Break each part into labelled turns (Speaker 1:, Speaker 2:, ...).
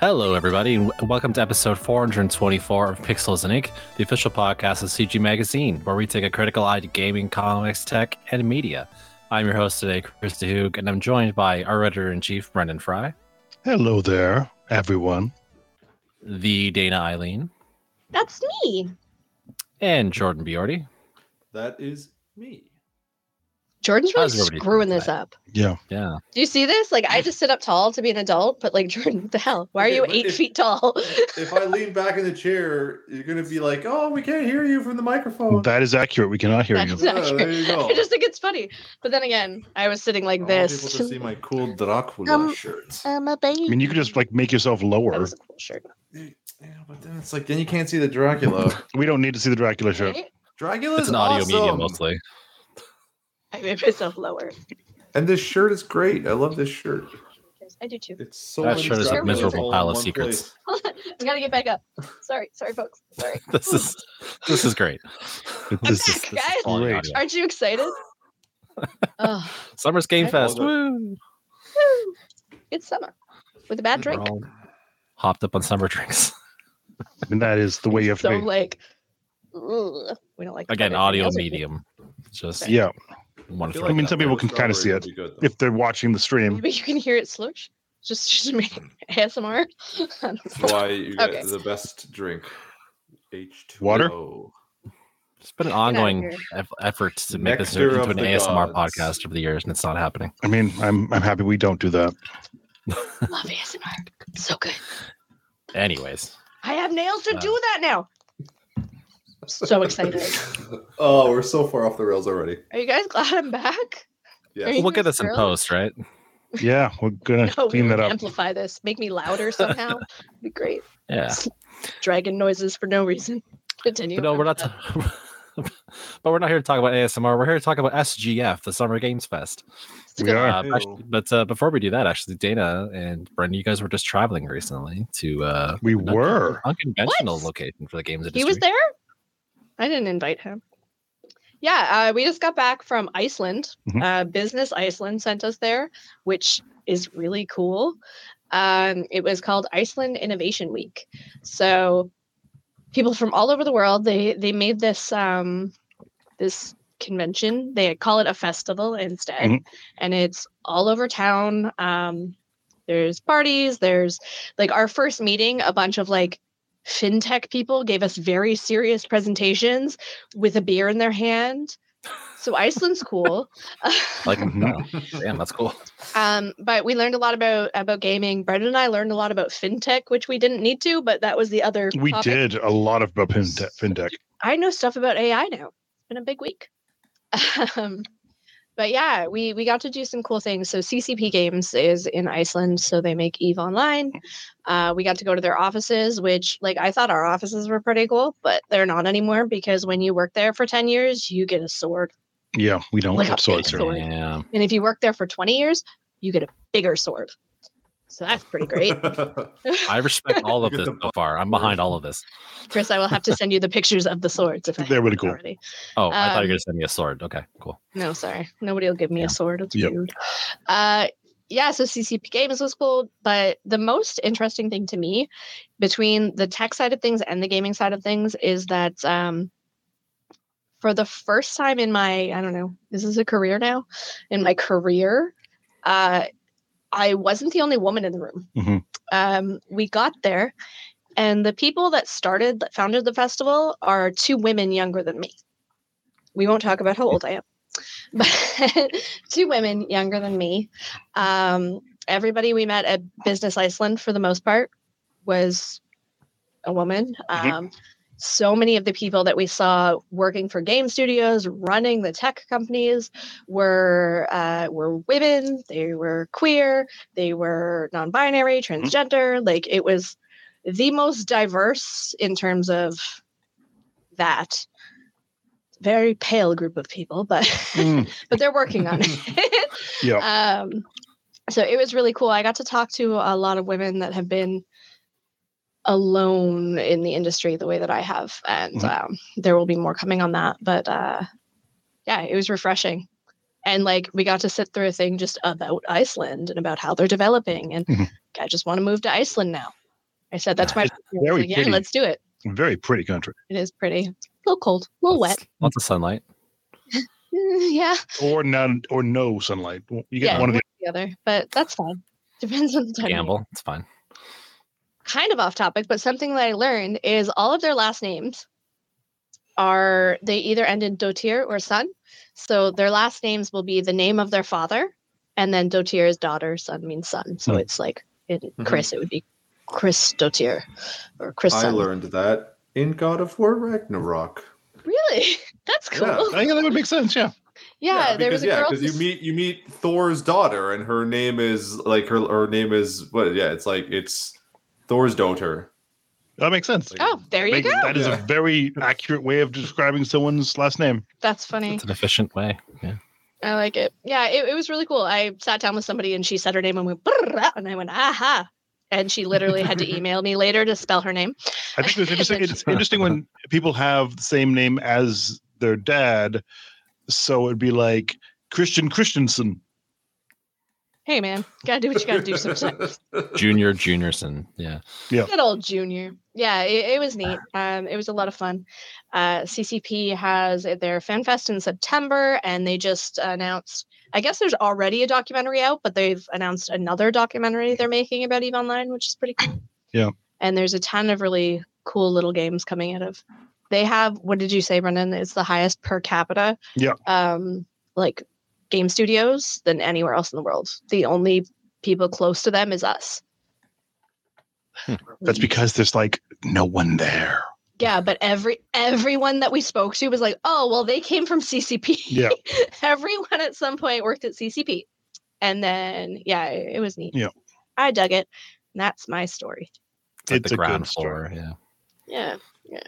Speaker 1: Hello, everybody, and w- welcome to episode 424 of Pixels and Ink, the official podcast of CG Magazine, where we take a critical eye to gaming, comics, tech, and media. I'm your host today, Chris DeHoog, and I'm joined by our editor in chief, Brendan Fry,
Speaker 2: Hello there, everyone.
Speaker 1: the Dana Eileen,
Speaker 3: That's me.
Speaker 1: and Jordan Biordi.
Speaker 4: That is me.
Speaker 3: Jordan's really
Speaker 1: How's everybody
Speaker 3: screwing
Speaker 1: doing
Speaker 3: this up.
Speaker 2: Yeah,
Speaker 1: Yeah.
Speaker 3: Do you see this? Like, I just sit up tall to be an adult, but like, Jordan, what the hell? Why are
Speaker 4: Okay,
Speaker 3: you
Speaker 4: but
Speaker 3: eight
Speaker 4: if-
Speaker 3: feet tall?
Speaker 4: if I lean back in the chair, you're gonna be like, "Oh, we can't hear you from the microphone."
Speaker 2: that is accurate. We cannot hear
Speaker 3: Oh. That's
Speaker 2: you.
Speaker 3: not
Speaker 4: Yeah,
Speaker 3: true.
Speaker 4: there you go.
Speaker 3: I just think it's funny. But then again, I was sitting
Speaker 4: I
Speaker 3: like
Speaker 4: want
Speaker 3: this.
Speaker 4: people to see my cool Dracula
Speaker 3: Um,
Speaker 4: shirts.
Speaker 3: I'm a baby.
Speaker 2: I mean, you could just like make yourself
Speaker 3: That
Speaker 2: lower.
Speaker 3: was a cool shirt.
Speaker 4: yeah, but then it's like then you can't see the Dracula.
Speaker 2: We don't need to see the Dracula shirt.
Speaker 3: Right?
Speaker 4: Dracula
Speaker 1: It's
Speaker 4: is
Speaker 1: an audio
Speaker 4: awesome.
Speaker 1: medium mostly.
Speaker 3: I made myself lower.
Speaker 4: And this shirt is great. I love this shirt.
Speaker 3: I do too.
Speaker 4: It's so.
Speaker 1: That
Speaker 4: many
Speaker 1: shirt is a
Speaker 4: Draculas
Speaker 1: miserable
Speaker 4: all in
Speaker 1: pile of
Speaker 4: one
Speaker 1: secrets.
Speaker 4: place.
Speaker 3: I gotta get back up. Sorry, sorry, folks. Sorry.
Speaker 1: This is this is great.
Speaker 2: This
Speaker 3: back, guys.
Speaker 1: quality
Speaker 2: Great.
Speaker 1: audio.
Speaker 3: Aren't you excited? oh,
Speaker 1: Summer's Game
Speaker 3: I
Speaker 1: Fest.
Speaker 4: love
Speaker 1: Woo!
Speaker 3: woo. It's summer with a bad
Speaker 4: We're
Speaker 3: drink.
Speaker 1: We're all hopped up on summer drinks.
Speaker 2: I mean, that is the way you have
Speaker 3: So
Speaker 2: to be.
Speaker 3: like, ugh, we don't like the
Speaker 1: Again,
Speaker 3: photo.
Speaker 1: audio
Speaker 3: Nails are big.
Speaker 1: medium. Just
Speaker 2: Yeah,
Speaker 1: one
Speaker 4: feel
Speaker 1: for
Speaker 2: I mean, some
Speaker 4: that
Speaker 2: people
Speaker 4: red
Speaker 2: can kinda see
Speaker 4: strawberry would be good,
Speaker 2: if they're watching the stream.
Speaker 3: Maybe you can hear it slurch. Just, just make ASMR.
Speaker 4: though. That's why you get
Speaker 3: Okay.
Speaker 4: the best drink. H2O.
Speaker 1: It's been an
Speaker 3: outta
Speaker 1: ongoing
Speaker 3: here.
Speaker 1: eff- effort to make this
Speaker 4: Nectar
Speaker 1: into
Speaker 4: of
Speaker 1: an
Speaker 4: the
Speaker 1: ASMR
Speaker 4: gods.
Speaker 1: podcast over the years, and it's not happening.
Speaker 2: I mean, I'm I'm happy we don't do that.
Speaker 3: Love ASMR. So good.
Speaker 1: Anyways,
Speaker 3: I have nails to
Speaker 1: Wow.
Speaker 3: do that now. Uh, So excited.
Speaker 4: oh, we're so far off the rails already.
Speaker 3: Are you guys glad I'm back?
Speaker 4: Yeah.
Speaker 3: Are you
Speaker 1: we'll get
Speaker 3: guys
Speaker 1: this in
Speaker 3: thrilled?
Speaker 1: post, right?
Speaker 2: Yeah, we're gonna
Speaker 3: No,
Speaker 2: clean
Speaker 3: we
Speaker 2: that up.
Speaker 3: amplify this. Make me louder somehow. It'd be great.
Speaker 1: Yeah.
Speaker 3: Dragon noises for no reason. Continue.
Speaker 1: But no, we're not.
Speaker 3: Uh,
Speaker 1: but we're not here to talk about ASMR. We're here to talk about SGF, the Summer Games Fest.
Speaker 3: it's a
Speaker 2: we
Speaker 3: good
Speaker 2: are.
Speaker 3: one.
Speaker 1: Uh,
Speaker 4: Ew.
Speaker 1: but actually- but uh, before we do that, actually, Dana and Brendan, you guys were just traveling recently to. Uh,
Speaker 2: We
Speaker 1: an un-
Speaker 2: were.
Speaker 1: unconventional
Speaker 3: What?
Speaker 1: location for the games industry.
Speaker 3: He was there. I didn't invite him. Yeah, uh, we just got back from Iceland.
Speaker 2: Mhm.
Speaker 3: Uh, Business Iceland sent us there, which is really cool. Um, it was called Iceland Innovation Week. So people from all over the world they they made this um, this convention. They call it a festival instead,
Speaker 2: Mhm.
Speaker 3: and it's all over town. Um, there's parties. There's like our first meeting. A bunch of like fintech people gave us very serious presentations with a beer in their hand. So Iceland's cool.
Speaker 1: Like,
Speaker 2: Mhm.
Speaker 4: Mm-hmm.
Speaker 1: wow, damn, that's cool.
Speaker 3: um, but we learned a lot about about gaming. Brendan and I learned a lot about fintech, which we didn't need to, but that was the other.
Speaker 2: We
Speaker 3: topic.
Speaker 2: did a lot of about fintech. fintech.
Speaker 3: I know stuff about AI now. It's been a big week. Um, but yeah, we we got to do some cool things. So CCP Games is in Iceland, so they make Eve Online. Uh, we got to go to their offices, which like I thought our offices were pretty cool, but they're not anymore because when you work there for ten years, you get a sword,
Speaker 2: Yeah, we don't
Speaker 3: Like a
Speaker 2: have swords here.
Speaker 3: Sorry.
Speaker 1: Damn.
Speaker 3: and if you work there for twenty years, you get a bigger sword. So that's pretty great,
Speaker 1: I respect all of
Speaker 4: Look at
Speaker 1: this
Speaker 4: the
Speaker 1: so far. I'm behind all of this.
Speaker 3: Chris. I will have to send you the pictures of the swords if I
Speaker 2: They're really
Speaker 3: haven't
Speaker 2: cool.
Speaker 3: already.
Speaker 1: Oh, I thought you were
Speaker 3: Um,
Speaker 1: going to send me a sword. Okay, cool.
Speaker 3: No, sorry. Nobody will give me
Speaker 1: Yeah.
Speaker 3: a sword. It's
Speaker 2: Yep.
Speaker 3: rude. Uh, yeah, so CCP Games was cool. But the most interesting thing to me between the tech side of things and the gaming side of things is that um, for the first time in my, I don't know, this is a career now, in my career, uh, I wasn't the only woman in the room.
Speaker 2: Mhm.
Speaker 3: Um, we got there, and the people that started, that founded the festival, are two women younger than me. We won't talk about how old I am, but two women younger than me. Um, everybody we met at Business Iceland, for the most part, was a woman.
Speaker 2: Mhm.
Speaker 3: Um, so many of the people that we saw working for game studios, running the tech companies, were uh, were women. They were queer. They were non-binary, transgender. Like it was the most diverse in terms of that. Very pale group of people, but
Speaker 2: Mm,
Speaker 3: but they're working on it.
Speaker 2: yeah,
Speaker 3: um, so it was really cool. I got to talk to a lot of women that have been alone in the industry the way that I have, and
Speaker 2: Mhm.
Speaker 3: um, there will be more coming on that. But uh, yeah, it was refreshing, and like we got to sit through a thing just about Iceland and about how they're developing, and
Speaker 2: Mhm.
Speaker 3: I just want to move to Iceland now. I said that to my partner. I
Speaker 2: very
Speaker 3: was like, yeah,
Speaker 2: pretty.
Speaker 3: let's do it.
Speaker 2: Very pretty country.
Speaker 3: It is pretty. It's a little cold, a little wet.
Speaker 1: Lots of sunlight.
Speaker 3: Mm, yeah,
Speaker 2: Or none or no sunlight. You get
Speaker 3: yeah,
Speaker 2: one of the
Speaker 3: the other, but that's fine. Depends on the time. of year.
Speaker 1: Gamble. It's fine.
Speaker 3: Kind of off topic, but something that I learned is all of their last names are they either end in dotir or son. So their last names will be the name of their father, and then dotir is daughter, son means son. So
Speaker 2: Hmm.
Speaker 3: it's like in
Speaker 4: Mm-hmm.
Speaker 3: Chris, it would be Chris dotir or Chris
Speaker 4: I
Speaker 3: son.
Speaker 4: learned that in God of War Ragnarok.
Speaker 3: Really, that's cool.
Speaker 4: Yeah.
Speaker 3: Yeah,
Speaker 2: Oh, yeah, that would make sense. Yeah.
Speaker 3: there was
Speaker 4: because-
Speaker 3: a
Speaker 4: yeah,
Speaker 3: girl.
Speaker 4: because
Speaker 3: who
Speaker 4: you meet you meet Thor's daughter, and her name is like her her name is what? Yeah, it's like it's Thor's daughter.
Speaker 2: That makes sense.
Speaker 3: Oh, there you
Speaker 2: Make-
Speaker 3: go.
Speaker 2: That is a
Speaker 4: Yeah.
Speaker 2: very accurate way of describing someone's last name.
Speaker 3: That's funny.
Speaker 1: It's an efficient way. Yeah.
Speaker 3: I like it. Yeah, it, it was really cool. I sat down with somebody and she said her name and went, "Brrr," and I went, aha. And she literally had to email me later to spell her name.
Speaker 2: I think it's interesting. It's interesting when people have the same name as their dad. So it'd be like Christian Christensen.
Speaker 3: Hey, man, gotta do what you gotta do sometimes.
Speaker 1: Junior Juniorson. Yeah.
Speaker 3: Good old junior. Yeah, it, it was neat. Um, it was a lot of fun. Uh, CCP has their fan fest in September, and they just announced. I guess there's already a documentary out, but they've announced another documentary they're making about Eve Online, which is pretty cool.
Speaker 2: Yeah.
Speaker 3: And there's a ton of really cool little games coming out of. They have what did you say, Brendan? It's the highest per capita.
Speaker 2: Yeah.
Speaker 3: Um, like game studios than anywhere else in the world. The only people close to them is us. Mm-hmm.
Speaker 2: That's because there's like no one there.
Speaker 3: Yeah, but every everyone that we spoke to was like, "Oh, well, they came from CCP."
Speaker 2: Yeah.
Speaker 3: everyone at some point worked at CCP, and then yeah, it, it was neat.
Speaker 2: Yeah.
Speaker 3: I dug it. And that's my story.
Speaker 1: It's, like
Speaker 2: It's
Speaker 1: the
Speaker 2: a good
Speaker 1: ground
Speaker 2: story.
Speaker 1: floor. Yeah.
Speaker 3: Yeah,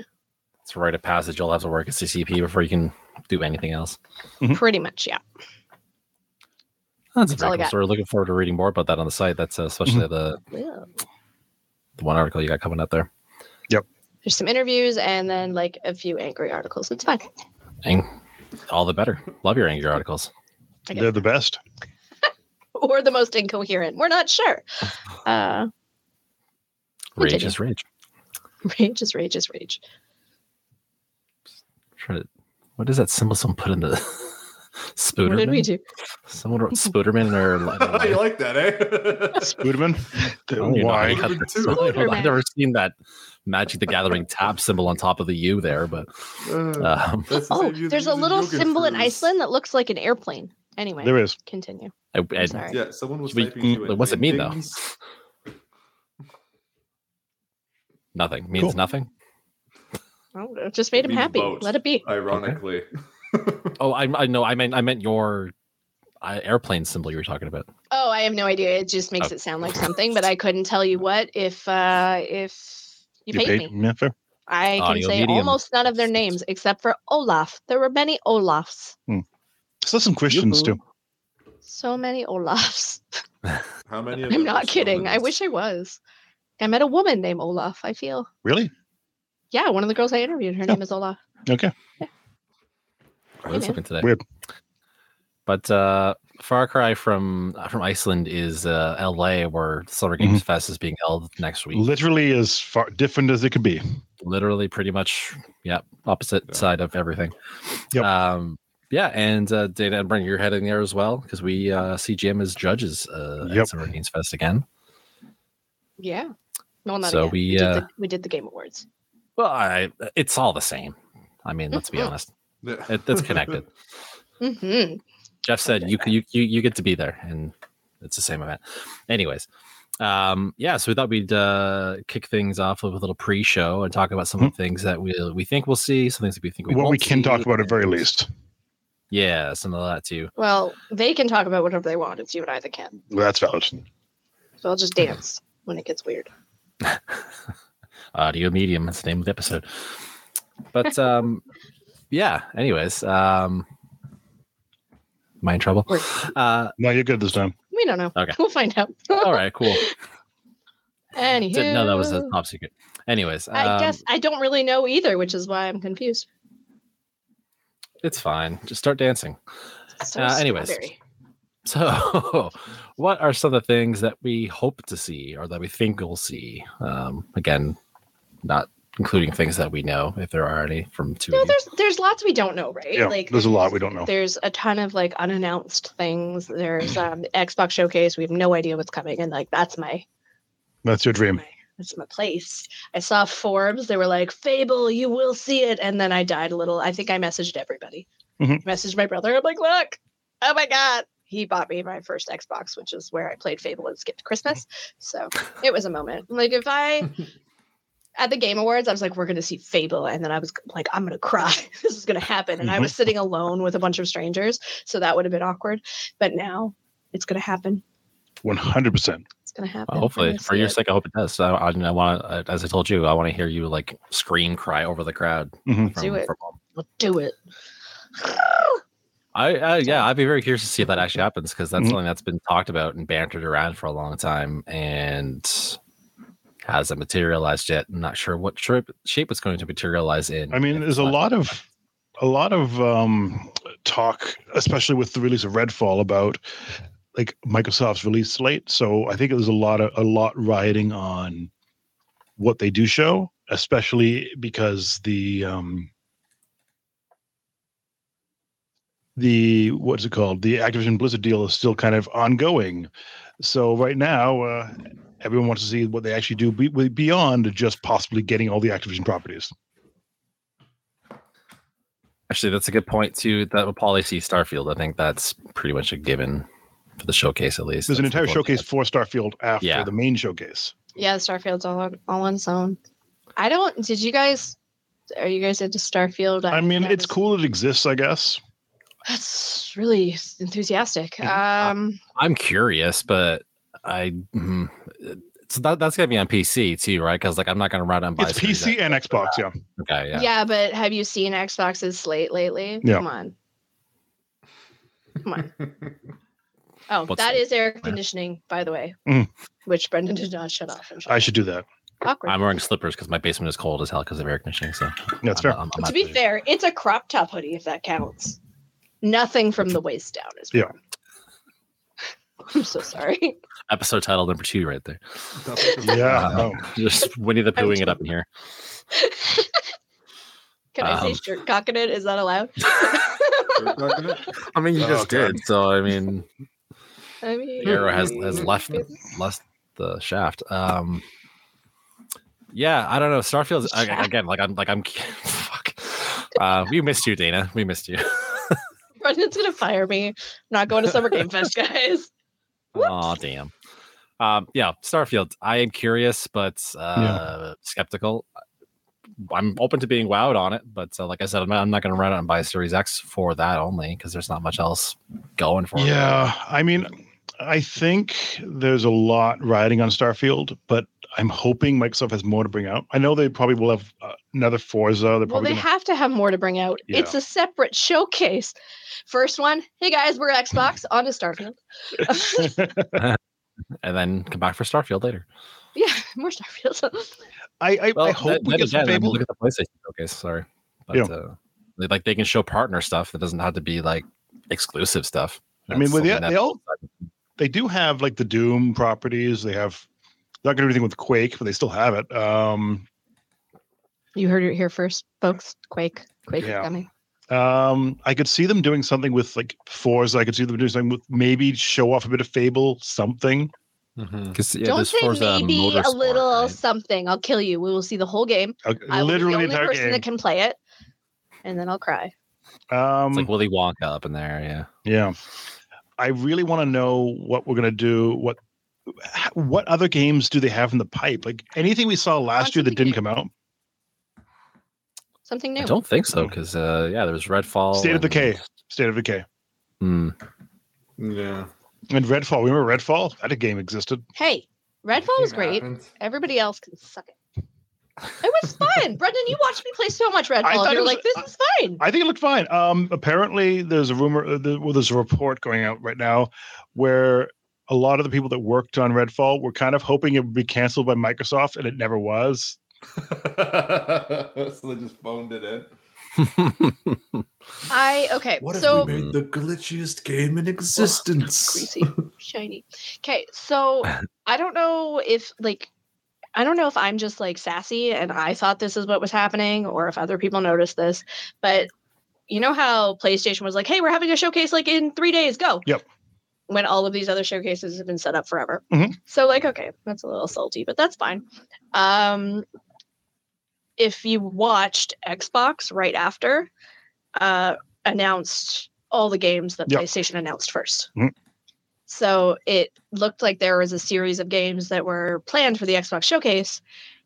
Speaker 1: It's a rite of passage. You'll have to work at CCP before you can do anything else.
Speaker 3: pretty much. Yeah,
Speaker 1: That's,
Speaker 3: That's
Speaker 1: a
Speaker 3: all I
Speaker 1: very cool
Speaker 3: got.
Speaker 1: story. Looking forward to reading more about that on the site. That's uh, especially
Speaker 2: Mm-hmm.
Speaker 1: the, the one article you got coming out there.
Speaker 3: there's some interviews and then like a few angry articles. It's fun.
Speaker 1: Ang- all the better. Love your anger articles.
Speaker 3: I
Speaker 2: They're the best.
Speaker 3: Or the most incoherent. We're not sure. Uh,
Speaker 1: Rage
Speaker 3: Continue.
Speaker 1: is rage.
Speaker 3: rage is rage is rage.
Speaker 1: Try to, what is that symbol someone put in the Spooderman?
Speaker 3: What did we do?
Speaker 1: Someone wrote Spooderman in their.
Speaker 4: you like that, eh?
Speaker 2: Spooderman.
Speaker 1: don't even know how
Speaker 2: Why?
Speaker 1: they cut that
Speaker 4: Spooderman.
Speaker 1: symbol. Hold on,
Speaker 3: Spooderman.
Speaker 1: I've never seen that Magic the Gathering tab symbol on top of the U there, but
Speaker 4: Uh,
Speaker 1: um,
Speaker 4: that's the
Speaker 3: Oh,
Speaker 4: same you
Speaker 3: there's
Speaker 4: use
Speaker 3: a
Speaker 4: in
Speaker 3: little
Speaker 4: yoga
Speaker 3: symbol in
Speaker 4: cruise.
Speaker 3: Iceland that looks like an airplane. Anyway,
Speaker 2: There is.
Speaker 3: continue.
Speaker 1: I, I-
Speaker 3: I'm sorry.
Speaker 4: Yeah, someone was
Speaker 1: We-
Speaker 4: typing into it.
Speaker 1: it wasn't me, though.
Speaker 4: Dings.
Speaker 1: nothing means
Speaker 2: Cool.
Speaker 1: nothing.
Speaker 3: Oh, it just made him
Speaker 4: Means
Speaker 3: happy.
Speaker 4: boat.
Speaker 3: Let it be.
Speaker 4: Ironically,
Speaker 1: Oh, I, I know. I meant I meant your uh, airplane symbol you were talking about.
Speaker 3: Oh, I have no idea. It just makes
Speaker 1: Oh.
Speaker 4: Uh,
Speaker 3: it sound like something, but I couldn't tell you what if uh if you paid me.
Speaker 2: Yeah, fair.
Speaker 3: I can
Speaker 1: Audio
Speaker 3: say
Speaker 1: medium.
Speaker 3: almost none of their names except for Olaf. There were many Olafs.
Speaker 2: So some Christians
Speaker 1: Yoo-hoo.
Speaker 2: too.
Speaker 3: So many Olafs.
Speaker 4: how many? Of
Speaker 3: I'm
Speaker 4: them
Speaker 3: not
Speaker 4: are still
Speaker 3: kidding. I
Speaker 4: in
Speaker 3: wish
Speaker 4: this?
Speaker 3: I was. I met a woman named Olaf, I feel.
Speaker 2: Really?
Speaker 3: Yeah, one of the girls I interviewed,
Speaker 1: Oh.
Speaker 3: her
Speaker 2: Yeah.
Speaker 3: name is Olaf.
Speaker 2: Okay.
Speaker 1: What is
Speaker 3: know.
Speaker 1: happening today?
Speaker 2: Weird.
Speaker 1: But uh, Far Cry from uh, from Iceland is uh, L.A., where Summer Games
Speaker 2: Mm-hmm.
Speaker 1: Fest is being held next week.
Speaker 2: Literally as far different as it could be.
Speaker 1: Literally, pretty much, yeah, opposite
Speaker 4: Yeah.
Speaker 1: side of everything.
Speaker 2: Yep.
Speaker 1: Um, yeah, and uh, Dana and Brent, you're heading there as well because we uh, CGM is judges uh, at
Speaker 2: Yep.
Speaker 1: Summer Games Fest again.
Speaker 3: Yeah. Well, not
Speaker 1: So
Speaker 3: again.
Speaker 1: we,
Speaker 3: did
Speaker 1: uh,
Speaker 3: the, we did the game awards.
Speaker 1: Well, I, it's all the same. I mean, let's be
Speaker 3: Mhm.
Speaker 1: honest.
Speaker 4: Yeah.
Speaker 1: It, it's connected.
Speaker 3: hmm
Speaker 1: Jeff said you, you you you get to be there, and it's the same event. Anyways, um, yeah. So we thought we'd uh, kick things off with a little pre-show and talk about some of the things that we we think we'll see, some things that we think we
Speaker 2: Mm-hmm. what we
Speaker 1: won't
Speaker 2: can talk
Speaker 1: see,
Speaker 2: about at very
Speaker 1: and-
Speaker 2: least.
Speaker 1: Yeah, some of that too.
Speaker 3: Well, they can talk about whatever they want. It's you and I that can.
Speaker 2: Well, that's valid.
Speaker 3: So I'll just dance when it gets weird.
Speaker 1: Audio medium. That's the name of the episode. But um, yeah. Anyways, um, am I in trouble?
Speaker 3: We're-
Speaker 1: Uh,
Speaker 2: No, you're good this time.
Speaker 3: We don't know.
Speaker 1: Okay.
Speaker 3: We'll find out.
Speaker 1: all right. Cool.
Speaker 3: Anywho,
Speaker 1: Didn't know that was a top secret. Anyways,
Speaker 3: I
Speaker 1: um,
Speaker 3: guess I don't really know either, which is why I'm confused.
Speaker 1: it's fine. Just start dancing.
Speaker 3: So
Speaker 1: Uh, anyways.
Speaker 3: strawberry.
Speaker 1: So, what are some of the things that we hope to see or that we think we'll see? Um, again, not including things that we know, if there are any from two.
Speaker 3: No,
Speaker 1: of you.
Speaker 3: there's there's lots we don't know, right?
Speaker 2: Yeah,
Speaker 3: like
Speaker 2: there's a lot we don't know.
Speaker 3: There's a ton of like unannounced things. There's um Xbox showcase. We have no idea what's coming, and like that's my
Speaker 2: That's your dream.
Speaker 3: my that's my place. I saw Forbes. They were like, Fable, you will see it, and then I died a little. I think I messaged everybody.
Speaker 1: Mm-hmm.
Speaker 2: Mhm.
Speaker 3: I messaged my brother. I'm like, look, oh my god. He bought me my first Xbox, which is where I played Fable and skipped Christmas. So it was a moment. Like if I at the Game Awards, I was like, we're going to see Fable. And then I was like, I'm going to cry. this is going to happen. And I
Speaker 1: Mm-hmm.
Speaker 3: was sitting alone with a bunch of strangers. So that would have been awkward. But now it's going to happen.
Speaker 2: One hundred percent.
Speaker 3: It's going to happen.
Speaker 1: Well,
Speaker 3: I'm
Speaker 1: hopefully,
Speaker 3: gonna
Speaker 1: for
Speaker 3: see
Speaker 1: your
Speaker 3: it.
Speaker 1: sake, I hope it does. I, I, I want, as I told you, I want to hear you like scream, cry over the crowd.
Speaker 2: Mhm.
Speaker 1: From,
Speaker 3: Do it.
Speaker 1: From,
Speaker 3: We'll do it.
Speaker 1: I, I yeah, I'd be very curious to see if that actually happens because that's
Speaker 2: Mhm.
Speaker 1: something that's been talked about and bantered around for a long time and hasn't materialized yet. I'm not sure what shape, shape it's going to materialize in.
Speaker 2: I mean, there's a lot of a lot of um, talk, especially with the release of Redfall, about like Microsoft's release slate. So I think there's a lot of a lot riding on what they do show, especially because the um, the what's it called? The Activision Blizzard deal is still kind of ongoing. So right now, uh, everyone wants to see what they actually do be- be- beyond just possibly getting all the Activision properties.
Speaker 1: Actually, that's a good point too. That will probably see Starfield. I think that's pretty much a given for the showcase, at least.
Speaker 2: There's an
Speaker 1: That's
Speaker 2: entire
Speaker 1: what-
Speaker 2: showcase for Starfield after
Speaker 1: Yeah.
Speaker 2: the main showcase.
Speaker 3: Yeah, Starfield's all on, all on its own. I don't. Did you guys. Are you guys into Starfield?
Speaker 2: I mean,
Speaker 3: that
Speaker 2: it's
Speaker 3: was-
Speaker 2: cool it exists, I guess.
Speaker 3: That's really enthusiastic.
Speaker 2: Mhm.
Speaker 3: Um,
Speaker 1: I'm curious, but I. mm, so that, that's gonna be on PC too, right? Because like I'm not gonna run on.
Speaker 2: It's PC and Xbox, Ah, yeah.
Speaker 1: Okay, yeah.
Speaker 3: yeah. but have you seen Xbox's slate lately?
Speaker 2: Yeah.
Speaker 3: Come on. Come on. Oh,
Speaker 1: What's
Speaker 3: that
Speaker 1: that?
Speaker 3: is air conditioning, by the way,
Speaker 2: Mm.
Speaker 3: which Brendan did not shut off. And shut
Speaker 2: I should do that.
Speaker 3: Awkward.
Speaker 1: I'm wearing slippers because my basement is cold as hell because of air conditioning. So
Speaker 2: That's
Speaker 1: I'm-
Speaker 2: fair.
Speaker 1: I'm- I'm
Speaker 3: to
Speaker 1: not
Speaker 3: be
Speaker 1: doing-
Speaker 3: fair, it's a crop top hoodie if that counts. Nothing from the waist down is
Speaker 2: Yeah.
Speaker 3: wrong. I'm so sorry.
Speaker 1: episode title number two right there.
Speaker 2: Yeah.
Speaker 1: Uh,
Speaker 2: no.
Speaker 1: Just Winnie the
Speaker 3: I'm
Speaker 1: Poohing it up in here.
Speaker 3: Can I
Speaker 1: Um.
Speaker 3: say shirt cocking it? Is that allowed?
Speaker 1: I mean,
Speaker 2: you just did,
Speaker 1: so I mean,
Speaker 3: I mean,
Speaker 1: the arrow has has left left the shaft. Um, yeah, I don't know. Starfield
Speaker 3: Shaft.
Speaker 1: again. Like I'm like I'm. Fuck. Uh, we missed you, Dana. We missed you.
Speaker 3: Brendan's gonna fire me. I'm not going to Summer Game Fest, guys. Whoops.
Speaker 1: Oh damn. Um, yeah, Starfield. I am curious, but uh, skeptical. I'm open to being wowed on it, but uh, like I said, I'm not, I'm not going to run out and buy a Series X for that only because there's not much else going for it.
Speaker 2: Yeah. I mean, I think there's a lot riding on Starfield, but I'm hoping Microsoft has more to bring out. I know they probably will have uh, another Forza. They're
Speaker 3: Well,
Speaker 2: probably
Speaker 3: they
Speaker 2: gonna-
Speaker 3: have to have more to bring out.
Speaker 2: Yeah.
Speaker 3: It's a separate showcase. First one, hey guys, we're Xbox on to Starfield.
Speaker 1: and then come back for Starfield later.
Speaker 3: yeah, more Starfield.
Speaker 2: I, I, I
Speaker 1: Well,
Speaker 2: hope
Speaker 1: that-
Speaker 2: we
Speaker 1: that
Speaker 2: get some
Speaker 1: again, I mean,
Speaker 2: Fable.
Speaker 1: Look at the PlayStation showcase. Sorry, but
Speaker 2: Yeah.
Speaker 1: uh, they, like they can show partner stuff that doesn't have to be like exclusive stuff.
Speaker 2: I mean,
Speaker 1: That's
Speaker 2: well, they-
Speaker 1: something that-
Speaker 2: they all- they do have like the Doom properties. They have not going to do anything with Quake, but they still have it. Um,
Speaker 3: you heard it here first, folks. Quake, Quake is
Speaker 2: Yeah.
Speaker 3: coming.
Speaker 2: Um, I could see them doing something with like Forza. I could see them doing something with maybe show off a bit of Fable, something.
Speaker 1: 'cause, yeah,
Speaker 3: Don't
Speaker 1: there's
Speaker 3: say
Speaker 1: Forza
Speaker 3: maybe a
Speaker 1: Motorsport,
Speaker 3: little
Speaker 1: right?
Speaker 3: something. I'll kill you. We will see the whole game.
Speaker 2: Uh,
Speaker 3: I
Speaker 2: literally,
Speaker 3: will
Speaker 2: the
Speaker 3: be the only
Speaker 2: entire
Speaker 3: person
Speaker 2: game.
Speaker 3: that can play it, and then I'll cry.
Speaker 2: um,
Speaker 1: It's like Willy Wonka up in there. Yeah.
Speaker 2: yeah, I really want to know what we're gonna do. What what other games do they have in the pipe? Like anything we saw last year that
Speaker 3: something
Speaker 2: didn't come out.
Speaker 3: Something
Speaker 1: I
Speaker 3: new.
Speaker 1: don't think so because uh, yeah, there's Redfall.
Speaker 2: State
Speaker 1: and-
Speaker 2: of Decay. State of Decay
Speaker 1: Hmm.
Speaker 4: yeah.
Speaker 2: and Redfall. Remember Redfall? That game existed.
Speaker 3: Hey, Redfall was great. Everybody else can suck it. It was fun, Brendan. You watched me play so much
Speaker 2: thought
Speaker 3: Redfall.
Speaker 2: it
Speaker 3: You're
Speaker 2: was-
Speaker 3: like, this
Speaker 2: I-
Speaker 3: is fine.
Speaker 2: I think it looked fine. Um, apparently, there's a rumor, uh, there- well, there's a report going out right now where a lot of the people that worked on Redfall were kind of hoping it would be canceled by Microsoft, and it never was.
Speaker 4: so they just phoned it in.
Speaker 1: Hmm.
Speaker 3: I okay.
Speaker 4: What if
Speaker 3: so
Speaker 4: we made the glitchiest game in existence?
Speaker 3: greasy, shiny. Okay, so I don't know if like I don't know if I'm just like sassy and I thought this is what was happening or if other people noticed this, but you know how PlayStation was like, "Hey, we're having a showcase like in 3 days, go."
Speaker 2: Yep.
Speaker 3: When all of these other showcases have been set up forever.
Speaker 2: Mhm.
Speaker 3: So like, okay, that's a little salty, but that's fine. Um if you watched Xbox right after uh announced all the games that
Speaker 2: Yep.
Speaker 3: PlayStation announced first.
Speaker 2: Mhm.
Speaker 3: So it looked like there was a series of games that were planned for the Xbox showcase,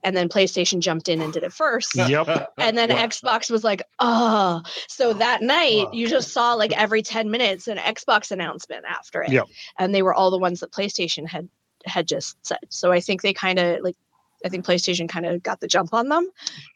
Speaker 3: and then PlayStation jumped in and did it first.
Speaker 2: Yep.
Speaker 3: And then
Speaker 4: Wow.
Speaker 3: Xbox was like, oh. So that night,
Speaker 4: Wow.
Speaker 3: you just saw like every 10 minutes an Xbox announcement after it.
Speaker 2: Yep.
Speaker 3: And they were all the ones that PlayStation had had just said. So I think they kind of like, I think PlayStation kind of got the jump on them.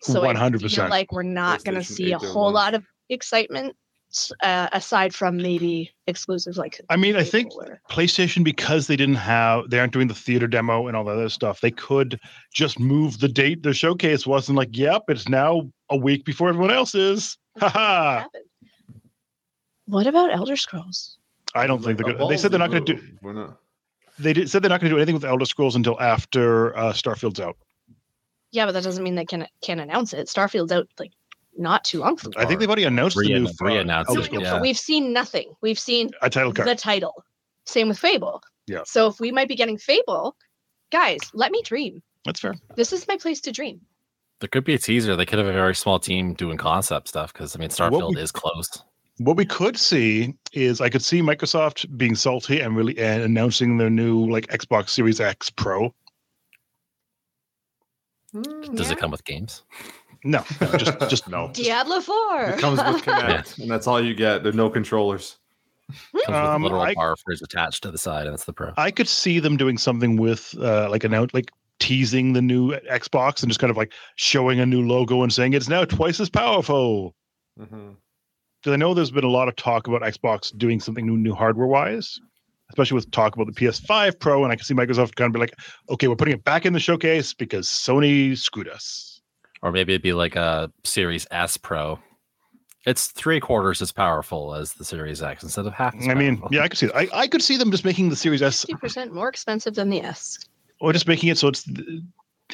Speaker 3: So I
Speaker 2: 100%.
Speaker 3: feel like we're not going to
Speaker 4: PlayStation
Speaker 3: see a
Speaker 4: ate their
Speaker 3: whole
Speaker 4: lunch.
Speaker 3: lot of excitement s- uh, aside from maybe exclusives like.
Speaker 2: I mean, I think
Speaker 3: Fable or-
Speaker 2: PlayStation because they didn't have they aren't doing the theater demo and all that other stuff. They could just move the date the showcase was and like, yep, it's now a week before everyone else is. Haha.
Speaker 3: happened. What about Elder Scrolls?
Speaker 2: I don't think they're gonna, they said they're not going to do.
Speaker 4: We're not.
Speaker 2: They did, said they're not going to do anything with Elder Scrolls until after uh, Starfield's out.
Speaker 3: Yeah, but that doesn't mean they can can announce it. Starfield's out like not too long from
Speaker 2: I think they've already announced the new
Speaker 1: Re- re-announced
Speaker 2: Elder
Speaker 1: it,
Speaker 2: Scrolls.
Speaker 1: yeah.
Speaker 3: We've seen nothing. We've seen
Speaker 2: a title card.
Speaker 3: the title. Same with Fable.
Speaker 2: Yeah.
Speaker 3: So if we might be getting Fable, guys, let me dream.
Speaker 2: That's fair.
Speaker 3: This is my place to dream.
Speaker 1: There could be a teaser. They could have a very small team doing concept stuff because I mean Starfield
Speaker 2: we-
Speaker 1: is closed.
Speaker 2: What we could see is I could see Microsoft being salty and really and announcing their new like Xbox Series X Pro.
Speaker 3: Hmm,
Speaker 1: Does it come with games?
Speaker 2: No, no, just just no.
Speaker 3: Diablo 4.
Speaker 4: It comes with Connect, and that's all you get. There are no controllers.
Speaker 1: It comes
Speaker 2: Um,
Speaker 1: with a literal
Speaker 2: I-
Speaker 1: bar phrase attached to the side, and that's the pro.
Speaker 2: I could see them doing something with uh, like announce like teasing the new Xbox and just kind of like showing a new logo and saying it's now twice as powerful.
Speaker 4: Mhm.
Speaker 2: Because I know there's been a lot of talk about Xbox doing something new, new hardware wise, especially with talk about the PS5 Pro, and I can see Microsoft kind of be like, okay, we're putting it back in the showcase because Sony screwed us.
Speaker 1: or maybe it'd be like a Series S Pro. It's three quarters as powerful as the Series X instead of half. As
Speaker 2: I mean,
Speaker 1: powerful.
Speaker 2: yeah, I could see that. I, I could see them just making the Series S
Speaker 3: 50% more expensive than the S.
Speaker 2: or just making it so it's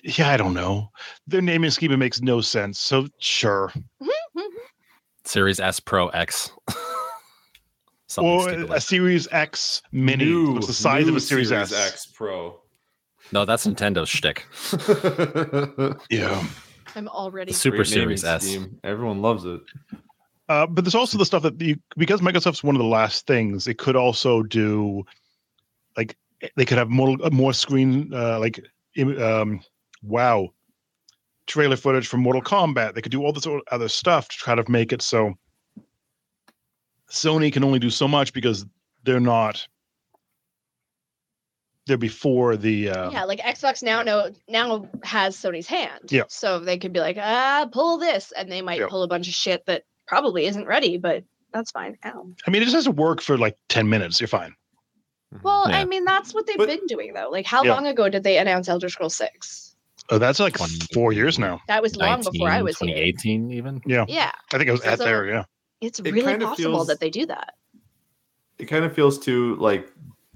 Speaker 2: yeah, I don't know. Their naming schema makes no sense. So sure.
Speaker 1: Series S Pro X. Something
Speaker 2: or
Speaker 1: stupid
Speaker 2: a
Speaker 1: like-
Speaker 2: Series X Mini.
Speaker 4: New-
Speaker 2: It's the size of
Speaker 4: new
Speaker 2: a Series, X.
Speaker 4: X Pro.
Speaker 1: no, that's Nintendo's shtick.
Speaker 2: Yeah.
Speaker 3: I'm already.
Speaker 1: Super
Speaker 4: Great naming
Speaker 1: Series S.
Speaker 4: scheme. Everyone loves it.
Speaker 2: Uh, but there's also the stuff that you because Microsoft's one of the last things. It could also do, like they could have more uh, more screen uh, like im- um, wow trailer footage from Mortal Kombat. They could do all this o- other stuff to try to make it so Sony can only do so much because they're not they're before the uh,
Speaker 3: yeah, like Xbox now know, now has Sony's hand.
Speaker 2: Yeah.
Speaker 3: So they could be like, ah, pull this, and they might
Speaker 2: Yeah.
Speaker 3: pull a bunch of shit that probably isn't ready, but that's fine. Ow.
Speaker 2: I mean, it just has to work for like ten minutes. You're fine.
Speaker 3: Well,
Speaker 1: Yeah.
Speaker 3: I mean, that's what they've
Speaker 4: But-
Speaker 3: been doing though. Like, how
Speaker 2: Yeah.
Speaker 3: long ago did they announce Elder Scrolls Six?
Speaker 2: Oh, that's like
Speaker 1: 20.
Speaker 2: four years now.
Speaker 3: That was long before I
Speaker 1: 19,
Speaker 3: was here.
Speaker 1: 2018 even.
Speaker 3: Yeah,
Speaker 2: I think I was at
Speaker 3: So-
Speaker 2: there. Yeah.
Speaker 3: it's
Speaker 4: It
Speaker 3: really
Speaker 4: kinda
Speaker 3: possible
Speaker 4: feels-
Speaker 3: that they do that.
Speaker 4: it kind of feels too like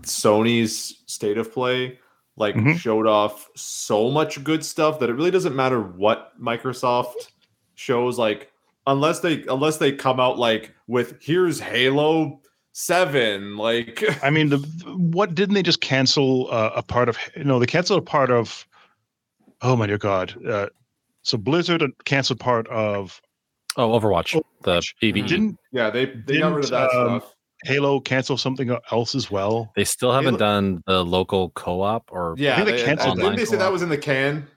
Speaker 4: Sony's state of play like
Speaker 2: Mhm.
Speaker 4: showed off so much good stuff that it really doesn't matter what Microsoft shows like unless they unless they come out like with here's Halo 7 like
Speaker 2: I mean, the what didn't they just cancel uh, a part of? No, they canceled a part of. Oh my dear God! Uh, so Blizzard canceled part of
Speaker 1: Oh, Overwatch, the E.
Speaker 2: Overwatch. Mm-hmm.
Speaker 1: PVE.
Speaker 2: didn't
Speaker 4: yeah they they got rid
Speaker 2: Didn't,
Speaker 4: of that
Speaker 2: um,
Speaker 4: stuff
Speaker 2: Halo cancel something else as well?
Speaker 1: They still haven't
Speaker 4: look-
Speaker 1: done the local co-op or
Speaker 4: yeah
Speaker 2: think they
Speaker 4: they, um,
Speaker 2: canceled
Speaker 4: didn't
Speaker 1: that.
Speaker 4: they say that was in the can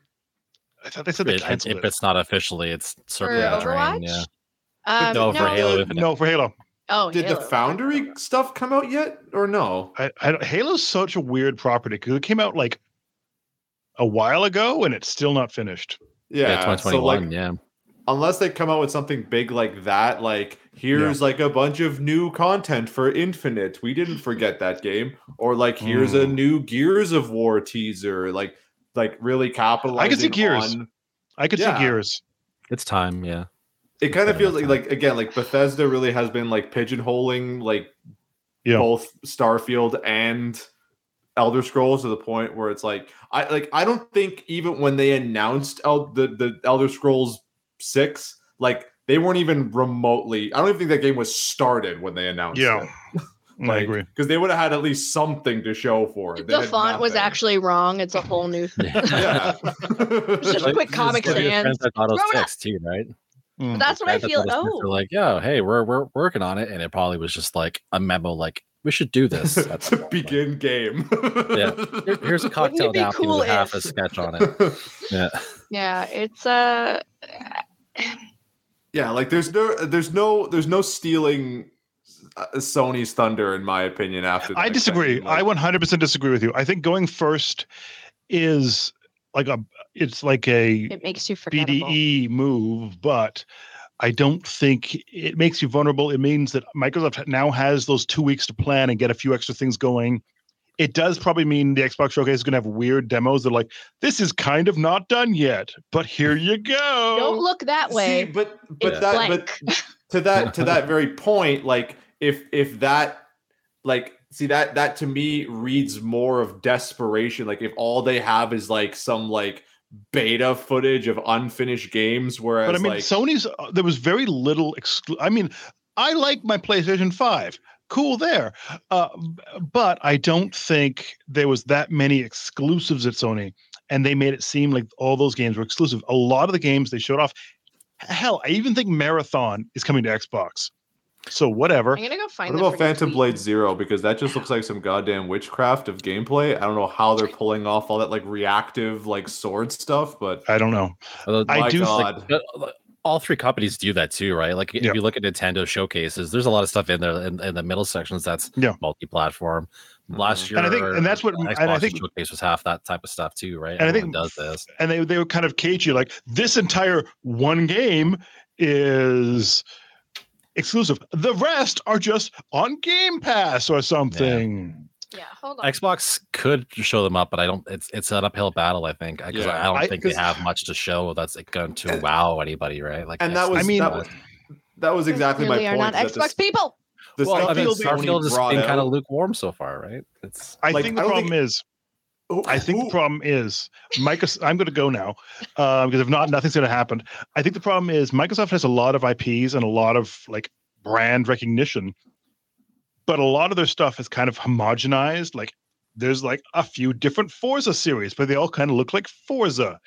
Speaker 2: I thought they said they
Speaker 1: It- it-
Speaker 2: canceled
Speaker 1: if
Speaker 2: it.
Speaker 1: it's not officially, it's
Speaker 3: For
Speaker 1: certainly a
Speaker 3: Overwatch,
Speaker 1: drain. Yeah.
Speaker 3: um,
Speaker 1: no, for Halo
Speaker 3: the-
Speaker 1: Infinite.
Speaker 2: No, for Halo,
Speaker 3: Oh,
Speaker 4: did the
Speaker 3: Halo.
Speaker 4: Foundry stuff come out yet or no
Speaker 2: I, I, don't- Halo's such a weird property because it came out like a while ago and it's still not finished.
Speaker 1: Yeah,
Speaker 4: yeah, so
Speaker 1: 2021.
Speaker 4: like
Speaker 1: yeah.
Speaker 4: unless they come out with something big like that like here's like a bunch of new content for infinite we didn't forget that game or like here's a
Speaker 2: Mm.
Speaker 4: new gears of war teaser like like really capitalizing
Speaker 2: Gears.
Speaker 4: on
Speaker 2: I could
Speaker 4: Yeah.
Speaker 2: see Gears.
Speaker 1: It's time. Yeah.
Speaker 4: it kind of feels like like again like Bethesda really has been like pigeonholing like
Speaker 2: Yeah.
Speaker 4: both Starfield and Elder Scrolls to the point where it's like I like I don't think even when they announced El- the the Elder Scrolls 6 like they weren't even remotely I don't even think that game was started when they announced
Speaker 2: Yeah,
Speaker 4: it
Speaker 2: I agree.
Speaker 4: because they would have had at least something to show for it. They
Speaker 3: The
Speaker 4: had
Speaker 3: font was
Speaker 4: nothing.
Speaker 3: actually wrong. It's a whole new
Speaker 4: yeah.
Speaker 3: Just
Speaker 1: Like,
Speaker 3: quick
Speaker 1: this is
Speaker 3: Comic
Speaker 1: gonna be a
Speaker 3: Sans.
Speaker 1: Grand Theft Auto
Speaker 3: Grown up.
Speaker 1: Six too, right?
Speaker 2: Mm.
Speaker 3: That's what I
Speaker 1: Grand Theft
Speaker 3: feel.
Speaker 1: Auto 6, they're
Speaker 3: Oh,
Speaker 1: like, yeah, hey, we're we're working on it, and it probably was just like a memo, like we should do this. at some
Speaker 4: to
Speaker 1: point.
Speaker 4: begin game.
Speaker 1: Yeah. Here- Here's a cocktail
Speaker 3: be
Speaker 1: napkin
Speaker 3: cool
Speaker 1: with half a
Speaker 3: if-
Speaker 1: sketch on it. Yeah,
Speaker 3: yeah. It's uh,
Speaker 4: Yeah, like there's no, there's no, there's no stealing uh, Sony's thunder, in my opinion. After
Speaker 2: I
Speaker 4: that
Speaker 2: disagree.
Speaker 4: excitement,
Speaker 2: I
Speaker 4: like-
Speaker 2: 100% disagree with you. I think going first is like a it's like a
Speaker 3: it makes you forgettable.
Speaker 4: E.
Speaker 2: BDE E move, but I don't think it makes you vulnerable. It means that Microsoft now has those two weeks to plan and get a few extra things going. It does probably mean the Xbox showcase is going to have weird demos. They're like, this is kind of not done yet, but here you go.
Speaker 3: Don't look that
Speaker 4: See,
Speaker 3: way.
Speaker 4: but but
Speaker 3: It's
Speaker 4: that
Speaker 3: blank.
Speaker 4: but to that to that very point, like if if that like see that that to me reads more of desperation. Like if all they have is like some like beta footage of unfinished games, whereas
Speaker 2: But I mean,
Speaker 4: like
Speaker 2: Sony's uh, there was very little. Exclu- I mean, I like my PlayStation Five. Cool there, uh, b- but I don't think there was that many exclusives at Sony, and they made it seem like all those games were exclusive. A lot of the games they showed off. Hell, I even think Marathon is coming to Xbox. So whatever.
Speaker 3: I'm gonna go find.
Speaker 4: What
Speaker 3: the
Speaker 4: about
Speaker 3: friggin'
Speaker 4: Phantom
Speaker 3: tweet.
Speaker 4: Blade Zero? Because that just looks like some goddamn witchcraft of gameplay. I don't know how they're pulling off all that like reactive like sword stuff, but
Speaker 2: I don't know.
Speaker 1: Although,
Speaker 2: I
Speaker 4: my
Speaker 2: do think-
Speaker 4: God,
Speaker 1: but, like, all three companies do that too, right? Like if
Speaker 2: Yeah.
Speaker 1: you look at Nintendo showcases, there's a lot of stuff in there in, in the middle sections that's
Speaker 2: Yeah.
Speaker 1: multi-platform. Last
Speaker 3: Mm-hmm.
Speaker 1: year,
Speaker 2: And I think- and that's what- and I
Speaker 1: Xbox's
Speaker 2: think-
Speaker 1: showcase was half that type of stuff too, right?
Speaker 2: And I think-
Speaker 1: Everyone does this.
Speaker 2: And they they were kind of cagey, like this entire one game is exclusive. The rest are just on Game Pass or something.
Speaker 3: Yeah, hold on.
Speaker 1: Xbox could show them up, but I don't. It's it's an uphill battle, I think. I, 'cause I- I
Speaker 4: Yeah.
Speaker 1: don't
Speaker 2: I-
Speaker 1: think they
Speaker 2: 'cause-
Speaker 1: have much to show that's like, going to
Speaker 4: And-
Speaker 1: wow anybody, right? Like,
Speaker 4: and that
Speaker 1: Xbox
Speaker 4: was
Speaker 2: I mean-
Speaker 4: that was, that was
Speaker 3: They
Speaker 4: exactly my
Speaker 3: clearly
Speaker 4: point.
Speaker 3: Are not
Speaker 4: is that
Speaker 3: Xbox
Speaker 4: the,
Speaker 3: people.
Speaker 4: the
Speaker 1: well, I
Speaker 4: stuff
Speaker 1: mean,
Speaker 4: that Sony
Speaker 1: Starfield has
Speaker 4: brought
Speaker 1: been kind
Speaker 4: out-
Speaker 1: of lukewarm so far, right? It's
Speaker 2: I
Speaker 4: Like,
Speaker 2: think
Speaker 4: I
Speaker 2: the
Speaker 4: don't
Speaker 2: problem is,
Speaker 4: Who-
Speaker 2: I think
Speaker 4: who-
Speaker 2: the problem is Microsoft. I'm going to go now uh, because if not, nothing's going to happen. I think the problem is Microsoft has a lot of IPs and a lot of like brand recognition, but a lot of their stuff is kind of homogenized. Like there's like a few different Forza series, but they all kind of look like Forza.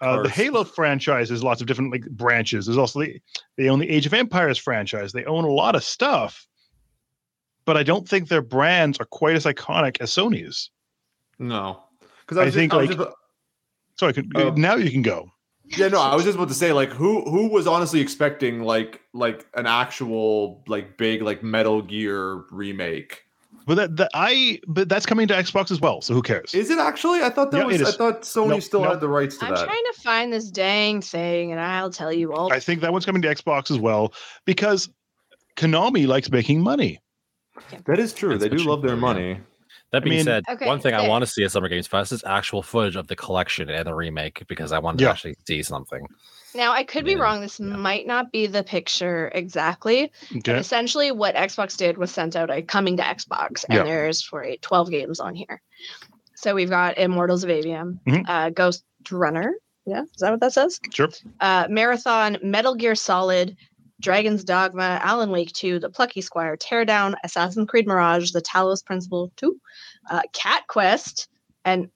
Speaker 2: Uh, the
Speaker 4: course.
Speaker 2: Halo franchise is lots of different like branches. There's also the they own the Age of Empires franchise. They own a lot of stuff, but I don't think their brands are quite as iconic as Sony's.
Speaker 4: no. Because
Speaker 2: I
Speaker 4: I, was
Speaker 2: think,
Speaker 4: just, I was
Speaker 2: like-
Speaker 4: just-
Speaker 2: So I could
Speaker 4: Oh.
Speaker 2: now you can go.
Speaker 4: yeah, no, I was just about to say like who who was honestly expecting like like an actual like big like Metal Gear remake.
Speaker 2: But that, that I but that's coming to Xbox as well. So who cares?
Speaker 4: Is it actually? I thought that
Speaker 2: Yeah,
Speaker 4: was.
Speaker 2: it
Speaker 4: I
Speaker 2: is.
Speaker 4: thought Sony
Speaker 2: Nope,
Speaker 4: still
Speaker 2: nope.
Speaker 4: had the rights to
Speaker 3: I'm
Speaker 4: that.
Speaker 3: trying to find this dang thing, and I'll tell you all.
Speaker 2: I think that one's coming to Xbox as well because Konami likes making money.
Speaker 4: that is true.
Speaker 1: That's
Speaker 4: They
Speaker 1: what
Speaker 4: do
Speaker 1: you
Speaker 4: love their
Speaker 1: do, yeah.
Speaker 4: money.
Speaker 1: that being
Speaker 2: mean-
Speaker 1: said,
Speaker 3: Okay,
Speaker 1: one thing I
Speaker 3: sick.
Speaker 1: want to see at Summer Games Fest is actual footage of the collection and the remake because I wanted
Speaker 2: Yeah.
Speaker 1: to actually see something.
Speaker 3: Now I could
Speaker 1: Yeah,
Speaker 3: be wrong. This
Speaker 1: yeah.
Speaker 3: might not be the picture exactly.
Speaker 2: Okay.
Speaker 3: Essentially, what Xbox did was sent out a coming to Xbox, and
Speaker 2: Yeah.
Speaker 3: there's for eight, 12 games on here. So we've got Immortals of Avium,
Speaker 2: Mhm.
Speaker 3: uh, Ghost Runner. Yeah, is that what that says?
Speaker 2: Sure.
Speaker 3: Uh, Marathon, Metal Gear Solid, Dragon's Dogma, Alan Wake 2, The Plucky Squire, Teardown, Assassin's Creed Mirage, The Talos Principle 2, uh, Cat Quest, and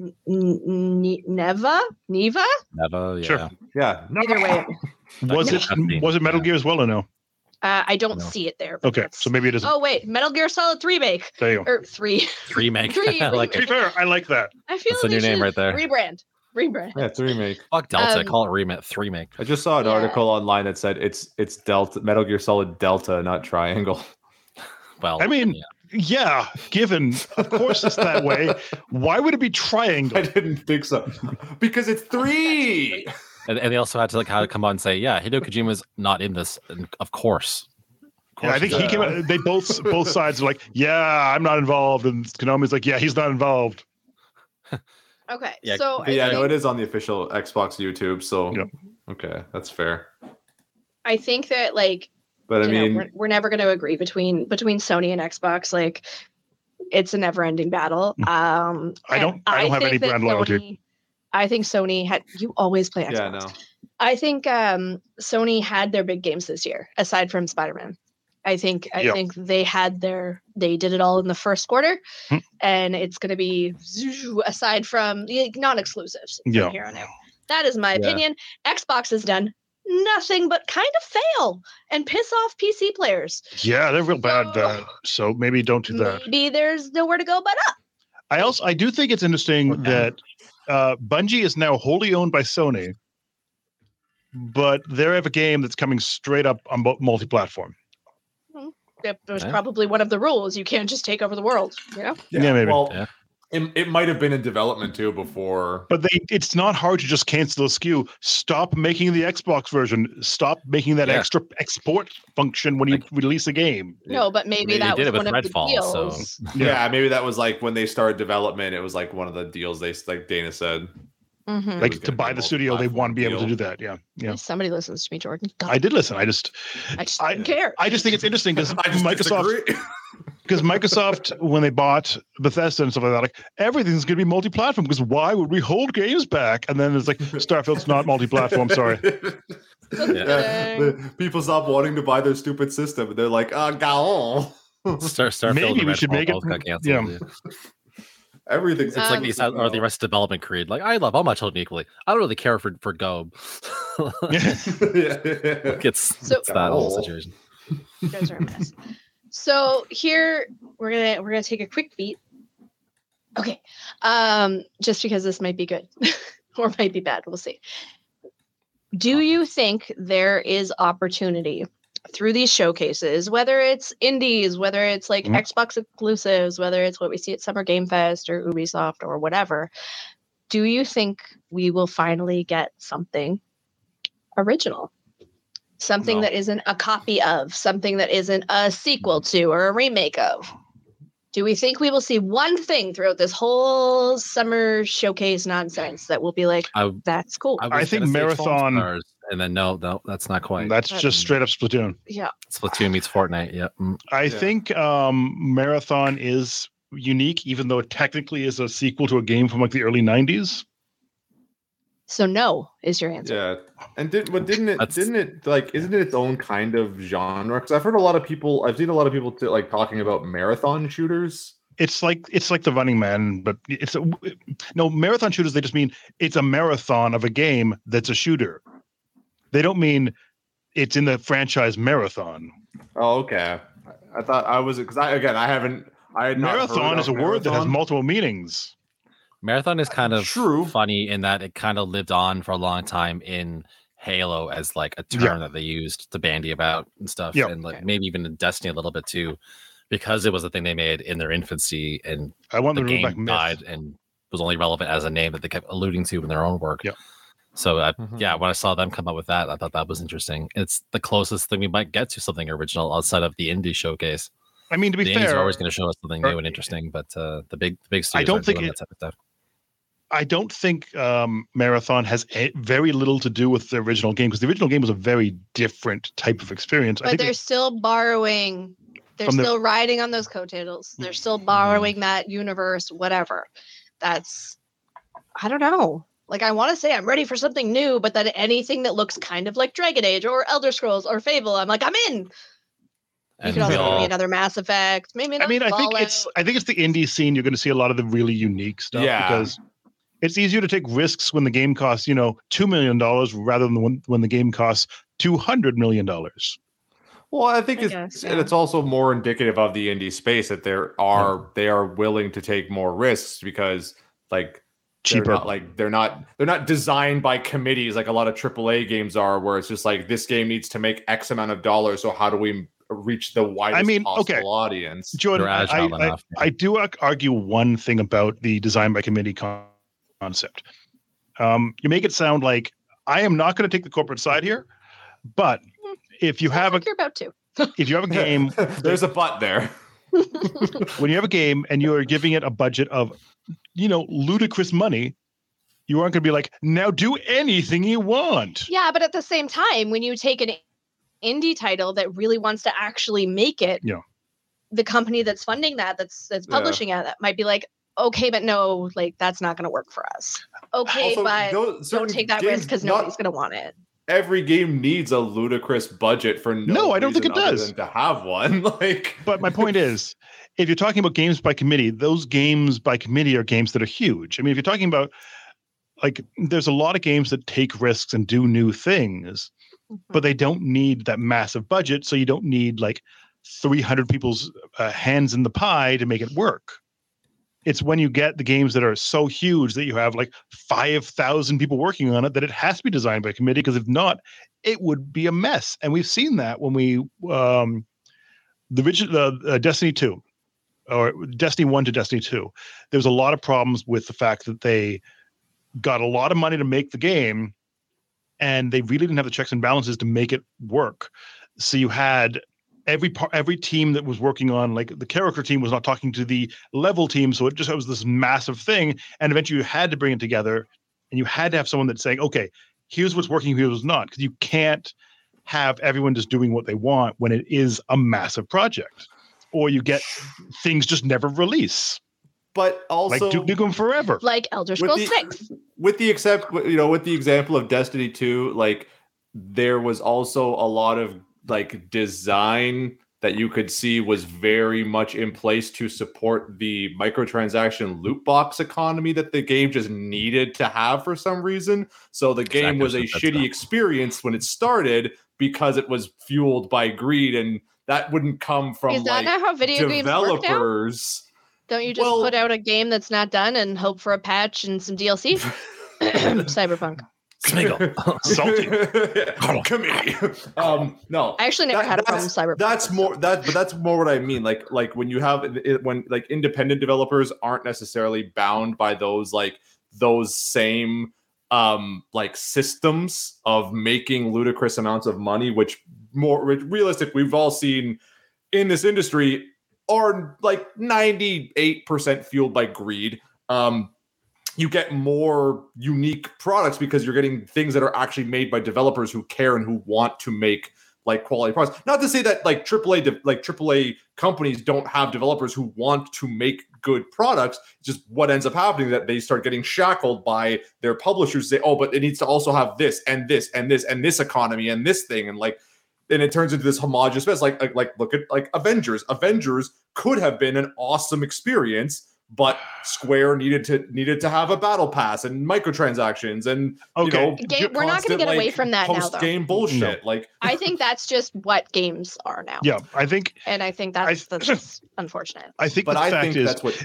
Speaker 3: N- N- N- Neva? Neva?
Speaker 1: Never, yeah.
Speaker 2: Sure.
Speaker 4: Yeah. No.
Speaker 3: Either way,
Speaker 2: Was
Speaker 1: Okay.
Speaker 2: it was it Metal Gear as well or no?
Speaker 3: Uh, I don't
Speaker 1: No.
Speaker 3: see it there. but
Speaker 2: Okay,
Speaker 3: that's-
Speaker 2: so maybe it isn't.
Speaker 3: oh wait, Metal Gear Solid Three Make
Speaker 2: There you go.
Speaker 3: or Three.
Speaker 1: remake?
Speaker 3: Three,
Speaker 1: I like
Speaker 2: To be
Speaker 1: it.
Speaker 2: fair, I like that.
Speaker 3: I feel
Speaker 1: That's a
Speaker 3: they
Speaker 1: new name
Speaker 3: should
Speaker 1: right there.
Speaker 3: Rebrand, rebrand.
Speaker 4: Yeah, it's a remake.
Speaker 1: Fuck Delta.
Speaker 3: Um,
Speaker 1: call it remake. Three make.
Speaker 4: I just saw an
Speaker 3: Yeah.
Speaker 4: article online that said it's it's Delta Metal Gear Solid Delta, not Triangle.
Speaker 1: Well,
Speaker 2: I mean,
Speaker 1: yeah.
Speaker 2: yeah. Given, of course, it's that way. Why would it be
Speaker 4: I
Speaker 2: triangle?
Speaker 4: didn't think so because it's three.
Speaker 1: and, and they also had to like how to come out and say, yeah, Hideo Kojima's not in this, and of course. Of
Speaker 2: Yeah, I think
Speaker 1: he's
Speaker 2: he
Speaker 1: not.
Speaker 2: came. Out, they both both sides are like, yeah, I'm not involved, and Konami's like, yeah, he's not involved.
Speaker 3: Okay.
Speaker 1: Yeah,
Speaker 3: So
Speaker 4: But yeah,
Speaker 3: I,
Speaker 4: no,
Speaker 3: think,
Speaker 4: it is on the official Xbox YouTube. So
Speaker 2: Yep.
Speaker 4: okay, that's fair.
Speaker 3: I think that like
Speaker 4: But I
Speaker 3: you know,
Speaker 4: mean,
Speaker 3: we're, we're never going to agree between between Sony and Xbox. Like, it's a never-ending battle.
Speaker 4: Hmm.
Speaker 3: Um,
Speaker 2: I don't-
Speaker 3: and
Speaker 2: I don't have
Speaker 3: think
Speaker 2: any
Speaker 3: that
Speaker 2: brand loyalty.
Speaker 3: Sony- I think Sony had. You always play Xbox.
Speaker 4: yeah, no.
Speaker 3: I think um, Sony had their big games this year, aside from Spider Man. I think I
Speaker 2: Yeah.
Speaker 3: think they had their they did it all in the first quarter,
Speaker 2: Hmm.
Speaker 3: and it's going to be zzzz, aside from like, non exclusives
Speaker 2: Yeah.
Speaker 3: from here on out. That is my
Speaker 4: Yeah.
Speaker 3: opinion. Xbox has done nothing but kind of fail and piss off PC players.
Speaker 2: Yeah, they're real bad.
Speaker 3: So-
Speaker 2: uh, so maybe don't do that.
Speaker 3: Maybe there's nowhere to go but up.
Speaker 2: I also I do think it's interesting
Speaker 1: Okay.
Speaker 2: that uh, Bungie is now wholly owned by Sony, but they have a game that's coming straight up on bo- multi-platform.
Speaker 3: That was
Speaker 1: Yeah.
Speaker 3: probably one of the rules. You can't just take over the world. You know,
Speaker 2: Yeah, maybe.
Speaker 4: Well,
Speaker 1: Yeah.
Speaker 4: It, it might have been in development too before.
Speaker 2: But they, it's not hard to just cancel a SKU. Stop making the Xbox version. Stop making that
Speaker 1: Yeah.
Speaker 2: extra export function when you
Speaker 1: Like-
Speaker 2: release a game.
Speaker 3: no, but maybe
Speaker 1: They
Speaker 3: that
Speaker 1: did
Speaker 3: was
Speaker 1: it with
Speaker 3: one of the
Speaker 1: Redfall, so-
Speaker 3: deals.
Speaker 4: Yeah. maybe that was like when they started development. It was like one of the deals they like Dana said.
Speaker 3: Mhm.
Speaker 4: was
Speaker 2: Like to
Speaker 4: gonna
Speaker 2: buy
Speaker 4: be
Speaker 2: the studio, they want to be able to do
Speaker 4: multi-platform
Speaker 2: that. Yeah, yeah.
Speaker 3: Somebody listens to me, Jordan. God,
Speaker 2: I did listen. I just,
Speaker 3: I just
Speaker 2: I-
Speaker 3: don't care.
Speaker 2: I just think it's interesting because
Speaker 4: I just
Speaker 2: Microsoft,
Speaker 4: disagree.
Speaker 2: because Microsoft, when they bought Bethesda and stuff like that, like everything's going to be multi-platform. Because why would we hold games back? And then it's like Starfield's not multi-platform. Sorry.
Speaker 4: Yeah. The- People stop wanting to buy their stupid system. and They're like, ah, gaon.
Speaker 1: Star, Starfield
Speaker 2: Maybe
Speaker 1: and
Speaker 2: we should
Speaker 1: Redfall
Speaker 2: make it-
Speaker 1: both got canceled.
Speaker 2: yeah.
Speaker 4: Everything's
Speaker 1: It's like
Speaker 3: Um,
Speaker 1: these or the rest of development creed. Like I love all my children equally. I don't really care for for Go.
Speaker 4: yeah.
Speaker 1: it's,
Speaker 3: So-
Speaker 1: it's that whole
Speaker 4: Oh.
Speaker 1: situation.
Speaker 3: You guys are a mess. so here we're gonna we're gonna take a quick beat. Okay. Um, just because this might be good or might be bad, we'll see. Do you think there is opportunity through these showcases, whether it's indies, whether it's like
Speaker 1: Mm-hmm.
Speaker 2: Mhm.
Speaker 3: Xbox exclusives, whether it's what we see at Summer Game Fest or Ubisoft or whatever? Do you think we will finally get something original? Something
Speaker 4: No.
Speaker 3: that isn't a copy of, something that isn't a sequel to or a remake of? Do we think we will see one thing throughout this whole summer showcase nonsense that will be like,
Speaker 1: I,
Speaker 3: that's cool?
Speaker 1: I, was
Speaker 2: I think
Speaker 1: gonna say
Speaker 2: Marathon-
Speaker 1: Foam Stars, and then no, no, that's not quite.
Speaker 2: That's
Speaker 3: Right.
Speaker 2: just straight up Splatoon.
Speaker 3: yeah.
Speaker 1: Splatoon meets Fortnite. Yep. Mm.
Speaker 2: I
Speaker 4: Yeah.
Speaker 2: think um, Marathon is unique, even though it technically is a sequel to a game from like the early '90s.
Speaker 3: So, no is your answer.
Speaker 4: Yeah, and did but didn't it
Speaker 1: That's-
Speaker 4: didn't it like isn't it its own kind of genre? Because I've heard a lot of people, I've seen a lot of people t- like talking about marathon shooters.
Speaker 2: It's like it's like the Running Man, but it's a, no marathon shooters. They just mean it's a marathon of a game that's a shooter. They don't mean it's in the franchise marathon.
Speaker 4: Oh, okay. I, I thought I was because I again I haven't. I had not heard
Speaker 2: Marathon is a
Speaker 4: of
Speaker 2: word that has
Speaker 4: marathon.
Speaker 2: multiple meanings.
Speaker 1: Marathon is kind of
Speaker 4: True.
Speaker 1: funny in that it kind of lived on for a long time in Halo as like a term
Speaker 2: Yeah.
Speaker 1: that they used to bandy about and stuff,
Speaker 2: Yeah.
Speaker 1: and like maybe even in Destiny a little bit too, because it was a thing they made in their infancy and
Speaker 2: I want
Speaker 1: the
Speaker 2: them to move back
Speaker 1: game
Speaker 2: myth.
Speaker 1: died and was only relevant as a name that they kept alluding to in their own work.
Speaker 2: Yep.
Speaker 1: So I,
Speaker 3: Mm-hmm.
Speaker 4: Mhm.
Speaker 1: yeah, when I saw them come up with that, I thought that was interesting. It's the closest thing we might get to something original outside of the indie showcase.
Speaker 2: I mean, to
Speaker 1: The
Speaker 2: be
Speaker 1: indies
Speaker 2: fair,
Speaker 1: are always going to show us something
Speaker 2: or-
Speaker 1: new and interesting, but uh, the big, the big
Speaker 2: I
Speaker 1: studios
Speaker 2: don't
Speaker 1: aren't
Speaker 2: think
Speaker 1: doing
Speaker 2: it-
Speaker 1: that type of stuff.
Speaker 2: I don't think um, Marathon has a, very little to do with the original game because the original game was a very different type of experience. I
Speaker 3: But
Speaker 2: think
Speaker 3: they're
Speaker 2: it's-
Speaker 3: still borrowing, they're
Speaker 2: From the- Mm-hmm.
Speaker 3: still riding on those coattails. They're still borrowing that universe, whatever. That's, I don't know. Like, I want to say I'm ready for something new, but then anything that looks kind of like Dragon Age or Elder Scrolls or Fable, I'm like, I'm in. You
Speaker 1: And
Speaker 3: could
Speaker 1: we
Speaker 3: also give me
Speaker 1: all,
Speaker 3: another Mass Effect, maybe
Speaker 2: I
Speaker 3: another
Speaker 2: mean, I think it's
Speaker 3: Fallout.
Speaker 2: I think it's the indie scene. You're going to see a lot of the really unique stuff
Speaker 4: Yeah.
Speaker 2: because it's easier to take risks when the game costs you know two million dollars rather than when, when the game costs two hundred million dollars.
Speaker 4: Well, I think
Speaker 3: I
Speaker 4: it's
Speaker 3: guess,
Speaker 4: and
Speaker 3: yeah.
Speaker 4: it's also more indicative of the indie space that there are they are willing to take more risks because like
Speaker 2: Cheaper.
Speaker 4: they're not, like they're not they're not designed by committees like a lot of AAA games are where it's just like this game needs to make X amount of dollars so how do we reach the widest
Speaker 2: mean,
Speaker 4: possible
Speaker 2: okay.
Speaker 4: audience?
Speaker 2: Jordan,
Speaker 1: they're agile
Speaker 2: I, I,
Speaker 1: enough.
Speaker 2: I do ar- argue one thing about the design by committee con- concept. Um, you make it sound like I am not going to take the corporate side here, but if you
Speaker 3: Sounds
Speaker 2: have a
Speaker 3: like you're about to.
Speaker 2: if you have a game
Speaker 4: There's a butt there.
Speaker 2: when you have a game and you are giving it a budget of, you know, ludicrous money, you aren't going to be like, now do anything you want.
Speaker 3: Yeah, but at the same time, when you take an indie title that really wants to actually make it,
Speaker 2: Yeah.
Speaker 3: the company that's funding that, that's that's
Speaker 4: Yeah.
Speaker 3: publishing it, that might be like, okay, but no, like that's not going to work for us. Okay, but
Speaker 4: those- certain
Speaker 3: don't take that
Speaker 4: games-
Speaker 3: risk because
Speaker 4: not
Speaker 3: nobody's going to want it.
Speaker 4: every game needs a ludicrous budget for no.
Speaker 2: No, I don't think
Speaker 4: reason
Speaker 2: it
Speaker 4: other
Speaker 2: does.
Speaker 4: than to have one. Like,
Speaker 2: But my point is, if you're talking about games by committee, those games by committee are games that are huge. I mean, if you're talking about like there's a lot of games that take risks and do new things, but they don't need that massive budget, so you don't need like 300 people's uh, hands in the pie to make it work. It's when you get the games that are so huge that you have like 5,000 people working on it that it has to be designed by committee because if not, it would be a mess. And we've seen that when we um, the rigid uh, uh, Destiny two, or Destiny one to Destiny two, there was a lot of problems with the fact that they got a lot of money to make the game, and they really didn't have the checks and balances to make it work. So you had every par- every team that was working on like the character team was not talking to the level team, so it just was this massive thing, and eventually you had to bring it together, and you had to have someone that's saying, okay, here's what's working, here's what's not, because you can't have everyone just doing what they want when it is a massive project or you get things just never release
Speaker 4: but also
Speaker 2: like duke nukem forever
Speaker 3: Like Elder
Speaker 4: with
Speaker 3: Scrolls
Speaker 4: the,
Speaker 3: Six.
Speaker 4: with the except you know with the example of destiny 2 like there was also a lot of like design that you could see was very much in place to support the microtransaction loot box economy that the game just needed to have for some reason so the game
Speaker 1: Exactly,
Speaker 4: was a
Speaker 1: that's
Speaker 4: shitty
Speaker 1: that.
Speaker 4: experience when it started because it was fueled by greed and that wouldn't come from
Speaker 3: Is that
Speaker 4: like
Speaker 3: not how video games work now?
Speaker 4: developers
Speaker 3: Don't you just
Speaker 4: Well-
Speaker 3: put out a game that's not done and hope for a patch and some DLC? Cyberpunk.
Speaker 1: Sniggle.
Speaker 2: Salty.
Speaker 4: Yeah, Come here. Um, no,
Speaker 3: I actually never
Speaker 4: That-
Speaker 3: had a problem with Cyberpunk.
Speaker 4: that's
Speaker 3: so-
Speaker 4: more that, but that's more what I mean. Like, like when you have it, when like independent developers aren't necessarily bound by those like those same um like systems of making ludicrous amounts of money, which more which realistic we've all seen in this industry are like ninety eight percent fueled by greed. Um, you get more unique products because you're getting things that are actually made by developers who care and who want to make like quality products. Not to say that like AAA de- like AAA companies don't have developers who want to make good products. It's just what ends up happening is that they start getting shackled by their publishers. Say, oh, but it needs to also have this and this and this and this economy and this thing and like. And it turns into this homogenous mess. Like, like, like, look at like Avengers. Avengers could have been an awesome experience, but Square needed to needed to have a battle pass and microtransactions and
Speaker 2: okay
Speaker 4: you know,
Speaker 3: Ga- we're not going to
Speaker 4: constant,
Speaker 3: get away
Speaker 4: like,
Speaker 3: from that now,
Speaker 4: post
Speaker 3: though.
Speaker 4: game bullshit. Like
Speaker 3: I think that's just what games are now.
Speaker 2: yeah i think
Speaker 3: And I think
Speaker 2: I-
Speaker 3: that's, that's unfortunate.
Speaker 2: i think
Speaker 4: but
Speaker 2: the
Speaker 4: I
Speaker 2: fact
Speaker 4: think
Speaker 2: is
Speaker 4: that's what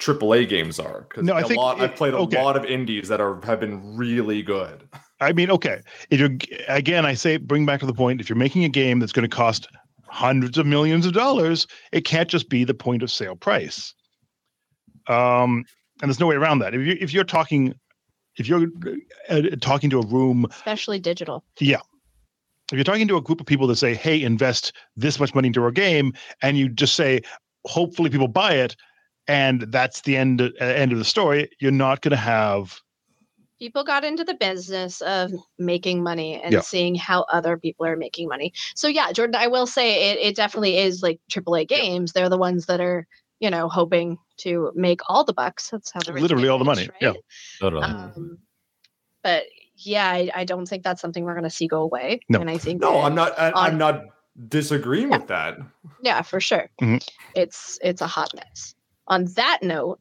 Speaker 4: AAA games are. Because
Speaker 2: No, I
Speaker 4: a
Speaker 2: think
Speaker 4: lot, I've
Speaker 2: it-
Speaker 4: played a
Speaker 2: okay.
Speaker 4: lot of indies that are have been really good.
Speaker 2: I mean, okay. If you're again, I say bring back to the point. If you're making a game that's going to cost hundreds of millions of dollars, it can't just be the point of sale price. Um, and there's no way around that. If you if you're talking, if you're uh, talking to a room
Speaker 3: Especially digital.
Speaker 2: if you're talking to a group of people that say, "Hey, invest this much money into our game," and you just say, "Hopefully, people buy it," and that's the end uh, end of the story, you're not going to have
Speaker 3: People got into the business of making money and
Speaker 2: Yeah.
Speaker 3: seeing how other people are making money. So yeah, Jordan, I will say it, it definitely is like AAA games. They're the ones that are, you know, hoping to make all the bucks. That's how the rich
Speaker 2: Literally
Speaker 3: get
Speaker 2: all the money,
Speaker 3: rich, right?
Speaker 1: Totally.
Speaker 3: Um, but yeah, I, I don't think that's something we're going to see go away.
Speaker 2: No.
Speaker 3: And I think
Speaker 4: No,
Speaker 3: that-
Speaker 4: I'm not. I,
Speaker 3: On-
Speaker 4: I'm not disagreeing with that.
Speaker 3: Yeah, for sure.
Speaker 2: Mhm.
Speaker 3: It's it's a hot mess. On that note,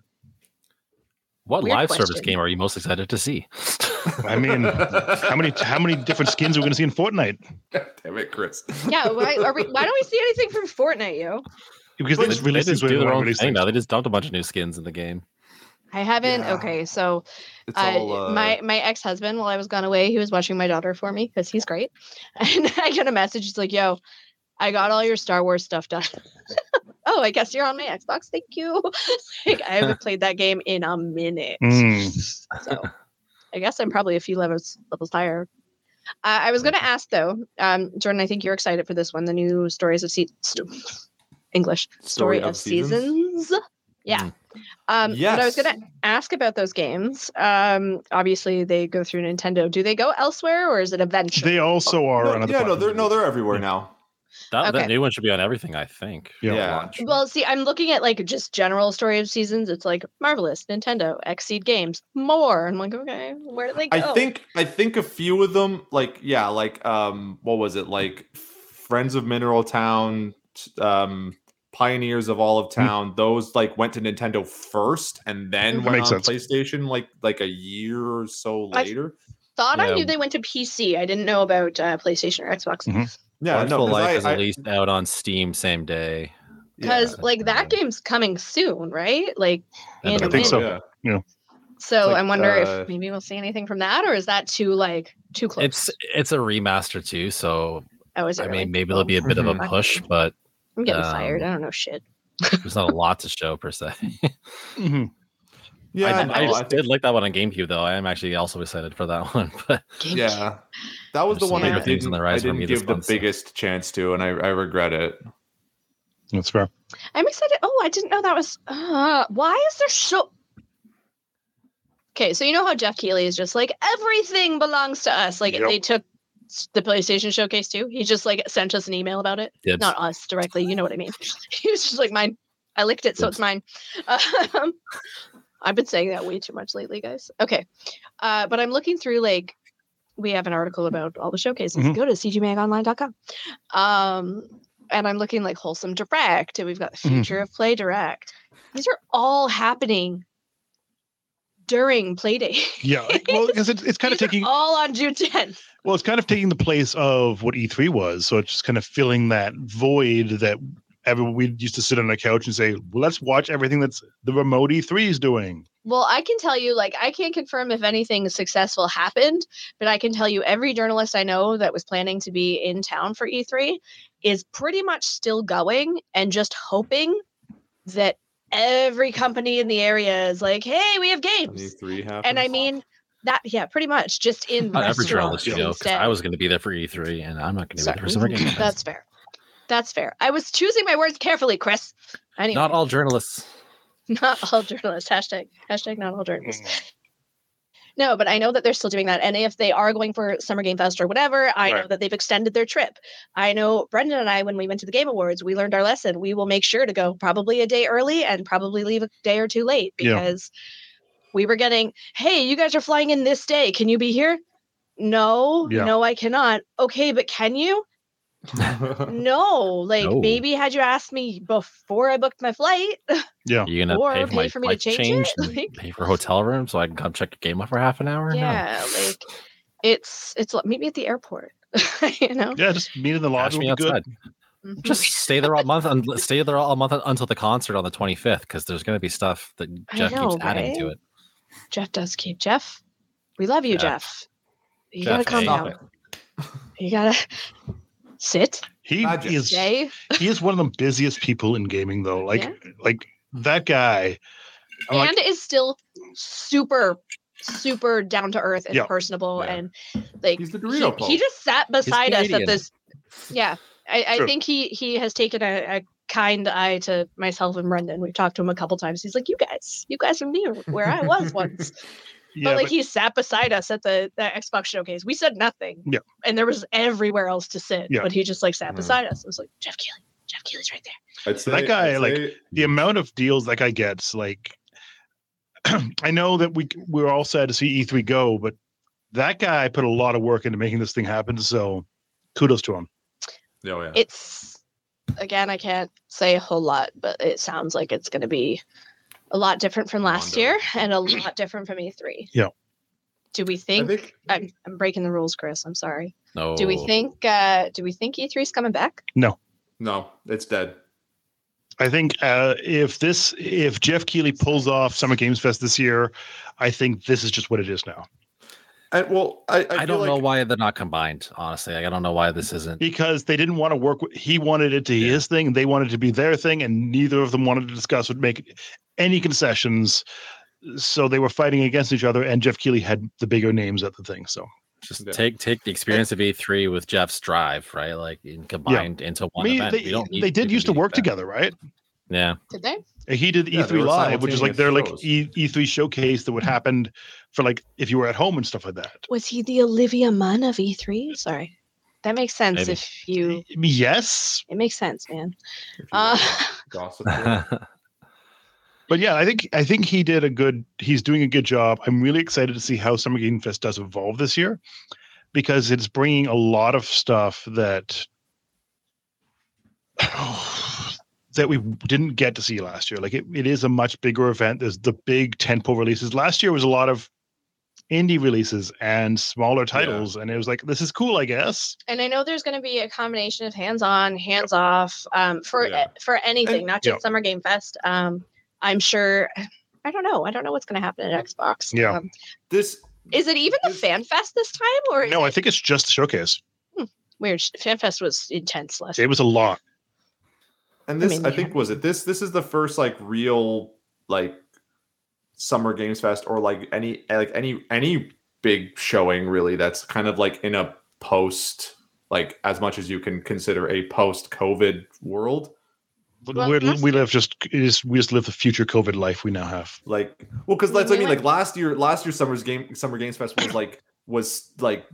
Speaker 1: what
Speaker 3: weird
Speaker 1: live service
Speaker 3: question.
Speaker 1: game are you most excited to see?
Speaker 2: I mean, how many how many different skins are we going to see in Fortnite?
Speaker 4: Damn it, Chris.
Speaker 3: yeah, why are we? Why don't we see anything from Fortnite? Yo,
Speaker 2: Because
Speaker 1: they just,
Speaker 2: they just
Speaker 1: they
Speaker 2: release
Speaker 1: just
Speaker 2: these
Speaker 1: do
Speaker 2: when they
Speaker 1: their
Speaker 2: want to
Speaker 1: own
Speaker 2: release
Speaker 1: thing
Speaker 2: things.
Speaker 1: now. They just dumped a bunch of new skins in the game.
Speaker 3: I haven't.
Speaker 4: Yeah.
Speaker 3: Okay, so
Speaker 4: It's
Speaker 3: I,
Speaker 4: all, uh,
Speaker 3: my my ex husband, while I was gone away, he was watching my daughter for me because he's great. And I get a message. He's like, "Yo, I got all your Star Wars stuff done." oh, I guess you're on my Xbox. Thank you. like, I haven't played that game in a minute.
Speaker 2: Mm.
Speaker 3: So I guess I'm probably a few levels levels higher. Uh, I was going to ask though, um, Jordan. I think you're excited for this one, the new stories of Se- St- English Story, of, Seasons. Yeah.
Speaker 1: Mm.
Speaker 3: Um, But I was
Speaker 4: Yes.
Speaker 3: going to ask about those games. Um, obviously, they go through Nintendo. Do they go elsewhere, or is it a venture?
Speaker 2: They also are
Speaker 4: No,
Speaker 2: on other
Speaker 4: yeah, no, they're
Speaker 2: platforms.
Speaker 4: no, they're everywhere
Speaker 2: Yeah.
Speaker 4: now.
Speaker 1: That,
Speaker 3: Okay.
Speaker 1: that new one should be on everything, I think.
Speaker 2: Yeah.
Speaker 4: Yeah.
Speaker 3: Well, see, I'm looking at like just general story of seasons. It's like marvelous Nintendo, Exceed Games, more. I'm like, okay, where do they go?
Speaker 4: I think I think a few of them, like yeah, like um, what was it like? Friends of Mineral Town, um, Pioneers of Olive
Speaker 2: Hmm.
Speaker 4: Town. Those like went to Nintendo first, and then
Speaker 3: Mhm.
Speaker 4: went
Speaker 2: Makes
Speaker 4: on
Speaker 2: sense.
Speaker 4: PlayStation like like a year or so
Speaker 3: I-
Speaker 4: later.
Speaker 3: thought I
Speaker 1: Yeah.
Speaker 3: knew they went to PC. I didn't know about uh, PlayStation or Xbox
Speaker 2: Mhm.
Speaker 4: yeah, no,
Speaker 1: Wonderful
Speaker 4: 'cause
Speaker 1: Life
Speaker 4: I-
Speaker 1: is
Speaker 4: I-
Speaker 1: at least out on Steam same day.
Speaker 3: because
Speaker 4: yeah.
Speaker 3: like that
Speaker 1: Yeah.
Speaker 3: game's coming soon, right? Like,
Speaker 1: And
Speaker 3: I
Speaker 1: the
Speaker 3: think
Speaker 1: Wii.
Speaker 2: so.
Speaker 4: Yeah.
Speaker 3: so
Speaker 4: It's like,
Speaker 3: I wonder
Speaker 4: uh,
Speaker 3: if maybe we'll see anything from that, or is that too like too close?
Speaker 1: It's it's a remaster too, so
Speaker 3: oh, is it
Speaker 1: I
Speaker 3: really? mm-hmm.
Speaker 1: mean maybe there'll be a bit of a
Speaker 4: Mhm.
Speaker 1: push, but
Speaker 3: I'm getting
Speaker 1: um,
Speaker 3: fired. I don't know shit.
Speaker 1: there's not a lot to show per se.
Speaker 2: Mhm.
Speaker 4: Yeah,
Speaker 1: I,
Speaker 4: no,
Speaker 1: I just
Speaker 4: I think-
Speaker 1: did like that one on GameCube though. I am actually also excited for that one, but
Speaker 3: Game
Speaker 4: yeah. That
Speaker 1: There's
Speaker 4: was the
Speaker 1: some
Speaker 4: one
Speaker 3: bigger
Speaker 4: I
Speaker 1: things on
Speaker 4: didn't,
Speaker 1: the
Speaker 4: I
Speaker 1: rise for
Speaker 4: didn't
Speaker 1: me this
Speaker 4: give the
Speaker 1: month, so.
Speaker 4: biggest chance to, and I, I regret it.
Speaker 2: That's fair.
Speaker 3: I'm excited. Oh, I didn't know that was. Uh, why is there so? Okay, so you know how Jeff Keighley is just like everything belongs to us. Like
Speaker 2: Yep.
Speaker 3: they took s- the PlayStation Showcase too. He just like sent us an email about it.
Speaker 1: dibs.
Speaker 3: Not us directly. You know what I mean? he was just like mine. I licked it, so it's mine. Um, I've been saying that way too much lately, guys. Okay, uh, but I'm looking through like we have an article about all the showcases.
Speaker 2: Mhm.
Speaker 3: Go to cgmagonline.com. Um, and I'm looking like wholesome direct, and we've got the
Speaker 2: Mhm.
Speaker 3: future of play direct. These are all happening during play day.
Speaker 2: Yeah. Well, because it's, it's kind of
Speaker 3: These are
Speaker 2: taking
Speaker 3: all on June 10th.
Speaker 2: well, it's kind of taking the place of what E3 was. So it's just kind of filling that void that everyone we used to sit on a couch and say, well, let's watch everything that's the remote E3 is doing.
Speaker 3: Well, I can tell you, like, I can't confirm if anything successful happened, but I can tell you every journalist I know that was planning to be in town for E3 is pretty much still going and just hoping that every company in the area is like, hey, we have games.
Speaker 4: E3 happened.
Speaker 3: and I mean that, yeah, pretty much just in
Speaker 1: Not every journalist,
Speaker 3: restaurants
Speaker 1: you know, 'cause
Speaker 3: instead.
Speaker 1: I was going to be there for E3, and I'm not going to be there for Summer
Speaker 3: Sorry.
Speaker 1: Game Fest.
Speaker 3: That's fair. That's fair. I was choosing my words carefully, Chris. Anyway,
Speaker 1: Not all journalists.
Speaker 3: not all journalists. Hashtag hashtag not all journalists.
Speaker 1: Mm.
Speaker 3: No, but I know that they're still doing that. And if they are going for Summer Game Fest or whatever, I know
Speaker 2: Right.
Speaker 3: that they've extended their trip. I know Brendan and I, when we went to the Game Awards, we learned our lesson. We will make sure to go probably a day early and probably leave a day or two late
Speaker 2: Yeah.
Speaker 3: because we were getting, hey, you guys are flying in this day. Can you be here? No,
Speaker 2: Yeah.
Speaker 3: no, I cannot. Okay, but can you?
Speaker 2: Uh-huh.
Speaker 3: No, like
Speaker 1: No.
Speaker 3: maybe had you asked me before I booked my flight,
Speaker 4: Oh.
Speaker 1: Are you going to
Speaker 3: Or
Speaker 1: pay for,
Speaker 3: pay
Speaker 1: my
Speaker 3: for me to
Speaker 1: flight
Speaker 3: change
Speaker 1: change
Speaker 3: it?
Speaker 1: and
Speaker 3: Like-
Speaker 1: pay for a hotel room so I can come check your game out for half an hour? No.
Speaker 3: yeah, like it's it's like, meet me at the airport, you know.
Speaker 2: Yeah, just meet in the
Speaker 1: Cash
Speaker 2: lobby
Speaker 1: me
Speaker 2: would be good.
Speaker 1: outside.
Speaker 3: Mhm.
Speaker 1: Just stay there all month and stay there all month until the concert on the 25th because there's going to be stuff that
Speaker 3: I
Speaker 1: Jeff
Speaker 3: know,
Speaker 1: keeps adding to
Speaker 3: right?
Speaker 1: it.
Speaker 3: Jeff does keep Jeff. We love you,
Speaker 1: Jeff.
Speaker 3: Jeff. You
Speaker 1: Jeff,
Speaker 3: gotta calm
Speaker 1: hey.
Speaker 4: Stop
Speaker 3: down.
Speaker 4: it.
Speaker 3: You gotta sit,
Speaker 2: He
Speaker 4: Magic.
Speaker 2: is
Speaker 3: Jay.
Speaker 2: he is one of the busiest people in gaming though. Like like that guy. I'm like,
Speaker 3: and is still super, super down to earth and
Speaker 2: Yeah.
Speaker 3: personable,
Speaker 4: Yeah.
Speaker 3: and like
Speaker 4: He's the
Speaker 3: he,
Speaker 4: Dorito
Speaker 3: he
Speaker 4: Pope.
Speaker 3: just sat beside us at
Speaker 1: Canadian.
Speaker 3: this. Yeah, I, I
Speaker 2: True.
Speaker 3: think he he has taken a, a kind eye to myself and Brendan. We've talked to him a couple times. He's like, "You guys, you guys are near where I was once."
Speaker 2: yeah,
Speaker 3: but like
Speaker 2: but-
Speaker 3: he sat beside us at the, the Xbox showcase. We said nothing.
Speaker 2: Yeah.
Speaker 3: And there was everywhere else to sit.
Speaker 2: Yeah.
Speaker 3: But he just like sat
Speaker 4: Mm.
Speaker 3: beside us. It was like Jeff Keely. Jeff Keely's right there.
Speaker 4: I'd say,
Speaker 2: guy,
Speaker 4: I'd
Speaker 2: like,
Speaker 4: say-
Speaker 2: the amount of deals that guy gets, like I know that we we're all sad to see E3 go, but that guy put a lot of work into making this thing happen. So kudos to him.
Speaker 4: oh, yeah.
Speaker 3: It's again, I can't say a whole lot, but it sounds like it's gonna be a lot different from last
Speaker 4: Mondo.
Speaker 3: year and a lot different from E3.
Speaker 2: Yeah.
Speaker 3: Do we
Speaker 4: I
Speaker 3: think,
Speaker 4: think
Speaker 3: I'm, I'm breaking the rules, Chris? I'm sorry.
Speaker 1: No.
Speaker 3: Do we think uh do we think E3's coming back?
Speaker 4: no, it's dead.
Speaker 2: I think uh, if this if Jeff Keighley pulls off Summer Games Fest this year, I think this is just what it is now.
Speaker 4: I, well, I, I,
Speaker 1: I,
Speaker 4: feel
Speaker 1: don't know
Speaker 4: like-
Speaker 1: why they're not combined, honestly. Like, I don't know why this isn't.
Speaker 2: Because they didn't want to work with he wanted it to be
Speaker 4: Yeah.
Speaker 2: his thing, they wanted it to be their thing, and neither of them wanted to discuss would make any concessions. So they were fighting against each other, and Jeff Keighley had the bigger names at the thing. So
Speaker 1: Just
Speaker 4: Yeah.
Speaker 1: take take the experience of E3 with Jeff's drive, right? Like and combined into
Speaker 2: I
Speaker 1: one
Speaker 2: mean,
Speaker 1: event.
Speaker 2: they,
Speaker 1: We don't need
Speaker 2: they did
Speaker 1: to
Speaker 2: used to
Speaker 1: do
Speaker 2: work
Speaker 1: that.
Speaker 2: together, right?
Speaker 1: Yeah,
Speaker 3: Did they?
Speaker 2: And He did
Speaker 5: Yeah, they
Speaker 2: E3
Speaker 5: were
Speaker 2: Live, which is like their like
Speaker 5: simultaneous
Speaker 2: e, E3 showcase that would happen for like if you were at home and stuff like that.
Speaker 3: Was he the Olivia Munn of E3? Sorry. That makes sense
Speaker 1: Maybe.
Speaker 3: if you.
Speaker 2: I mean, Yes,
Speaker 3: It makes sense, man.
Speaker 4: If you
Speaker 3: Uh,
Speaker 4: want gossip. here.
Speaker 2: but yeah, I think I think he did a good. He's doing a good job. I'm really excited to see how Summer Game Fest does evolve this year, because it's bringing a lot of stuff that that we didn't get to see last year. Like it, it is a much bigger event. There's the big tentpole releases. Last year was a lot of indie releases and smaller titles, and it was like this is cool, I guess.
Speaker 3: And I know there's going to be a combination of hands-on, hands-off um, for
Speaker 4: Yeah.
Speaker 3: for anything,
Speaker 4: And-
Speaker 3: not just
Speaker 2: Yeah.
Speaker 3: Summer Game Fest. Um, I'm sure. I don't know. I don't know what's going to happen at Xbox.
Speaker 2: Yeah.
Speaker 3: Um,
Speaker 4: This
Speaker 3: is it even the
Speaker 4: This-
Speaker 3: Fan Fest this time, or is
Speaker 2: No, I
Speaker 3: it-
Speaker 2: think it's just the showcase.
Speaker 3: weird? Fan Fest was intense last.
Speaker 2: It was a lot.
Speaker 4: and
Speaker 3: I
Speaker 4: this
Speaker 3: mean,
Speaker 4: I
Speaker 3: yeah.
Speaker 4: think was it this this is the first like real like summer games fest or like any like any any big showing really that's kind of like in a post like as much as you can consider a post covid world
Speaker 3: Well,
Speaker 2: We're,
Speaker 3: last-
Speaker 2: we live just it is we just live the future COVID life we now have.
Speaker 4: like well because that's
Speaker 3: We
Speaker 4: i mean
Speaker 3: went-
Speaker 4: like last year last year's summer's game summer games fest was like was like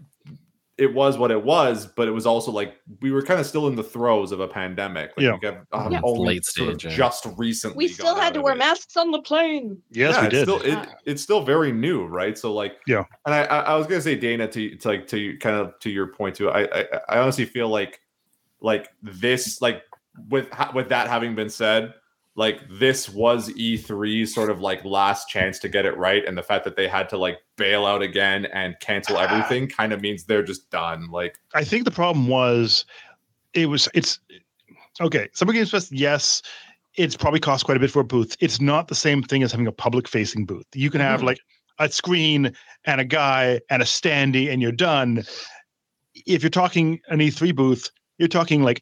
Speaker 4: it was what it was but it was also like we were kind of still in the throes of a pandemic like
Speaker 2: Yeah.
Speaker 4: we have, um,
Speaker 1: Yeah.
Speaker 4: only
Speaker 1: Late
Speaker 4: sort of
Speaker 1: stage, yeah.
Speaker 4: just recently
Speaker 3: We still
Speaker 4: got out
Speaker 3: had to
Speaker 4: of
Speaker 3: wear
Speaker 4: it.
Speaker 3: masks on the plane.
Speaker 2: Yes, we
Speaker 4: it's
Speaker 2: did.
Speaker 4: Still, it, it's still very new, right? So like,
Speaker 2: Yeah.
Speaker 4: And I, I, I was gonna say, Dana, to, to like to kind of to your point too. I, I, I honestly feel like, like this, like with ha- with that having been said, like this was E 3s sort of like last chance to get it right, and the fact that they had to like bail out again and
Speaker 3: Ah.
Speaker 4: cancel everything kind of means they're just done. Like,
Speaker 2: I think the problem was it was it's okay. Summer Games Fest, yes, it's probably cost quite a bit for a booth. It's not the same thing as having a public facing booth. You can have
Speaker 4: Mhm.
Speaker 2: like a screen and a guy and a standee and you're done. If you're talking an E3 booth, you're talking like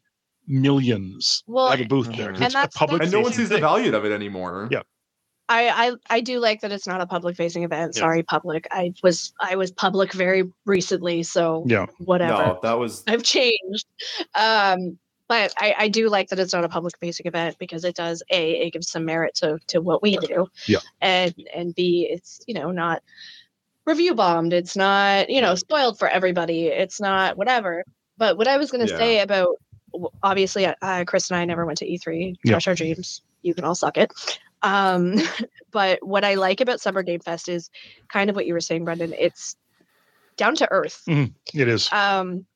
Speaker 2: millions
Speaker 3: Well,
Speaker 2: have a booth there. 'cause
Speaker 4: and
Speaker 2: it's a
Speaker 3: that's-
Speaker 2: public
Speaker 4: and no one
Speaker 2: facing
Speaker 4: sees the
Speaker 2: thing.
Speaker 4: value of it anymore.
Speaker 2: Yeah.
Speaker 3: I, I I do like that it's not a public facing event.
Speaker 2: Yeah.
Speaker 3: Sorry, public. I was I was public very recently, so
Speaker 2: Yeah.
Speaker 3: whatever.
Speaker 4: No, that was
Speaker 3: I've changed. Um, but I, I do like that it's not a public facing event because it does a it gives some merit to to what we do.
Speaker 2: Yeah.
Speaker 3: And and b it's you know not review bombed. It's not you know spoiled for everybody. It's not whatever. But what I was gonna
Speaker 4: Yeah.
Speaker 3: say about w- obviously uh, Chris and I never went to E3.
Speaker 2: Yeah.
Speaker 3: Crush our dreams. You can all suck it. Um, but what I like about Summer Game Fest is kind of what you were saying, Brendan. It's down to earth
Speaker 2: It is.
Speaker 3: um,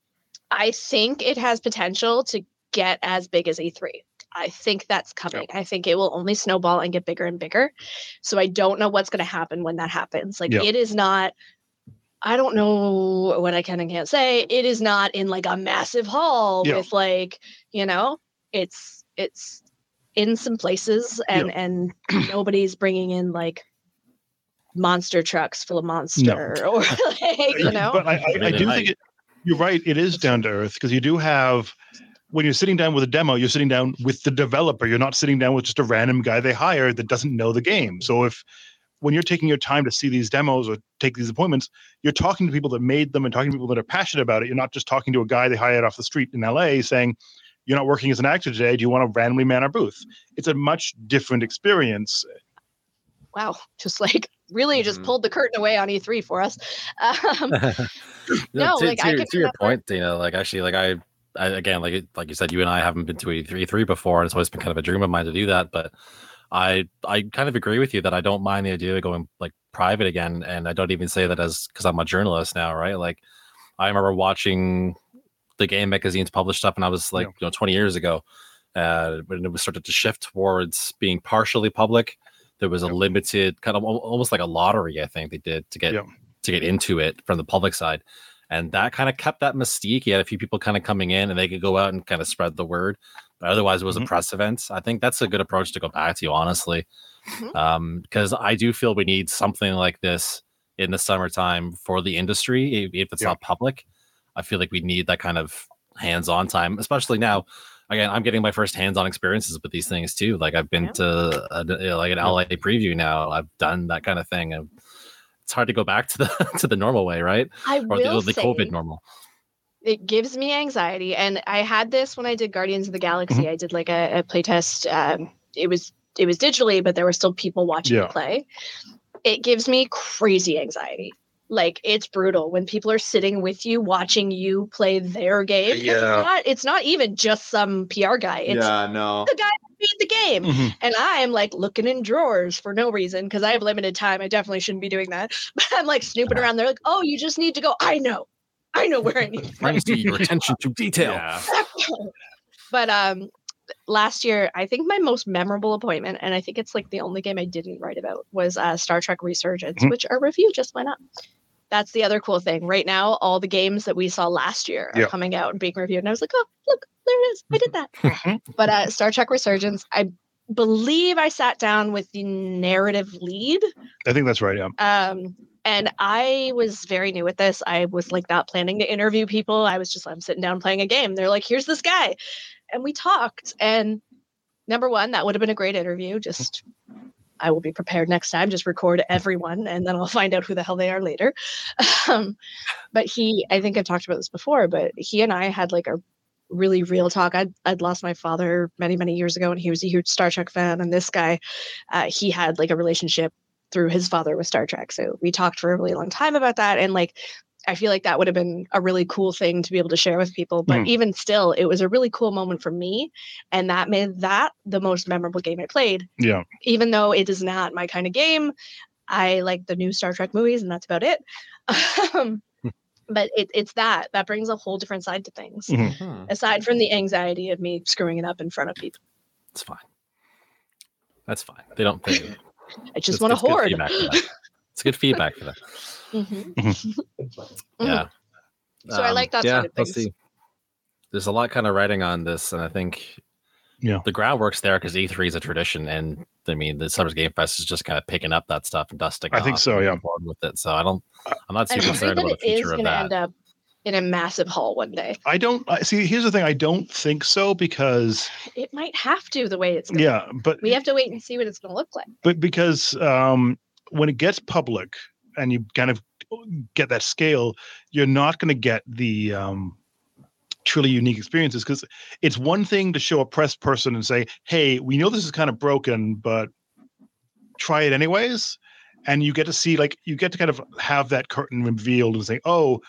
Speaker 3: I think it has potential to get as big as E3. I think that's coming. I think it will only snowball and get bigger and bigger. So I don't know what's going to happen when that happens. Like
Speaker 2: Yeah.
Speaker 3: it is not. I don't know what I can and can't say. It is not in like a massive hall
Speaker 2: Yeah.
Speaker 3: with like you know. It's it's in some places and and nobody's bringing in like monster trucks full of monster or like you know
Speaker 2: But I, I, I do
Speaker 1: Yeah.
Speaker 2: think it, you're right. It is down to earth because you do have when you're sitting down with a demo, you're sitting down with the developer. You're not sitting down with just a random guy they hired that doesn't know the game. So if when you're taking your time to see these demos or take these appointments, you're talking to people that made them and talking to people that are passionate about it. You're not just talking to a guy they hired off the street in LA saying, "You're not working as an actor today. Do you want to randomly man our booth?" It's a much different experience.
Speaker 3: wow, just like really just
Speaker 1: Mm-hmm.
Speaker 4: Mhm.
Speaker 3: pulled the curtain away on E3 for us. Um, No,
Speaker 1: to,
Speaker 3: like,
Speaker 1: to
Speaker 3: I
Speaker 1: your,
Speaker 3: could
Speaker 1: to your
Speaker 3: remember-
Speaker 1: point, Dana. Like actually, like I, I again, like it- like you said, you and I haven't been to E3 three before, and it's always been kind of a dream of mine to do that. But I, I kind of agree with you that I don't mind the idea of going like private again, and I don't even say that as because I'm a journalist now, right? Like I remember watching the game magazines publish stuff, and I was like,
Speaker 2: Yeah.
Speaker 1: you know, 20 years ago, uh, when it was started to shift towards being partially public. There was a limited kind of al- almost like a lottery, I think they did to get
Speaker 2: Yeah.
Speaker 1: to get into it from the public side and that kind of kept that mystique. You had a few people kind of coming in, and they could go out and kind of spread the word. But otherwise, it was
Speaker 3: Mm-hmm.
Speaker 2: Mhm.
Speaker 1: a press event. I think that's a good approach to go back to, honestly,
Speaker 3: Mhm.
Speaker 1: because I do feel we need something like this in the summertime for the industry, i- if it's
Speaker 2: Yeah.
Speaker 1: not public. I feel like we need that kind of hands-on time, especially now. Again, I'm getting my first hands-on experiences with these things too. eh, Like I've been
Speaker 3: Yeah.
Speaker 1: to a, you know, like an LA preview now. I've done that kind of thing. I've it's hard to go back to the to the normal way, right?
Speaker 3: I
Speaker 1: Or
Speaker 3: will
Speaker 1: the, the
Speaker 3: say
Speaker 1: COVID normal.
Speaker 3: it gives me anxiety, and I had this when I did Guardians of
Speaker 1: Mm-hmm.
Speaker 3: the Galaxy. I did like a, a playtest. Um, it was it was digitally, but there were still people watching
Speaker 2: Yeah.
Speaker 3: the play. It gives me crazy anxiety. Like it's brutal when people are sitting with you watching you play their game. It's
Speaker 2: Yeah.
Speaker 3: not, it's not even just some PR guy. It's
Speaker 4: yeah, no.
Speaker 3: the guy that made the game.
Speaker 2: Mhm.
Speaker 3: and I'm like looking in drawers for no reason because I have limited time. I definitely shouldn't be doing that. But I'm like snooping around. They're like, "Oh, you just need to go." I know, I know where I need. to
Speaker 1: Brings to your attention to detail.
Speaker 4: Yeah.
Speaker 3: go. but um, last year, I think my most memorable appointment, and I think it's like the only game I didn't write about, was uh, Star Trek Resurgence,
Speaker 2: Mhm.
Speaker 3: which our review just went up. That's the other cool thing. Right now, all the games that we saw last year are
Speaker 2: Yeah.
Speaker 3: coming out and being reviewed, and I was like, "Oh, look, there it is! I did that." but uh, Star Trek Resurgence, I believe I sat down with the narrative lead.
Speaker 2: I think that's right. Yeah.
Speaker 3: Um, and I was very new at this. I was like not planning to interview people. I was just I'm sitting down playing a game. They're like, here's this guy. And we talked. And number one, that would have been a great interview. Just I will be prepared next time. Just record everyone and then I'll find out who the hell they are later. Um, but he, I think I've talked about this before, but he and I had like a really real talk. I'd, I'd lost my father many, many years ago, and he was a huge Star Trek fan. And this guy, uh, he had like a relationship through his father with Star Trek. So we talked for a really long time about that. And like, I feel like that would have been a really cool thing to be able to share with people. But
Speaker 2: Mm.
Speaker 3: even still, it was a really cool moment for me. And that made that the most memorable game I played.
Speaker 2: Yeah.
Speaker 3: Even though it is not my kind of game, I like the new Star Trek movies, and that's about it. Um, but it, it's that that brings a whole different side to things
Speaker 4: Hmm.
Speaker 3: aside from the anxiety of me screwing it up in front of people.
Speaker 1: It's fine. That's fine. They don't pay you.
Speaker 3: I
Speaker 1: It's-
Speaker 3: just want to
Speaker 1: it's good
Speaker 3: hoard.
Speaker 1: feedback for that. It's good feedback for that.
Speaker 3: Mhm. Mhm.
Speaker 1: Yeah. Um,
Speaker 3: So I like that
Speaker 1: yeah,
Speaker 3: side of
Speaker 1: we'll
Speaker 3: things.
Speaker 1: see. There's a lot kind of writing on this, and I think
Speaker 2: Yeah.
Speaker 1: the groundwork's there because E3 is a tradition, and I mean the Summer's Game Fest is just kind of picking up that stuff and dusting.
Speaker 2: I think
Speaker 1: off
Speaker 2: so,
Speaker 1: and
Speaker 2: yeah.
Speaker 1: moving forward with it. So I don't. I'm not too
Speaker 3: And I think
Speaker 1: concerned
Speaker 3: that
Speaker 1: about
Speaker 3: it
Speaker 1: the
Speaker 3: is
Speaker 1: future
Speaker 3: going
Speaker 1: of
Speaker 3: to
Speaker 1: that.
Speaker 3: end up in a massive hall one day.
Speaker 2: I don't I see. Here's the thing. I don't think so because
Speaker 3: It might have to the way it's going.
Speaker 2: yeah, but
Speaker 3: We have to wait and see what it's going to look like.
Speaker 2: but because um, when it gets public and you kind of get that scale, you're not going to get the um, truly unique experiences because it's one thing to show a press person and say, "Hey, we know this is kind of broken, but try it anyways." And you get to see, like, you get to kind of have that curtain revealed and say, "Oh,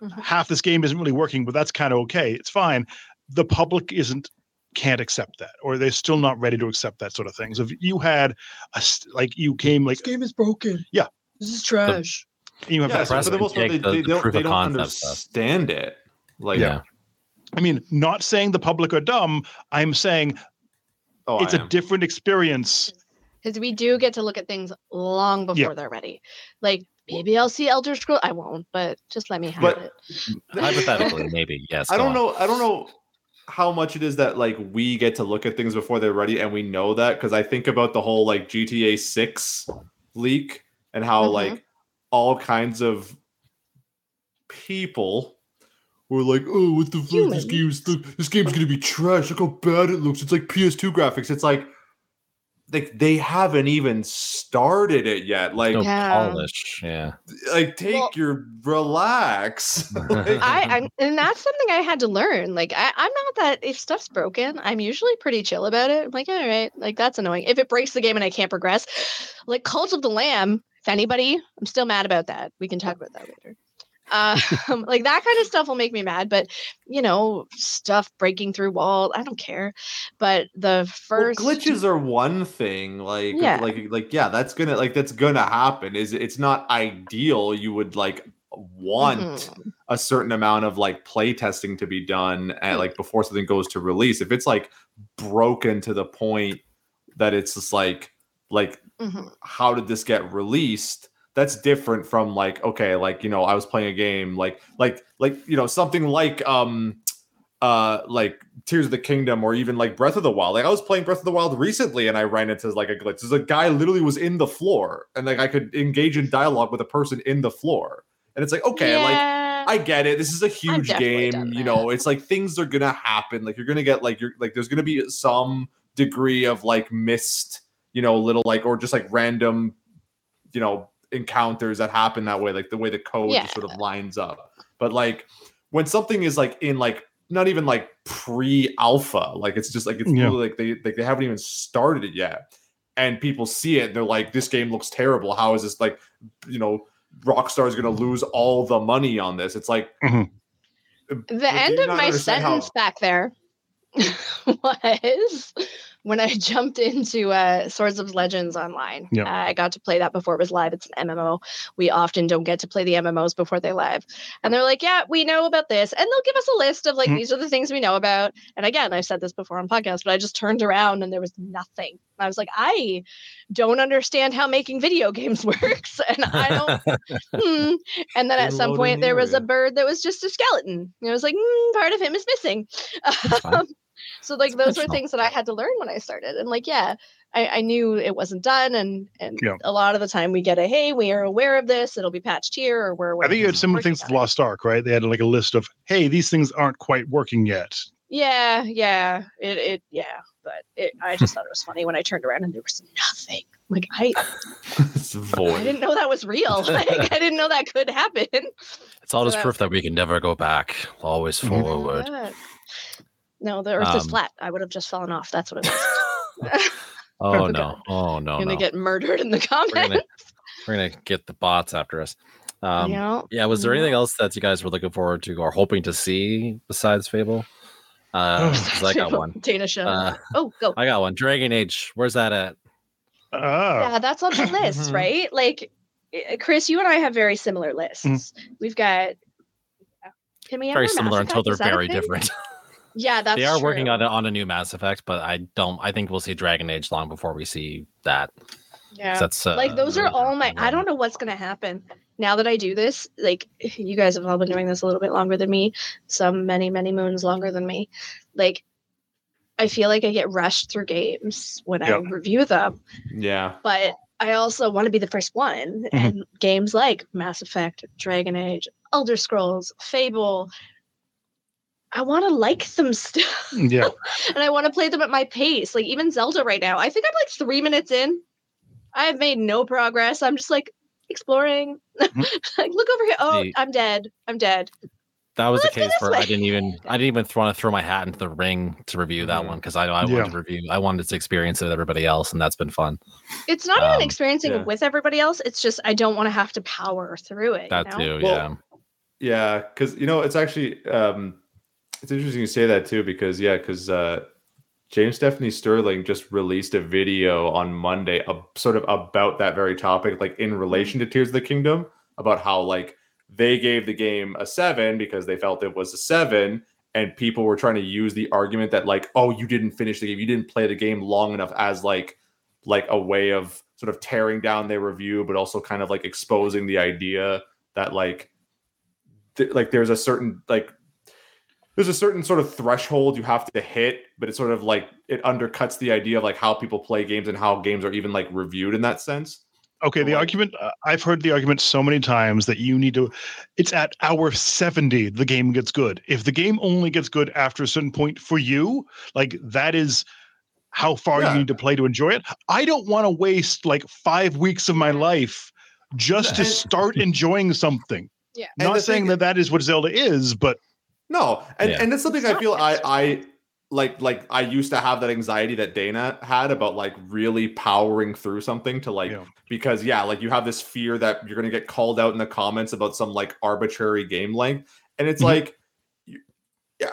Speaker 3: Mhm.
Speaker 2: half this game isn't really working, but that's kind of okay. It's fine." The public isn't can't accept that, or they're still not ready to accept that sort of thing. So if you had a st- like you came like
Speaker 3: game is broken.
Speaker 2: Yeah.
Speaker 3: This is trash.
Speaker 2: you have
Speaker 4: Yeah,
Speaker 2: a
Speaker 4: so
Speaker 1: press
Speaker 4: for the
Speaker 1: can
Speaker 4: most part, they,
Speaker 1: take the-
Speaker 4: they
Speaker 1: the
Speaker 4: don't,
Speaker 1: proof
Speaker 4: they
Speaker 1: of
Speaker 4: don't
Speaker 1: concept stuff.
Speaker 4: understand it. Like,
Speaker 1: yeah.
Speaker 2: I mean, not saying the public are dumb. I'm saying
Speaker 4: oh,
Speaker 2: it's
Speaker 4: I
Speaker 2: a
Speaker 4: am.
Speaker 2: different experience.
Speaker 3: Because we do get to look at things long before they're ready. Like maybe I'll see Elder Scroll. I won't, but just let me have
Speaker 4: But-
Speaker 3: it.
Speaker 1: Hypothetically, maybe yes.
Speaker 4: I
Speaker 1: go
Speaker 4: don't
Speaker 1: on.
Speaker 4: know. I don't know how much it is that like we get to look at things before they're ready, and we know that because I think about the whole like GTA Six leak and how
Speaker 2: Mm-hmm.
Speaker 3: Mhm.
Speaker 4: like all kinds of people were like, "Oh, what the fuck? This
Speaker 3: Humans.
Speaker 4: game's this game's gonna be trash. Look how bad it looks. It's like PS2 graphics. It's like." Like they haven't even started it yet. Like,
Speaker 1: No
Speaker 3: Yeah.
Speaker 1: polish. Yeah.
Speaker 4: like take
Speaker 3: Well-
Speaker 4: your relax. Like-
Speaker 3: I, I and that's something I had to learn. Like I, I'm not that if stuff's broken, I'm usually pretty chill about it. I'm like, all right, like that's annoying. If it breaks the game and I can't progress, like Cult of the Lamb, if anybody, I'm still mad about that. We can talk about that later. Um, like that kind of stuff will make me mad, but you know, stuff breaking through walls, I don't care. But the
Speaker 4: Well,
Speaker 3: first
Speaker 4: glitches are one thing like
Speaker 3: Yeah.
Speaker 4: like like yeah that's gonna like that's gonna happen is it's not ideal you would like want
Speaker 3: Mhm.
Speaker 4: a certain amount of like play testing to be done
Speaker 3: Hmm.
Speaker 4: at like before something goes to release if it's like broken to the point that it's just like like
Speaker 3: Mhm.
Speaker 4: how did this get released that's different from like okay like you know i was playing a game like like like you know something like um uh like tears of the kingdom or even like breath of the wild like i was playing breath of the wild recently and i ran into like a glitch there's a guy literally was in the floor and like i could engage in dialogue with a person in the floor and it's like okay like
Speaker 3: Yeah.
Speaker 4: I get it. This is a huge
Speaker 3: definitely done
Speaker 4: game. You
Speaker 3: that.
Speaker 4: know, it's like things are gonna happen. Like you're gonna get like you're like there's gonna be some degree of like missed, you know, little like or just like random, you know, encounters that happen that way, like the way the code
Speaker 3: Yeah.
Speaker 4: just sort of lines up. But like when something is like in like not even like pre-alpha, like it's just like it's
Speaker 2: Yeah.
Speaker 4: literally like they like they haven't even started it yet, and people see it, they're like, this game looks terrible. How is this like, you know, Rockstar is going to lose all the money on this? It's like
Speaker 3: The
Speaker 4: do
Speaker 3: end
Speaker 4: you
Speaker 3: of
Speaker 4: not
Speaker 3: my
Speaker 4: understand how-
Speaker 3: sentence back there was when I jumped into uh, Swords of Legends online.
Speaker 2: Yeah.
Speaker 3: Uh, I got to play that before it was live. It's an MMO. We often don't get to play the MMOs before they live. And they're like, yeah, we know about this. And they'll give us a list of like,
Speaker 2: Mm.
Speaker 3: these are the things we know about. And again, I've said this before on podcast, but I just turned around and there was nothing. I was like, I don't understand how making video games works. And I don't hmm. And then at some
Speaker 4: Reload
Speaker 3: point,
Speaker 4: an
Speaker 3: there was a
Speaker 4: area.
Speaker 3: bird that was just a skeleton. And I was like, mm, part of him is missing.
Speaker 1: fine.
Speaker 3: Um, so, like,
Speaker 1: It's
Speaker 3: those were
Speaker 1: intentional.
Speaker 3: things that I had to learn when I started. And, like, yeah, I, I knew it wasn't done. And, and
Speaker 2: Yeah.
Speaker 3: a lot of the time we get a, hey, we are aware of this. It'll be patched here or we're aware.
Speaker 2: I think you had similar
Speaker 3: working
Speaker 2: things
Speaker 3: on
Speaker 2: with
Speaker 3: it.
Speaker 2: Lost Ark, right? They had like a list of, hey, these things aren't quite working yet.
Speaker 3: Yeah, yeah. It, it yeah. But it, I just thought it was funny when I turned around and there was nothing. Like, I,
Speaker 4: it's
Speaker 3: I
Speaker 4: void.
Speaker 3: didn't know that was real. Like, I didn't know that could happen.
Speaker 1: It's all
Speaker 3: So
Speaker 1: just
Speaker 3: that-
Speaker 1: proof that we can never go back, always
Speaker 2: Mhm.
Speaker 1: forward.
Speaker 3: Yeah. No, the earth is
Speaker 1: Um,
Speaker 3: flat. I would have just fallen off. That's what it was.
Speaker 1: oh
Speaker 3: Okay.
Speaker 1: no! Oh no!
Speaker 3: gonna
Speaker 1: no.
Speaker 3: get murdered in the comments.
Speaker 1: we're gonna we're gonna get the bots after us. Um, yeah.
Speaker 3: you know?
Speaker 1: Was there
Speaker 3: Yeah.
Speaker 1: anything else that you guys were looking forward to or hoping to see besides Fable? Uh,
Speaker 3: Oh,
Speaker 1: 'cause I got one.
Speaker 3: Dana show.
Speaker 1: Uh,
Speaker 3: oh, go.
Speaker 1: I got one. Dragon Age. Where's that at?
Speaker 2: Ah,
Speaker 3: yeah, that's on the list,
Speaker 1: Mm-hmm.
Speaker 4: Mhm.
Speaker 3: right? Like, uh, Chris, you and I have very similar lists. We've got. Can we
Speaker 1: Very
Speaker 3: have more Mass
Speaker 1: similar until
Speaker 3: Effect?
Speaker 1: they're
Speaker 3: Is that a
Speaker 1: very
Speaker 3: thing?
Speaker 1: different.
Speaker 3: Yeah, that's
Speaker 1: they are working
Speaker 3: true.
Speaker 1: on a, on a new Mass Effect, but I don't. I think we'll see Dragon Age long before we see that. 'cause
Speaker 3: Yeah.
Speaker 1: That's uh,
Speaker 3: like those are all my i
Speaker 1: yeah.
Speaker 3: don't know what's going to happen now that i do this like you guys have all been doing this a little bit longer than me some many many moons longer than me like i feel like i get rushed through games when i
Speaker 2: Yeah.
Speaker 3: review them
Speaker 4: Yeah.
Speaker 3: but i also want to be the first one
Speaker 1: Mm-hmm.
Speaker 3: and games like mass effect dragon age elder scrolls fable i want to like them still
Speaker 2: yeah.
Speaker 3: and I want to play them at my pace. Like even Zelda right now, I think I'm like three minutes in. I have made no progress. I'm just like exploring. like look over here. Oh,
Speaker 1: Mm-hmm. See.
Speaker 3: I'm dead. I'm dead.
Speaker 1: that was
Speaker 3: Let's
Speaker 1: the
Speaker 3: go
Speaker 1: case
Speaker 3: this
Speaker 1: where
Speaker 3: way.
Speaker 1: I didn't even I didn't even want to throw my hat into the ring to review that
Speaker 4: Mhm.
Speaker 1: one because I I wanted
Speaker 2: Yeah.
Speaker 1: to review I wanted to experience it with everybody else and that's been fun.
Speaker 3: It's not
Speaker 1: Um,
Speaker 3: even experiencing
Speaker 4: yeah.
Speaker 3: it with everybody else. It's just I don't want to have to power through it.
Speaker 1: That
Speaker 3: you know?
Speaker 1: too,
Speaker 4: Well,
Speaker 1: yeah.
Speaker 4: Yeah, because you know it's actually um, it's interesting you say that too because yeah, because uh, James Stephanie Sterling just released a video on Monday, uh, sort of about that very topic, like in relation to Tears of the Kingdom, about how like they gave the game a seven because they felt it was a seven, and people were trying to use the argument that like, oh, you didn't finish the game, you didn't play the game long enough, as like like a way of sort of tearing down their review, but also kind of like exposing the idea that like th- like there's a certain like there's a certain sort of threshold you have to hit, but it's sort of like it undercuts the idea of like how people play games and how games are even like reviewed in that sense.
Speaker 2: Okay, the
Speaker 4: Like-
Speaker 2: argument uh, I've heard the argument so many times that you need to. It's at hour seventy the game gets good. If the game only gets good after a certain point for you, like that is how far
Speaker 4: Yeah.
Speaker 2: you need to play to enjoy it. I don't want to waste like five weeks of my life just to
Speaker 4: And-
Speaker 2: start enjoying something.
Speaker 3: Yeah.
Speaker 4: And
Speaker 2: Not
Speaker 4: the
Speaker 2: saying
Speaker 4: thing-
Speaker 2: that that is what Zelda is, but
Speaker 4: No, and
Speaker 1: Yeah.
Speaker 4: and that's something
Speaker 3: It's
Speaker 4: I
Speaker 3: not
Speaker 4: feel I
Speaker 3: fixed.
Speaker 4: I like like I used to have that anxiety that Dana had about like really powering through something to like
Speaker 2: Yeah.
Speaker 4: because yeah, like you have this fear that you're gonna get called out in the comments about some like arbitrary game length, and it's
Speaker 2: Mhm.
Speaker 4: like you-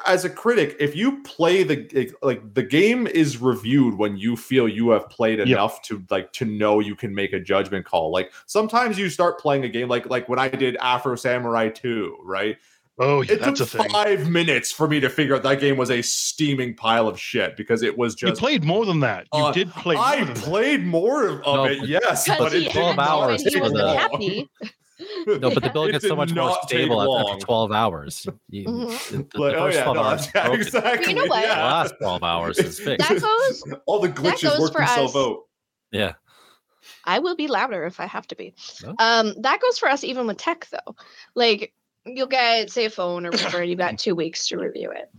Speaker 4: as a critic, if you play the like the game is reviewed when you feel you have played
Speaker 2: Yeah.
Speaker 4: enough to like to know you can make a judgment call. Like sometimes you start playing a game like like when I did Afro Samurai 2, right?
Speaker 2: oh, yeah,
Speaker 4: It
Speaker 2: that's a
Speaker 4: took
Speaker 2: thing.
Speaker 4: five minutes for me to figure out that game was a steaming pile of shit because it was
Speaker 2: You
Speaker 4: just.
Speaker 2: played more than that. You
Speaker 4: Uh,
Speaker 2: did play. More
Speaker 4: I
Speaker 2: than that.
Speaker 4: played more of, of
Speaker 1: No,
Speaker 4: it,
Speaker 1: but-
Speaker 4: yes,
Speaker 3: Because
Speaker 4: but
Speaker 3: he had
Speaker 4: it
Speaker 1: Twelve
Speaker 4: didn't
Speaker 3: no
Speaker 1: hours
Speaker 4: take
Speaker 3: idea
Speaker 1: for
Speaker 3: was
Speaker 1: the-
Speaker 4: long.
Speaker 3: happy.
Speaker 1: No, but the build
Speaker 4: It
Speaker 1: gets
Speaker 4: did
Speaker 1: so much more
Speaker 4: not take
Speaker 1: stable after-
Speaker 4: long.
Speaker 1: after 12 hours. You-
Speaker 3: Mhm.
Speaker 1: the- the
Speaker 4: Like, oh
Speaker 1: first
Speaker 4: yeah,
Speaker 1: 12
Speaker 4: no,
Speaker 1: hours is
Speaker 4: yeah,
Speaker 1: broken.
Speaker 4: exactly.
Speaker 3: know what?
Speaker 1: The
Speaker 4: yeah.
Speaker 1: last 12 hours is fixed.
Speaker 3: That goes-
Speaker 4: All the
Speaker 3: goes
Speaker 4: glitches work
Speaker 3: for
Speaker 4: themselves
Speaker 3: us.
Speaker 4: out.
Speaker 1: Yeah.
Speaker 3: I will be louder if I have to be.
Speaker 1: No.
Speaker 3: Um, that goes for us even with tech though. Like you'll get say a phone or whatever, and you've got two weeks to review it.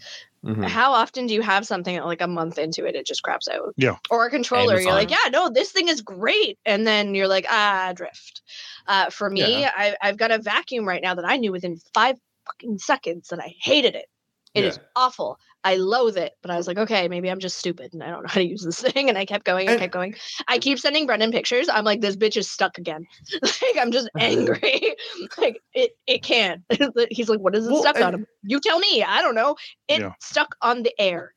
Speaker 1: Mm-hmm.
Speaker 4: Mhm.
Speaker 3: How often do you have something that, like a month into it, it just craps out?
Speaker 2: Yeah.
Speaker 3: Or a controller, you're
Speaker 1: Amazon.
Speaker 3: like, yeah, no, this thing is great, and then you're like, ah, drift. Uh, for me,
Speaker 4: Yeah.
Speaker 3: I, I've got a vacuum right now that I knew within five fucking seconds that I hated it. It is awful. I loathe it, but I was like, okay, maybe I'm just stupid and I don't know how to use this thing. And I kept going and,
Speaker 4: And-
Speaker 3: kept going. I keep sending Brendan pictures. I'm like, this bitch is stuck again. like I'm just angry. like it, it can't. He's like, what is it
Speaker 4: Well,
Speaker 3: stuck on?
Speaker 4: and-
Speaker 3: Him? You tell me. I don't know. It
Speaker 2: Yeah.
Speaker 3: stuck on the air,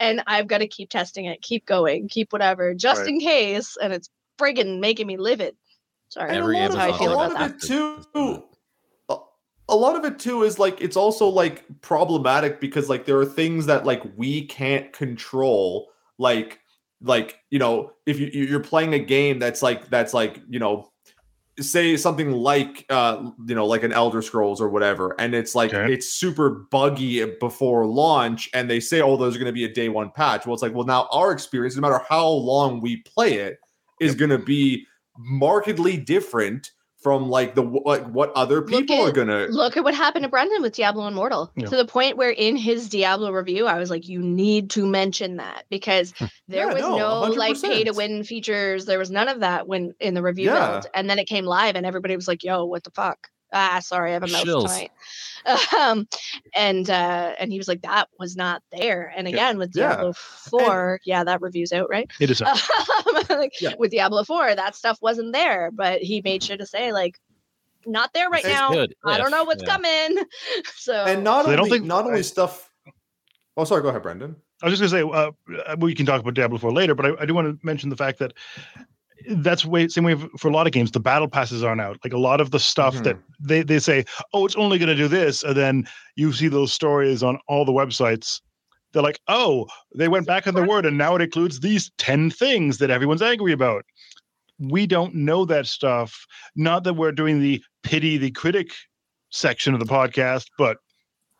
Speaker 3: and I've got to keep testing it, keep going, keep whatever, just
Speaker 2: Right.
Speaker 3: in case. And it's friggin' making me livid. Sorry.
Speaker 4: And
Speaker 1: Every
Speaker 4: a lot
Speaker 1: Amazon
Speaker 4: of,
Speaker 3: feel
Speaker 4: a lot
Speaker 3: about
Speaker 4: of it
Speaker 1: that.
Speaker 4: too. A, a lot of it too is like it's also like problematic because like there are things that like we can't control. Like like you know if you you- you're playing a game that's like that's like you know say something like uh you know like an elder scrolls or whatever and it's like
Speaker 2: Okay.
Speaker 4: it's super buggy before launch and they say oh there's going to be a day one patch well it's like well now our experience no matter how long we play it is going to be markedly different from like the like what other
Speaker 3: Look
Speaker 4: people
Speaker 3: at-
Speaker 4: are going to
Speaker 3: Look at what happened to Brendan with Diablo Immortal
Speaker 2: Yeah.
Speaker 3: to the point where in his Diablo review, I was like, you need to mention that because there
Speaker 4: Hmm. Yeah,
Speaker 3: was
Speaker 4: no,
Speaker 3: no, like pay to
Speaker 4: 100%.
Speaker 3: win features. There was none of that when in the review
Speaker 4: Yeah.
Speaker 3: build. And then it came live and everybody was like, yo, what the fuck? Ah, sorry, I have a mouth
Speaker 1: Shills.
Speaker 3: tonight. Um, and uh, and he was like, that was not there. And
Speaker 2: Yeah.
Speaker 3: again, with
Speaker 4: Yeah.
Speaker 3: Diablo 4, yeah, that review's out, right?
Speaker 2: It is. out.
Speaker 3: Um, like,
Speaker 4: Yeah. Mm-hmm.
Speaker 3: With Diablo 4, that stuff wasn't there, but he made sure to say, like, not there right
Speaker 1: This is
Speaker 3: now.
Speaker 1: good.
Speaker 3: I don't
Speaker 1: If,
Speaker 3: know what's
Speaker 1: yeah.
Speaker 3: coming. So
Speaker 4: and not
Speaker 2: So
Speaker 4: only
Speaker 2: they don't think-
Speaker 4: not only
Speaker 2: I-
Speaker 4: stuff oh sorry go ahead brendan
Speaker 2: I was just gonna say uh, uh, we can talk about Diablo Four later, but I, I do want to mention the fact that that's way same way for a lot of games. The battle passes aren't out. Like a lot of the stuff that they they say, oh, it's only gonna do this, and then you see those stories on all the websites. They're like, oh, they went back on the word, and now it includes these ten things that everyone's angry about. We don't know that stuff. Not that we're doing the pity the critic section of the podcast, but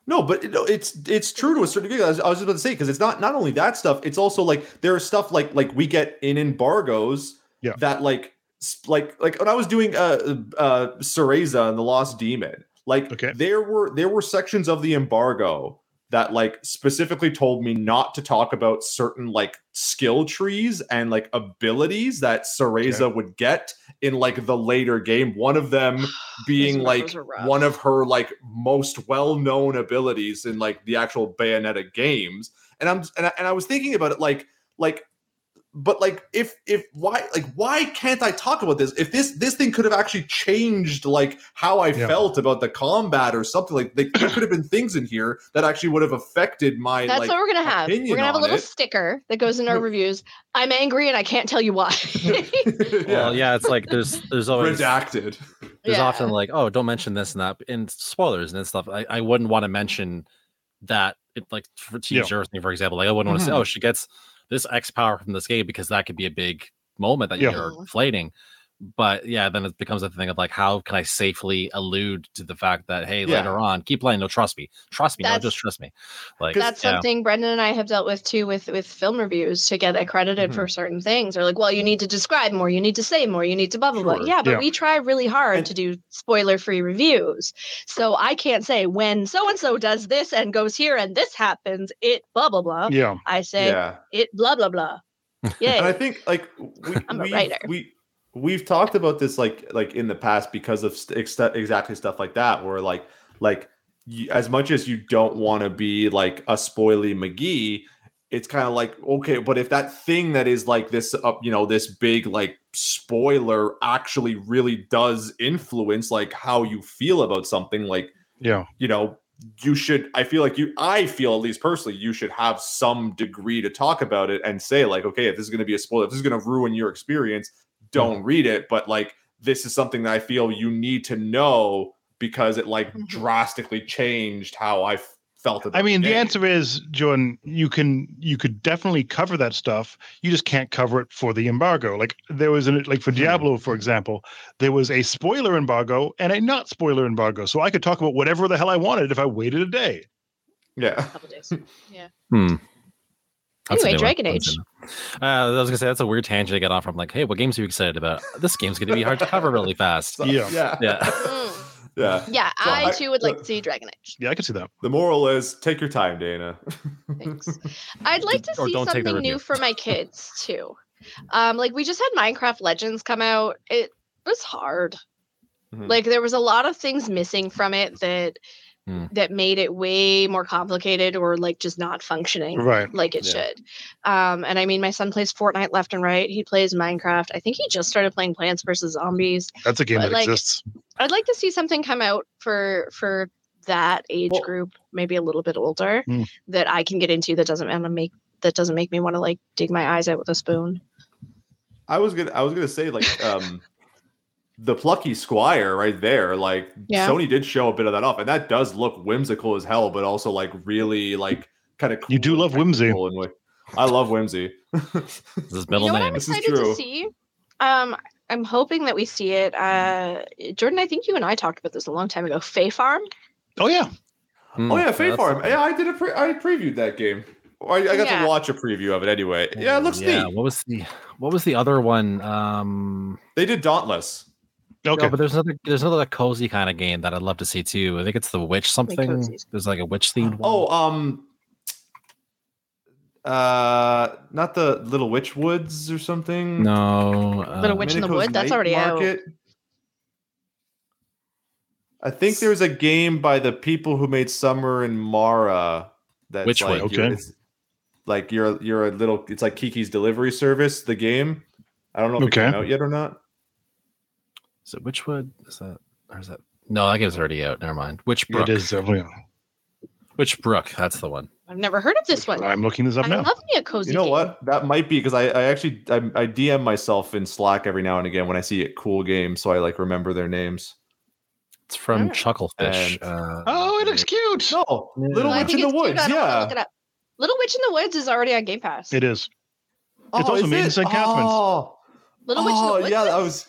Speaker 4: No, but you know, it's it's true to a certain degree. I was, I was just about to say because it's not not only that stuff. It's also like there are stuff like like we get in embargoes
Speaker 2: Yeah.
Speaker 4: that like sp- like like when I was doing uh uh Cereza and the Lost Demon, like
Speaker 2: Okay.
Speaker 4: there were there were sections of the embargo that like specifically told me not to talk about certain like skill trees and like abilities that Cereza would get in like the later game. One of them being
Speaker 3: Those
Speaker 4: like
Speaker 3: numbers are rough.
Speaker 4: one of her like most well-known abilities in like the actual Bayonetta games. And I'm and I, and I was thinking about it like like but like if if why like why can't I talk about this? If this this thing could have actually changed like how I
Speaker 2: Yeah.
Speaker 4: felt about the combat or something like like, there could have been things in here that actually would have affected my
Speaker 3: that's
Speaker 4: like
Speaker 3: what we're gonna have. We're
Speaker 4: opinion
Speaker 3: gonna have a
Speaker 4: on
Speaker 3: little
Speaker 4: it.
Speaker 3: sticker that goes in our
Speaker 4: No.
Speaker 3: reviews. I'm angry and I can't tell you why.
Speaker 1: Well, yeah, it's like there's there's always
Speaker 4: redacted.
Speaker 1: there's
Speaker 3: Yeah.
Speaker 1: often like oh don't mention this and that and spoilers and stuff i, I wouldn't want to mention that it like for to use your thing for example like i wouldn't want to say
Speaker 3: Mm-hmm.
Speaker 1: oh she gets this x power from this game because that could be a big moment that
Speaker 2: Yeah.
Speaker 1: you're inflating but yeah then it becomes a thing of like how can i safely allude to the fact that hey
Speaker 4: Yeah.
Speaker 1: later on keep playing no trust me trust me no
Speaker 3: That's-
Speaker 1: just trust me like
Speaker 3: That's
Speaker 1: yeah.
Speaker 3: something Brendan and I have dealt with too with with film reviews to get accredited
Speaker 4: Mm-hmm.
Speaker 3: for certain things. They're like, well, you need to describe more, you need to say more, you need to blah blah blah.
Speaker 4: Sure.
Speaker 3: Yeah, but
Speaker 2: Yeah.
Speaker 3: we try really hard
Speaker 4: And-
Speaker 3: to do spoiler free reviews. So I can't say when so and so does this and goes here and this happens, it blah blah blah.
Speaker 2: yeah,
Speaker 3: I say
Speaker 4: Yeah.
Speaker 3: it blah blah blah.
Speaker 4: and I
Speaker 3: Yeah.
Speaker 4: think like we,
Speaker 3: I'm a
Speaker 4: we've-
Speaker 3: writer.
Speaker 4: We we've talked about this like like in the past because of st- ex- exactly stuff like that, where like like you, as much as you don't want to be like a spoily McGee, it's kind of like okay, but if that thing that is like this up, you know, this big like spoiler actually really does influence like how you feel about something, like
Speaker 2: yeah.
Speaker 4: you know you should i feel like you i feel at least personally you should have some degree to talk about it and say like okay if this is going to be a spoiler if this is going to ruin your experience don't
Speaker 2: Mm-hmm.
Speaker 4: read it but like this is something that i feel you need to know because it like
Speaker 3: Mhm.
Speaker 4: drastically changed how i f- felt about
Speaker 2: Mm-hmm. I mean, the
Speaker 4: game.
Speaker 2: answer is, Jordan, you can you could definitely cover that stuff. You just can't cover it for the embargo. Like there was an like for
Speaker 4: Hmm.
Speaker 2: Diablo, for example, there was a spoiler embargo and a not spoiler embargo. So I could talk about whatever the hell I wanted if I waited a day.
Speaker 4: yeah
Speaker 3: Couple days.
Speaker 1: Hmm. That's a new
Speaker 3: Anyway,
Speaker 1: one.
Speaker 3: Dragon
Speaker 1: That's a
Speaker 3: Age.
Speaker 1: new one. Uh, I was gonna say that's a weird tangent to get on from. Like, hey, what games are you excited about? This game's gonna be hard to cover really fast.
Speaker 4: So-
Speaker 2: Yeah.
Speaker 4: yeah
Speaker 1: Yeah.
Speaker 3: Mm.
Speaker 4: Yeah.
Speaker 3: Yeah,
Speaker 4: So
Speaker 3: I
Speaker 4: I-
Speaker 3: too would like to see Dragon Age.
Speaker 2: Yeah, I can see that.
Speaker 4: The moral is take your time, Dana.
Speaker 3: Thanks. I'd like to
Speaker 1: Or
Speaker 3: see
Speaker 1: don't take the
Speaker 3: something new
Speaker 1: review.
Speaker 3: for my kids too. Um, like we just had Minecraft Legends come out. It was hard.
Speaker 1: Mm-hmm.
Speaker 4: Mhm.
Speaker 3: Like there was a lot of things missing from it that
Speaker 1: Hmm.
Speaker 3: that made it way more complicated or like just not functioning
Speaker 2: Right.
Speaker 3: like it
Speaker 4: Yeah.
Speaker 3: should. Um, and I mean, my son plays Fortnite left and right. He plays Minecraft. I think he just started playing Plants vs Zombies.
Speaker 2: That's a game
Speaker 3: But,
Speaker 2: that
Speaker 3: like,
Speaker 2: exists.
Speaker 3: I'd like to see something come out for for that age
Speaker 4: Well- Hmm.
Speaker 3: group, maybe a little bit older,
Speaker 2: Mm.
Speaker 3: that I can get into that doesn't want to make that doesn't make me want to like dig my eyes out with a spoon.
Speaker 4: I was gonna I was gonna say like um the plucky squire right there, like
Speaker 3: Yeah.
Speaker 4: Sony did show a bit of that off, and that does look whimsical as hell, but also like really like kind of
Speaker 2: You do love whimsy.
Speaker 4: in way. I love whimsy.
Speaker 1: This is his middle
Speaker 3: you know
Speaker 1: name.
Speaker 3: what
Speaker 4: This
Speaker 3: I'm
Speaker 4: is
Speaker 3: excited to
Speaker 4: true.
Speaker 3: see? Um, I'm hoping that we see it. Uh, Jordan, I think you and I talked about this a long time ago. Fay Farm.
Speaker 2: Oh yeah.
Speaker 1: Hmm,
Speaker 4: Oh yeah, Fae
Speaker 1: that's-
Speaker 4: Farm. Yeah, I did a pre- I previewed that game. Or I, I got
Speaker 3: Yeah.
Speaker 4: to watch a preview of it anyway. Yeah, it looks
Speaker 1: Oh, yeah.
Speaker 4: neat.
Speaker 1: What was the what was the other one? Um
Speaker 4: They did Dauntless.
Speaker 2: Okay.
Speaker 1: no, but there's another there's another cozy kind of game that I'd love to see too. I think it's the witch something.
Speaker 3: cozies.
Speaker 1: There's like a witch themed
Speaker 4: Oh, um, uh, not the Little Witch Woods or something.
Speaker 1: No. uh,
Speaker 3: Little Witch in the
Speaker 4: Minico's
Speaker 3: Wood? That's
Speaker 4: Night
Speaker 3: already out.
Speaker 4: I think there's a game by the people who made Summer and Mara. That's
Speaker 1: Witchwood,
Speaker 4: like you're-
Speaker 2: okay.
Speaker 4: it's- like you're you're a little. It's like Kiki's Delivery Service. The game. I don't know if it
Speaker 2: Okay.
Speaker 4: came out yet or not.
Speaker 1: Is it Witchwood? Is that or is that? No, that game's already out. Never mind. Witch
Speaker 2: It
Speaker 1: Brook.
Speaker 2: is definitely.
Speaker 1: Witch Brook. That's the one.
Speaker 3: I've never heard of this one.
Speaker 2: I'm looking this up
Speaker 3: I
Speaker 2: now.
Speaker 3: love me a cozy.
Speaker 4: You know
Speaker 3: game.
Speaker 4: what? That might be because I, I actually I, I DM myself in Slack every now and again when I see a cool game, so I like remember their names.
Speaker 1: It's from
Speaker 3: Oh.
Speaker 1: Chucklefish.
Speaker 4: And-
Speaker 1: uh,
Speaker 2: Oh, it looks cute.
Speaker 4: No,
Speaker 1: Yeah.
Speaker 4: Little
Speaker 3: Well, I
Speaker 4: Witch
Speaker 3: think
Speaker 4: in the
Speaker 3: it's cute.
Speaker 4: Woods.
Speaker 3: I don't wanna
Speaker 4: Yeah,
Speaker 3: look it up. Little Witch in the Woods is already on Game Pass.
Speaker 2: It is.
Speaker 4: Oh,
Speaker 2: It's also
Speaker 4: is
Speaker 2: made in
Speaker 4: it?
Speaker 2: St. Catharines.
Speaker 4: Oh,
Speaker 3: Little Witch in the
Speaker 4: oh,
Speaker 3: Woods.
Speaker 4: yeah, I
Speaker 3: is-
Speaker 4: was.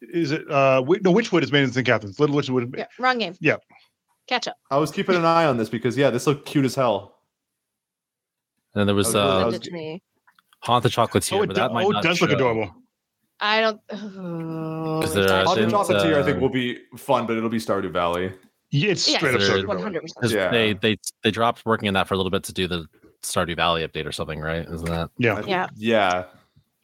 Speaker 2: Is it? Uh, Wi- no, Witchwood is made in St. Catharines. Little Witchwood.
Speaker 3: Yeah, wrong game.
Speaker 2: Yeah.
Speaker 3: Catch up.
Speaker 4: I was keeping an eye on this because yeah, this looked cute as hell.
Speaker 1: And then there was
Speaker 4: Oh,
Speaker 1: uh,
Speaker 4: I
Speaker 3: Send
Speaker 4: was
Speaker 3: it to
Speaker 4: g-
Speaker 3: me.
Speaker 1: Haunted Chocolatier.
Speaker 2: Oh,
Speaker 1: but
Speaker 2: it, do-
Speaker 1: that might
Speaker 2: oh, it
Speaker 1: not
Speaker 2: does look
Speaker 1: show.
Speaker 2: adorable.
Speaker 3: I don't. oh,
Speaker 1: Is there
Speaker 3: I
Speaker 1: a-
Speaker 4: I'll
Speaker 1: didn't,
Speaker 4: drop it to you. I think
Speaker 1: um,
Speaker 4: will be fun, but it'll be Stardew Valley.
Speaker 2: Yeah, it's
Speaker 3: Yeah,
Speaker 2: straight up
Speaker 1: there-
Speaker 2: Stardew
Speaker 3: One
Speaker 2: Valley.
Speaker 3: hundred percent.
Speaker 1: 'Cause
Speaker 4: Yeah.
Speaker 1: They they they dropped working on that for a little bit to do the Stardew Valley update or something, right? Isn't that?
Speaker 2: Yeah,
Speaker 3: Yeah.
Speaker 4: Yeah,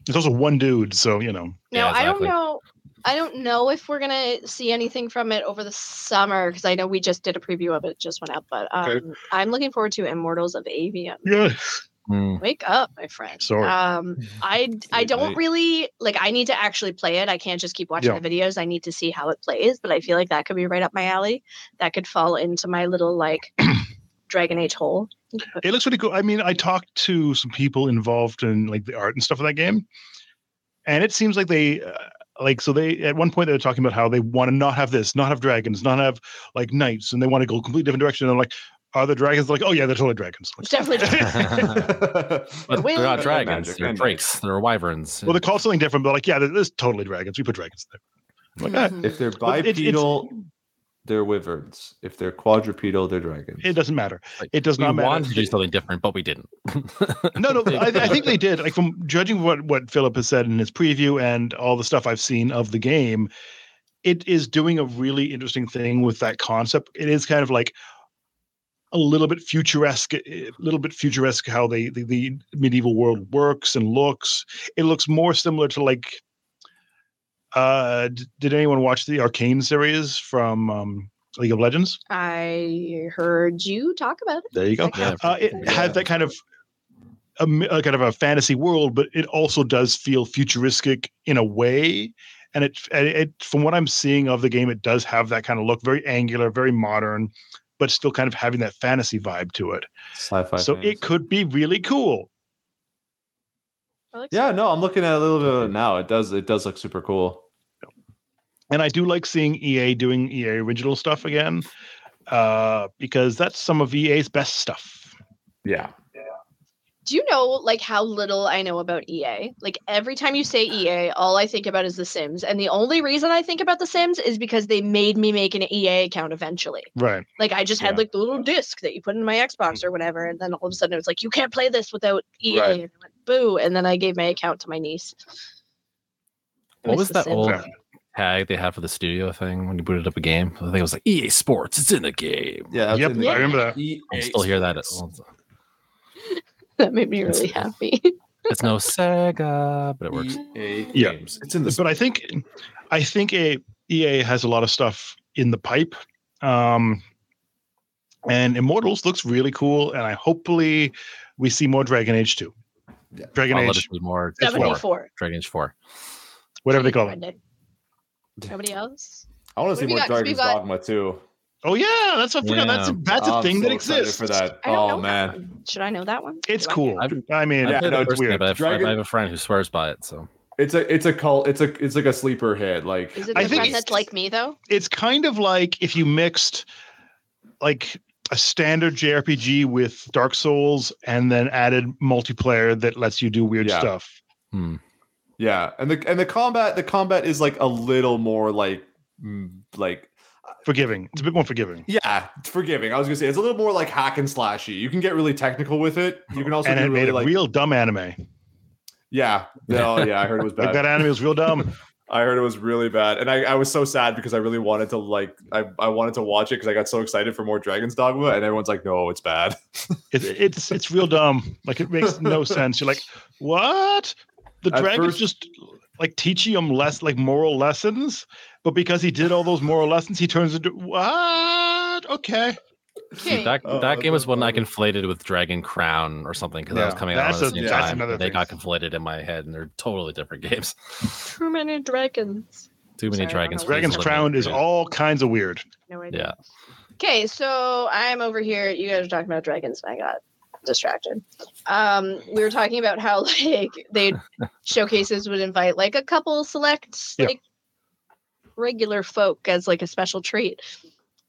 Speaker 2: it's also one dude, so you know.
Speaker 3: No,
Speaker 1: Yeah,
Speaker 3: I don't
Speaker 1: exactly.
Speaker 3: know. I don't know if we're gonna see anything from it over the summer because I know we just did a preview of it it just went out. But um,
Speaker 2: Okay.
Speaker 3: I'm looking forward to Immortals of Avian.
Speaker 2: Yeah.
Speaker 1: Hmm.
Speaker 3: Wake up, my friend.
Speaker 2: Sorry.
Speaker 3: Um, I d- I
Speaker 4: Late
Speaker 3: don't
Speaker 4: night.
Speaker 3: really like. I need to actually play it. I can't just keep watching
Speaker 2: Yeah.
Speaker 3: the videos. I need to see how it plays. But I feel like that could be right up my alley. That could fall into my little like Dragon Age hole.
Speaker 2: It looks really cool. I mean, I talked to some people involved in like the art and stuff of that game, and it seems like they uh, like so they at one point they were talking about how they want to not have this, not have dragons, not have like knights, and they want to go a completely different direction. And I'm like, are there dragons? Like, oh yeah, they're totally dragons. Like,
Speaker 3: Definitely.
Speaker 1: But they're not
Speaker 4: And
Speaker 1: dragons.
Speaker 4: magic,
Speaker 1: they're
Speaker 4: and-
Speaker 1: drakes. They're wyverns.
Speaker 2: well, they're called something different, but like, yeah, there- there's totally dragons. We put dragons there. I'm like,
Speaker 3: Hmm. Mm-hmm.
Speaker 2: "Ah,
Speaker 4: If they're
Speaker 2: Well, it- it's-
Speaker 4: bipedal, they're wyverns. If they're quadrupedal, they're dragons.
Speaker 2: it doesn't matter.
Speaker 1: Like,
Speaker 2: It does
Speaker 1: we
Speaker 2: not matter.
Speaker 1: wanted to do something different, but we didn't.
Speaker 2: No, no, I, I think they did. Like from judging what what Philip has said in his preview and all the stuff I've seen of the game, it is doing a really interesting thing with that concept. It is kind of like a little bit futuresque, a little bit futuresque how they the, the medieval world works and looks. It looks more similar to like. Uh, d- did anyone watch the Arcane series from um, League of Legends?
Speaker 3: I heard you talk about it.
Speaker 2: There you go.
Speaker 1: Yeah.
Speaker 2: Uh, it
Speaker 1: Yeah.
Speaker 2: has that kind of a, mi- a kind of a fantasy world, but it also does feel futuristic in a way. And it, and it, from what I'm seeing of the game, it does have that kind of look, very angular, very modern, but still kind of having that fantasy vibe to it.
Speaker 4: Sci-fi.
Speaker 2: so
Speaker 4: fantasy.
Speaker 2: it could be really cool.
Speaker 4: Yeah, no, I'm looking at a little bit of it now. It does. It does look super cool.
Speaker 2: And I do like seeing EA doing EA original stuff again, uh, because that's some of EA's best stuff.
Speaker 4: Yeah.
Speaker 3: Do you know like how little I know about EA? Like every time you say EA, all I think about is The Sims, and the only reason I think about The Sims is because they made me make an EA account eventually.
Speaker 2: Right.
Speaker 3: Like I just had
Speaker 2: Yeah.
Speaker 3: like the little disc that you put in my Xbox or whatever, and then all of a sudden it was like you can't play this without EA.
Speaker 4: Right.
Speaker 3: And I went, Boo! And then I gave my account to my niece. I
Speaker 1: What
Speaker 3: miss
Speaker 1: was
Speaker 3: The
Speaker 1: that
Speaker 3: Sims.
Speaker 1: old?
Speaker 2: Fair.
Speaker 1: tag they had for the studio thing when you booted up a game. I think it was like EA Sports. It's in the game.
Speaker 4: Yeah, that's
Speaker 2: Yep,
Speaker 4: in-
Speaker 3: Yeah.
Speaker 2: I remember that.
Speaker 4: EA
Speaker 1: I still hear that.
Speaker 4: Sports.
Speaker 3: That made me really happy.
Speaker 1: It's no Sega, but it works.
Speaker 4: EA
Speaker 2: Yeah.
Speaker 4: E games. It's in the
Speaker 2: But I think, I think E a, EA has a lot of stuff in the pipe, um, and Immortals looks really cool, and I hopefully we see more Dragon Age two,
Speaker 4: Yeah.
Speaker 2: Dragon
Speaker 1: I'll let it
Speaker 2: Age,
Speaker 1: be more
Speaker 2: It's lower.
Speaker 3: Seventy
Speaker 1: four.
Speaker 3: four.
Speaker 1: Dragon Age Four.
Speaker 2: whatever they call it.
Speaker 3: Brendan. Nobody else?
Speaker 4: I want
Speaker 3: What
Speaker 4: to
Speaker 3: do
Speaker 4: see
Speaker 3: we
Speaker 4: more
Speaker 3: got? 'Cause we
Speaker 4: Dragon's
Speaker 3: got-
Speaker 4: Dogma too.
Speaker 2: Oh yeah, that's a forgot. that's a,
Speaker 1: Yeah.
Speaker 2: that's a
Speaker 4: I'm
Speaker 2: thing
Speaker 4: so
Speaker 2: that
Speaker 4: excited
Speaker 2: exists.
Speaker 4: for that.
Speaker 3: I don't know
Speaker 4: Oh
Speaker 3: that
Speaker 4: man,
Speaker 3: one. Should I know that one?
Speaker 2: It's
Speaker 3: Do I-
Speaker 2: cool.
Speaker 1: I've-
Speaker 2: I mean,
Speaker 1: I
Speaker 4: Yeah,
Speaker 1: played
Speaker 4: no,
Speaker 1: it
Speaker 4: it's
Speaker 1: personally,
Speaker 2: weird.
Speaker 1: but I have,
Speaker 4: Dragon-
Speaker 1: I have a friend who swears by it. So
Speaker 4: it's a it's a cult. It's a it's like a sleeper hit. Like
Speaker 3: Is it
Speaker 2: I
Speaker 3: the
Speaker 2: think
Speaker 3: friend that's like me though?
Speaker 2: it's kind of like if you mixed like a standard JRPG with Dark Souls and then added multiplayer that lets you do weird
Speaker 4: Yeah.
Speaker 2: stuff.
Speaker 1: hmm.
Speaker 4: yeah, and the and the combat the combat is like a little more like mm, like
Speaker 2: Forgiving. It's a bit more forgiving.
Speaker 4: yeah forgiving. I was gonna say it's a little more like hack and slashy. You can get really technical with it. You can also
Speaker 2: and
Speaker 4: get
Speaker 2: it made
Speaker 4: really
Speaker 2: a
Speaker 4: like
Speaker 2: real dumb anime.
Speaker 4: yeah no yeah. I heard it was
Speaker 2: Like
Speaker 4: bad.
Speaker 2: that anime was real dumb.
Speaker 4: I heard it was really bad, and I, I was so sad because I really wanted to like I, I wanted to watch it because I got so excited for more Dragon's Dogma, and everyone's like, "No, it's bad."
Speaker 2: It's it's it's real dumb. Like it makes no sense. You're like, what? The
Speaker 4: At
Speaker 2: dragons
Speaker 4: first-
Speaker 2: just like teaching him less like moral lessons, but because he did all those moral lessons, he turns into what? Okay,
Speaker 3: Okay.
Speaker 1: that,
Speaker 4: Oh,
Speaker 1: that game was
Speaker 4: that's
Speaker 1: one I
Speaker 4: funny.
Speaker 1: conflated with Dragon Crown or something because that was
Speaker 2: Yeah,
Speaker 1: coming out at
Speaker 2: that's
Speaker 1: the
Speaker 2: a-
Speaker 1: same
Speaker 4: that's
Speaker 1: time.
Speaker 2: another
Speaker 1: and They
Speaker 2: thing.
Speaker 1: got conflated in my head, and they're totally different games.
Speaker 3: Too many dragons.
Speaker 1: Too many
Speaker 3: Sorry, I don't
Speaker 1: dragons.
Speaker 3: know what
Speaker 2: Dragon's
Speaker 3: Yeah.
Speaker 2: Crown is all kinds of weird.
Speaker 3: No idea. Okay, so I'm over here. You guys are talking about dragons, and I got distracted. Um, we were talking about how like they showcases would invite like a couple select
Speaker 2: Yeah.
Speaker 3: like regular folk as like a special treat.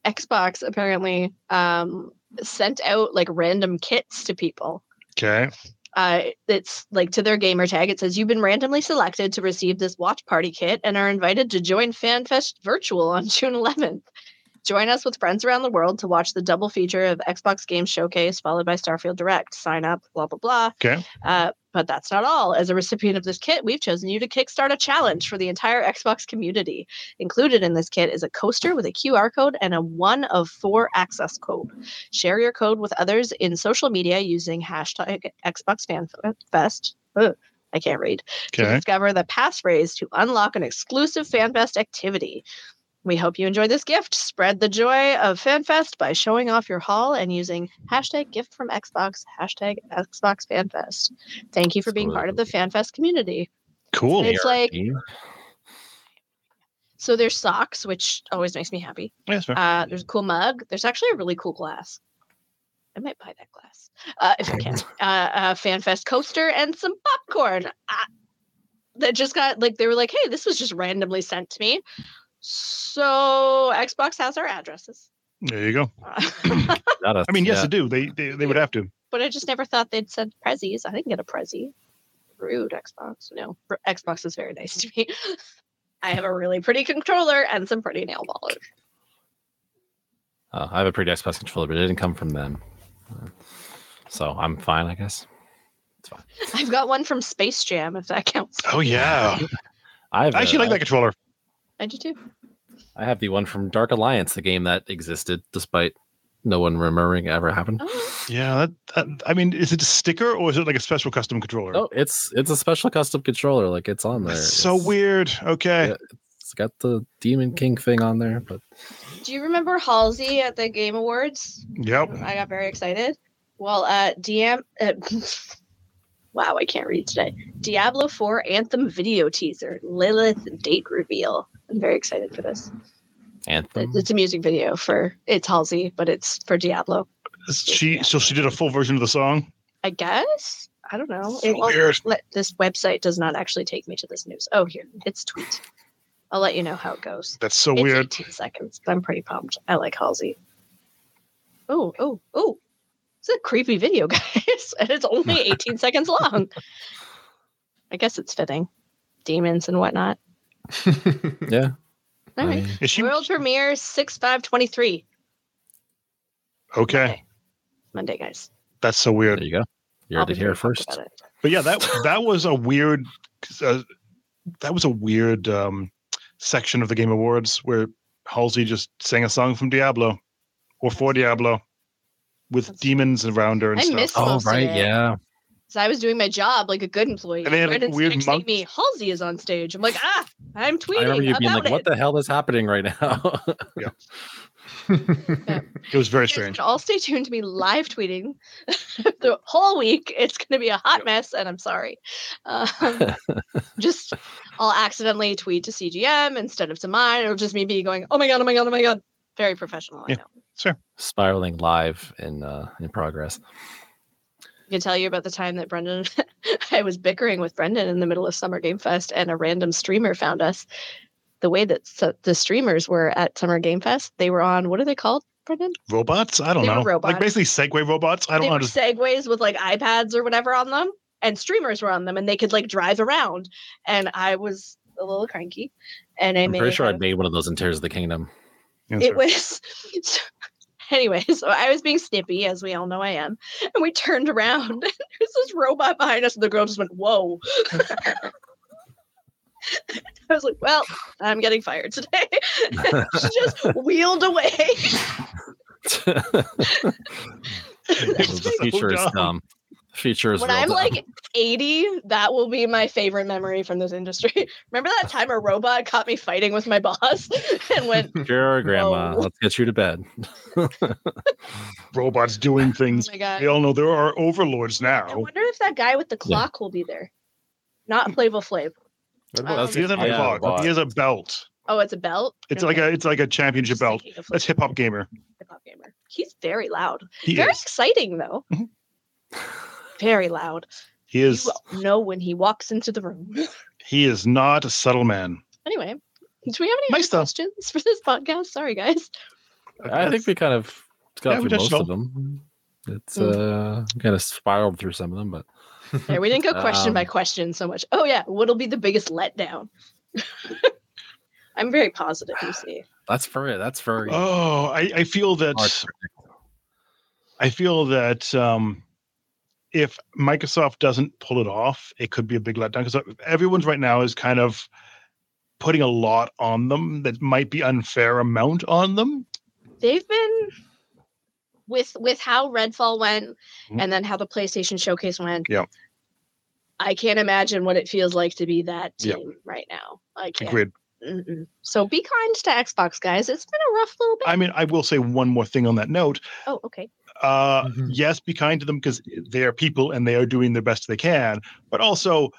Speaker 3: Xbox apparently um sent out like random kits to people.
Speaker 2: Okay.
Speaker 3: uh, it's like to their gamer tag. It says you've been randomly selected to receive this watch party kit and are invited to join FanFest Virtual on June 11th. Join us with friends around the world to watch the double feature of Xbox Game Showcase followed by Starfield Direct. Sign up, blah blah blah.
Speaker 2: Okay.
Speaker 3: Uh, but that's not all. As a recipient of this kit, we've chosen you to kickstart a challenge for the entire Xbox community. Included in this kit is a coaster with a QR code and a one of four access code. Share your code with others in social media using hashtag Xbox Fan Fest. Ugh, I can't read. To
Speaker 2: Okay.
Speaker 3: discover the passphrase to unlock an exclusive FanFest activity. We hope you enjoy this gift. Spread the joy of FanFest by showing off your haul and using hashtag gift from Xbox, hashtag Xbox FanFest. Thank you for being part of the FanFest community.
Speaker 2: Cool.
Speaker 3: It's like, so there's socks, which always makes me happy.
Speaker 2: Yes, sir.
Speaker 3: Uh, there's a cool mug. There's actually a really cool glass. I might buy that glass uh, if I can. Uh, a FanFest coaster and some popcorn. Uh, that just got like they were like, hey, this was just randomly sent to me. So Xbox has our addresses,
Speaker 2: There you go.
Speaker 3: Uh,
Speaker 2: I mean, yes, they do. They they, they would have to.
Speaker 3: but I just never thought they'd send prezzies. I didn't get a prezzie. Rude Xbox. No, R- Xbox is very nice to me. I have a really pretty controller and some pretty nail polish.
Speaker 1: Uh, I have a pretty Xbox controller, but it didn't come from them. Uh, So I'm fine, I guess.
Speaker 3: I've got one from Space Jam, if that counts.
Speaker 2: Oh yeah.
Speaker 1: I have
Speaker 2: I actually
Speaker 1: a-
Speaker 2: like that controller.
Speaker 3: I do too.
Speaker 1: I have the one from Dark Alliance, the game that existed despite no one remembering it ever happened.
Speaker 3: Oh.
Speaker 2: Yeah. That, that I mean, is it a sticker or is it like a special custom controller?
Speaker 1: No, Oh, it's it's a special custom controller. Like it's on there.
Speaker 2: That's so
Speaker 1: It's-
Speaker 2: weird. Okay.
Speaker 1: Yeah, It's got the Demon King thing on there, but
Speaker 3: Do you remember Halsey at the Game Awards?
Speaker 2: Yep.
Speaker 3: I got very excited. Well, uh, DM. Uh, wow, I can't read today. Diablo 4 Anthem video teaser, Lilith date reveal. I'm very excited for this. It-
Speaker 1: Anthem.
Speaker 3: It's a music video for it's Halsey, but it's for Diablo.
Speaker 2: She so she did a full version of the song.
Speaker 3: I guess. I don't know.
Speaker 2: So
Speaker 3: Oh, It won't
Speaker 2: weird.
Speaker 3: let this website does not actually take me to this news. Oh, here it's tweet. I'll let you know how it goes.
Speaker 2: That's so
Speaker 3: It's
Speaker 2: weird.
Speaker 3: 18 seconds, but I'm pretty pumped. I like Halsey. Oh, oh, oh. It's a creepy video, guys. And it's only 18 seconds long. I guess it's fitting. Demons and whatnot.
Speaker 1: Yeah.
Speaker 3: All right.
Speaker 2: Is she
Speaker 3: World premiere 6 5 23.
Speaker 2: okay?
Speaker 3: Okay. Monday, guys.
Speaker 2: That's so
Speaker 1: there
Speaker 2: weird.
Speaker 1: you go. You
Speaker 3: I'll
Speaker 1: heard
Speaker 3: be
Speaker 1: it here
Speaker 3: pretty pumped
Speaker 1: first.
Speaker 3: about it.
Speaker 2: But yeah, that that was a weird. Uh, that was a weird um, section of the Game Awards where Halsey just sang a song from Diablo or for Diablo with
Speaker 3: That's-
Speaker 2: demons around her and
Speaker 3: I
Speaker 2: stuff.
Speaker 3: missed
Speaker 1: Oh,
Speaker 3: Most of
Speaker 1: right.
Speaker 3: it.
Speaker 1: Yeah.
Speaker 3: So I was doing my job like a good employee.
Speaker 2: And they had,
Speaker 3: Right
Speaker 2: like,
Speaker 3: as the
Speaker 2: weird
Speaker 3: next
Speaker 2: monks.
Speaker 3: thing me, Halsey is on stage. I'm like, ah, I'm tweeting
Speaker 1: I remember you
Speaker 3: about
Speaker 1: being like,
Speaker 3: it.
Speaker 1: what the hell is happening right now?
Speaker 2: It was very
Speaker 3: You guys
Speaker 2: strange.
Speaker 3: should all stay tuned to me live tweeting the whole week. It's going to be a hot
Speaker 4: Yep.
Speaker 3: mess, and I'm sorry. Um, just I'll accidentally tweet to CGM instead of to mine. It'll just me be going, oh my god, oh my god, oh my god. Very professional.
Speaker 2: Yeah.
Speaker 3: I know.
Speaker 1: Spiraling live in uh, in progress.
Speaker 3: I can tell you about the time that Brendan, I was bickering with Brendan in the middle of Summer Game Fest, and a random streamer found us. The way that s- the streamers were at Summer Game Fest, they were on what are they called, Brendan?
Speaker 2: Robots? I don't
Speaker 3: They were
Speaker 2: know.
Speaker 3: robots.
Speaker 2: Like basically Segway robots. I
Speaker 3: they
Speaker 2: don't
Speaker 3: were
Speaker 2: understand.
Speaker 3: segways with like iPads or whatever on them, and streamers were on them, and they could like drive around. And I was a little cranky, and I
Speaker 1: I'm
Speaker 3: made
Speaker 1: pretty sure I
Speaker 3: a-
Speaker 1: made one of those in Tears of the Kingdom.
Speaker 3: it was. so- Anyway, so I was being snippy, as we all know I am, and we turned around, and there's this robot behind us, and the girl just went, "Whoa!" I was like, "Well, I'm getting fired today." she just wheeled away.
Speaker 2: It's
Speaker 1: the
Speaker 2: so
Speaker 1: feature is
Speaker 2: dumb.
Speaker 1: dumb. The feature is
Speaker 3: when
Speaker 1: real
Speaker 3: I'm
Speaker 1: dumb.
Speaker 3: like 80, that will be my favorite memory from this industry. Remember that time a robot caught me fighting with my boss and went, "Oh
Speaker 1: Sure, Grandma.
Speaker 3: Whoa.
Speaker 1: Let's get you to bed.
Speaker 2: robots doing
Speaker 3: "Oh
Speaker 2: things.
Speaker 3: my god!"
Speaker 2: We all know there are overlords
Speaker 3: I
Speaker 2: now.
Speaker 3: wonder if that guy with the clock will be there. Not Flavor Flav.
Speaker 4: That's
Speaker 2: He doesn't have a
Speaker 1: Yeah,
Speaker 2: clock. He has a belt.
Speaker 3: Oh, it's a belt.
Speaker 2: It's like a it's like a championship belt. That's hip hop gamer.
Speaker 3: hop gamer. He's very loud.
Speaker 2: He
Speaker 3: very
Speaker 2: is.
Speaker 3: exciting though.
Speaker 2: Mhm.
Speaker 3: very loud.
Speaker 2: He is.
Speaker 3: You will know when he walks into the room.
Speaker 2: He is not a subtle man.
Speaker 3: anyway, do we have any
Speaker 2: My
Speaker 3: other
Speaker 2: stuff.
Speaker 3: questions for this podcast? Sorry, guys.
Speaker 1: I think we kind of got
Speaker 2: Yeah, we
Speaker 1: through
Speaker 2: touched
Speaker 1: most of them. It's
Speaker 3: Hmm.
Speaker 1: uh kind of spiraled through some of them, but
Speaker 3: There, we didn't go question by
Speaker 1: Um,
Speaker 3: question so much. Oh yeah, what'll be the biggest letdown? I'm very positive, you see.
Speaker 1: that's very that's very
Speaker 2: Oh, I, I feel that
Speaker 1: hard to predict.
Speaker 2: I feel that um, if Microsoft doesn't pull it off, it could be a big letdown because everyone's right now is kind of putting a lot on them that might be unfair amount on them.
Speaker 3: They've been with with how Redfall went
Speaker 2: Mhm.
Speaker 3: and then how the PlayStation showcase went.
Speaker 2: Yeah.
Speaker 3: I can't imagine what it feels like to be that
Speaker 2: Yeah.
Speaker 3: team right now. I can't.
Speaker 2: Agreed.
Speaker 3: Mm-mm. So be kind to Xbox guys. It's been a rough little bit.
Speaker 2: I mean, I will say one more thing on that note.
Speaker 3: oh, okay.
Speaker 2: Uh,
Speaker 1: Mm-hmm. Mm.
Speaker 4: Mhm.
Speaker 2: Yes, be kind to them because they are people and they are doing the best they can. But also,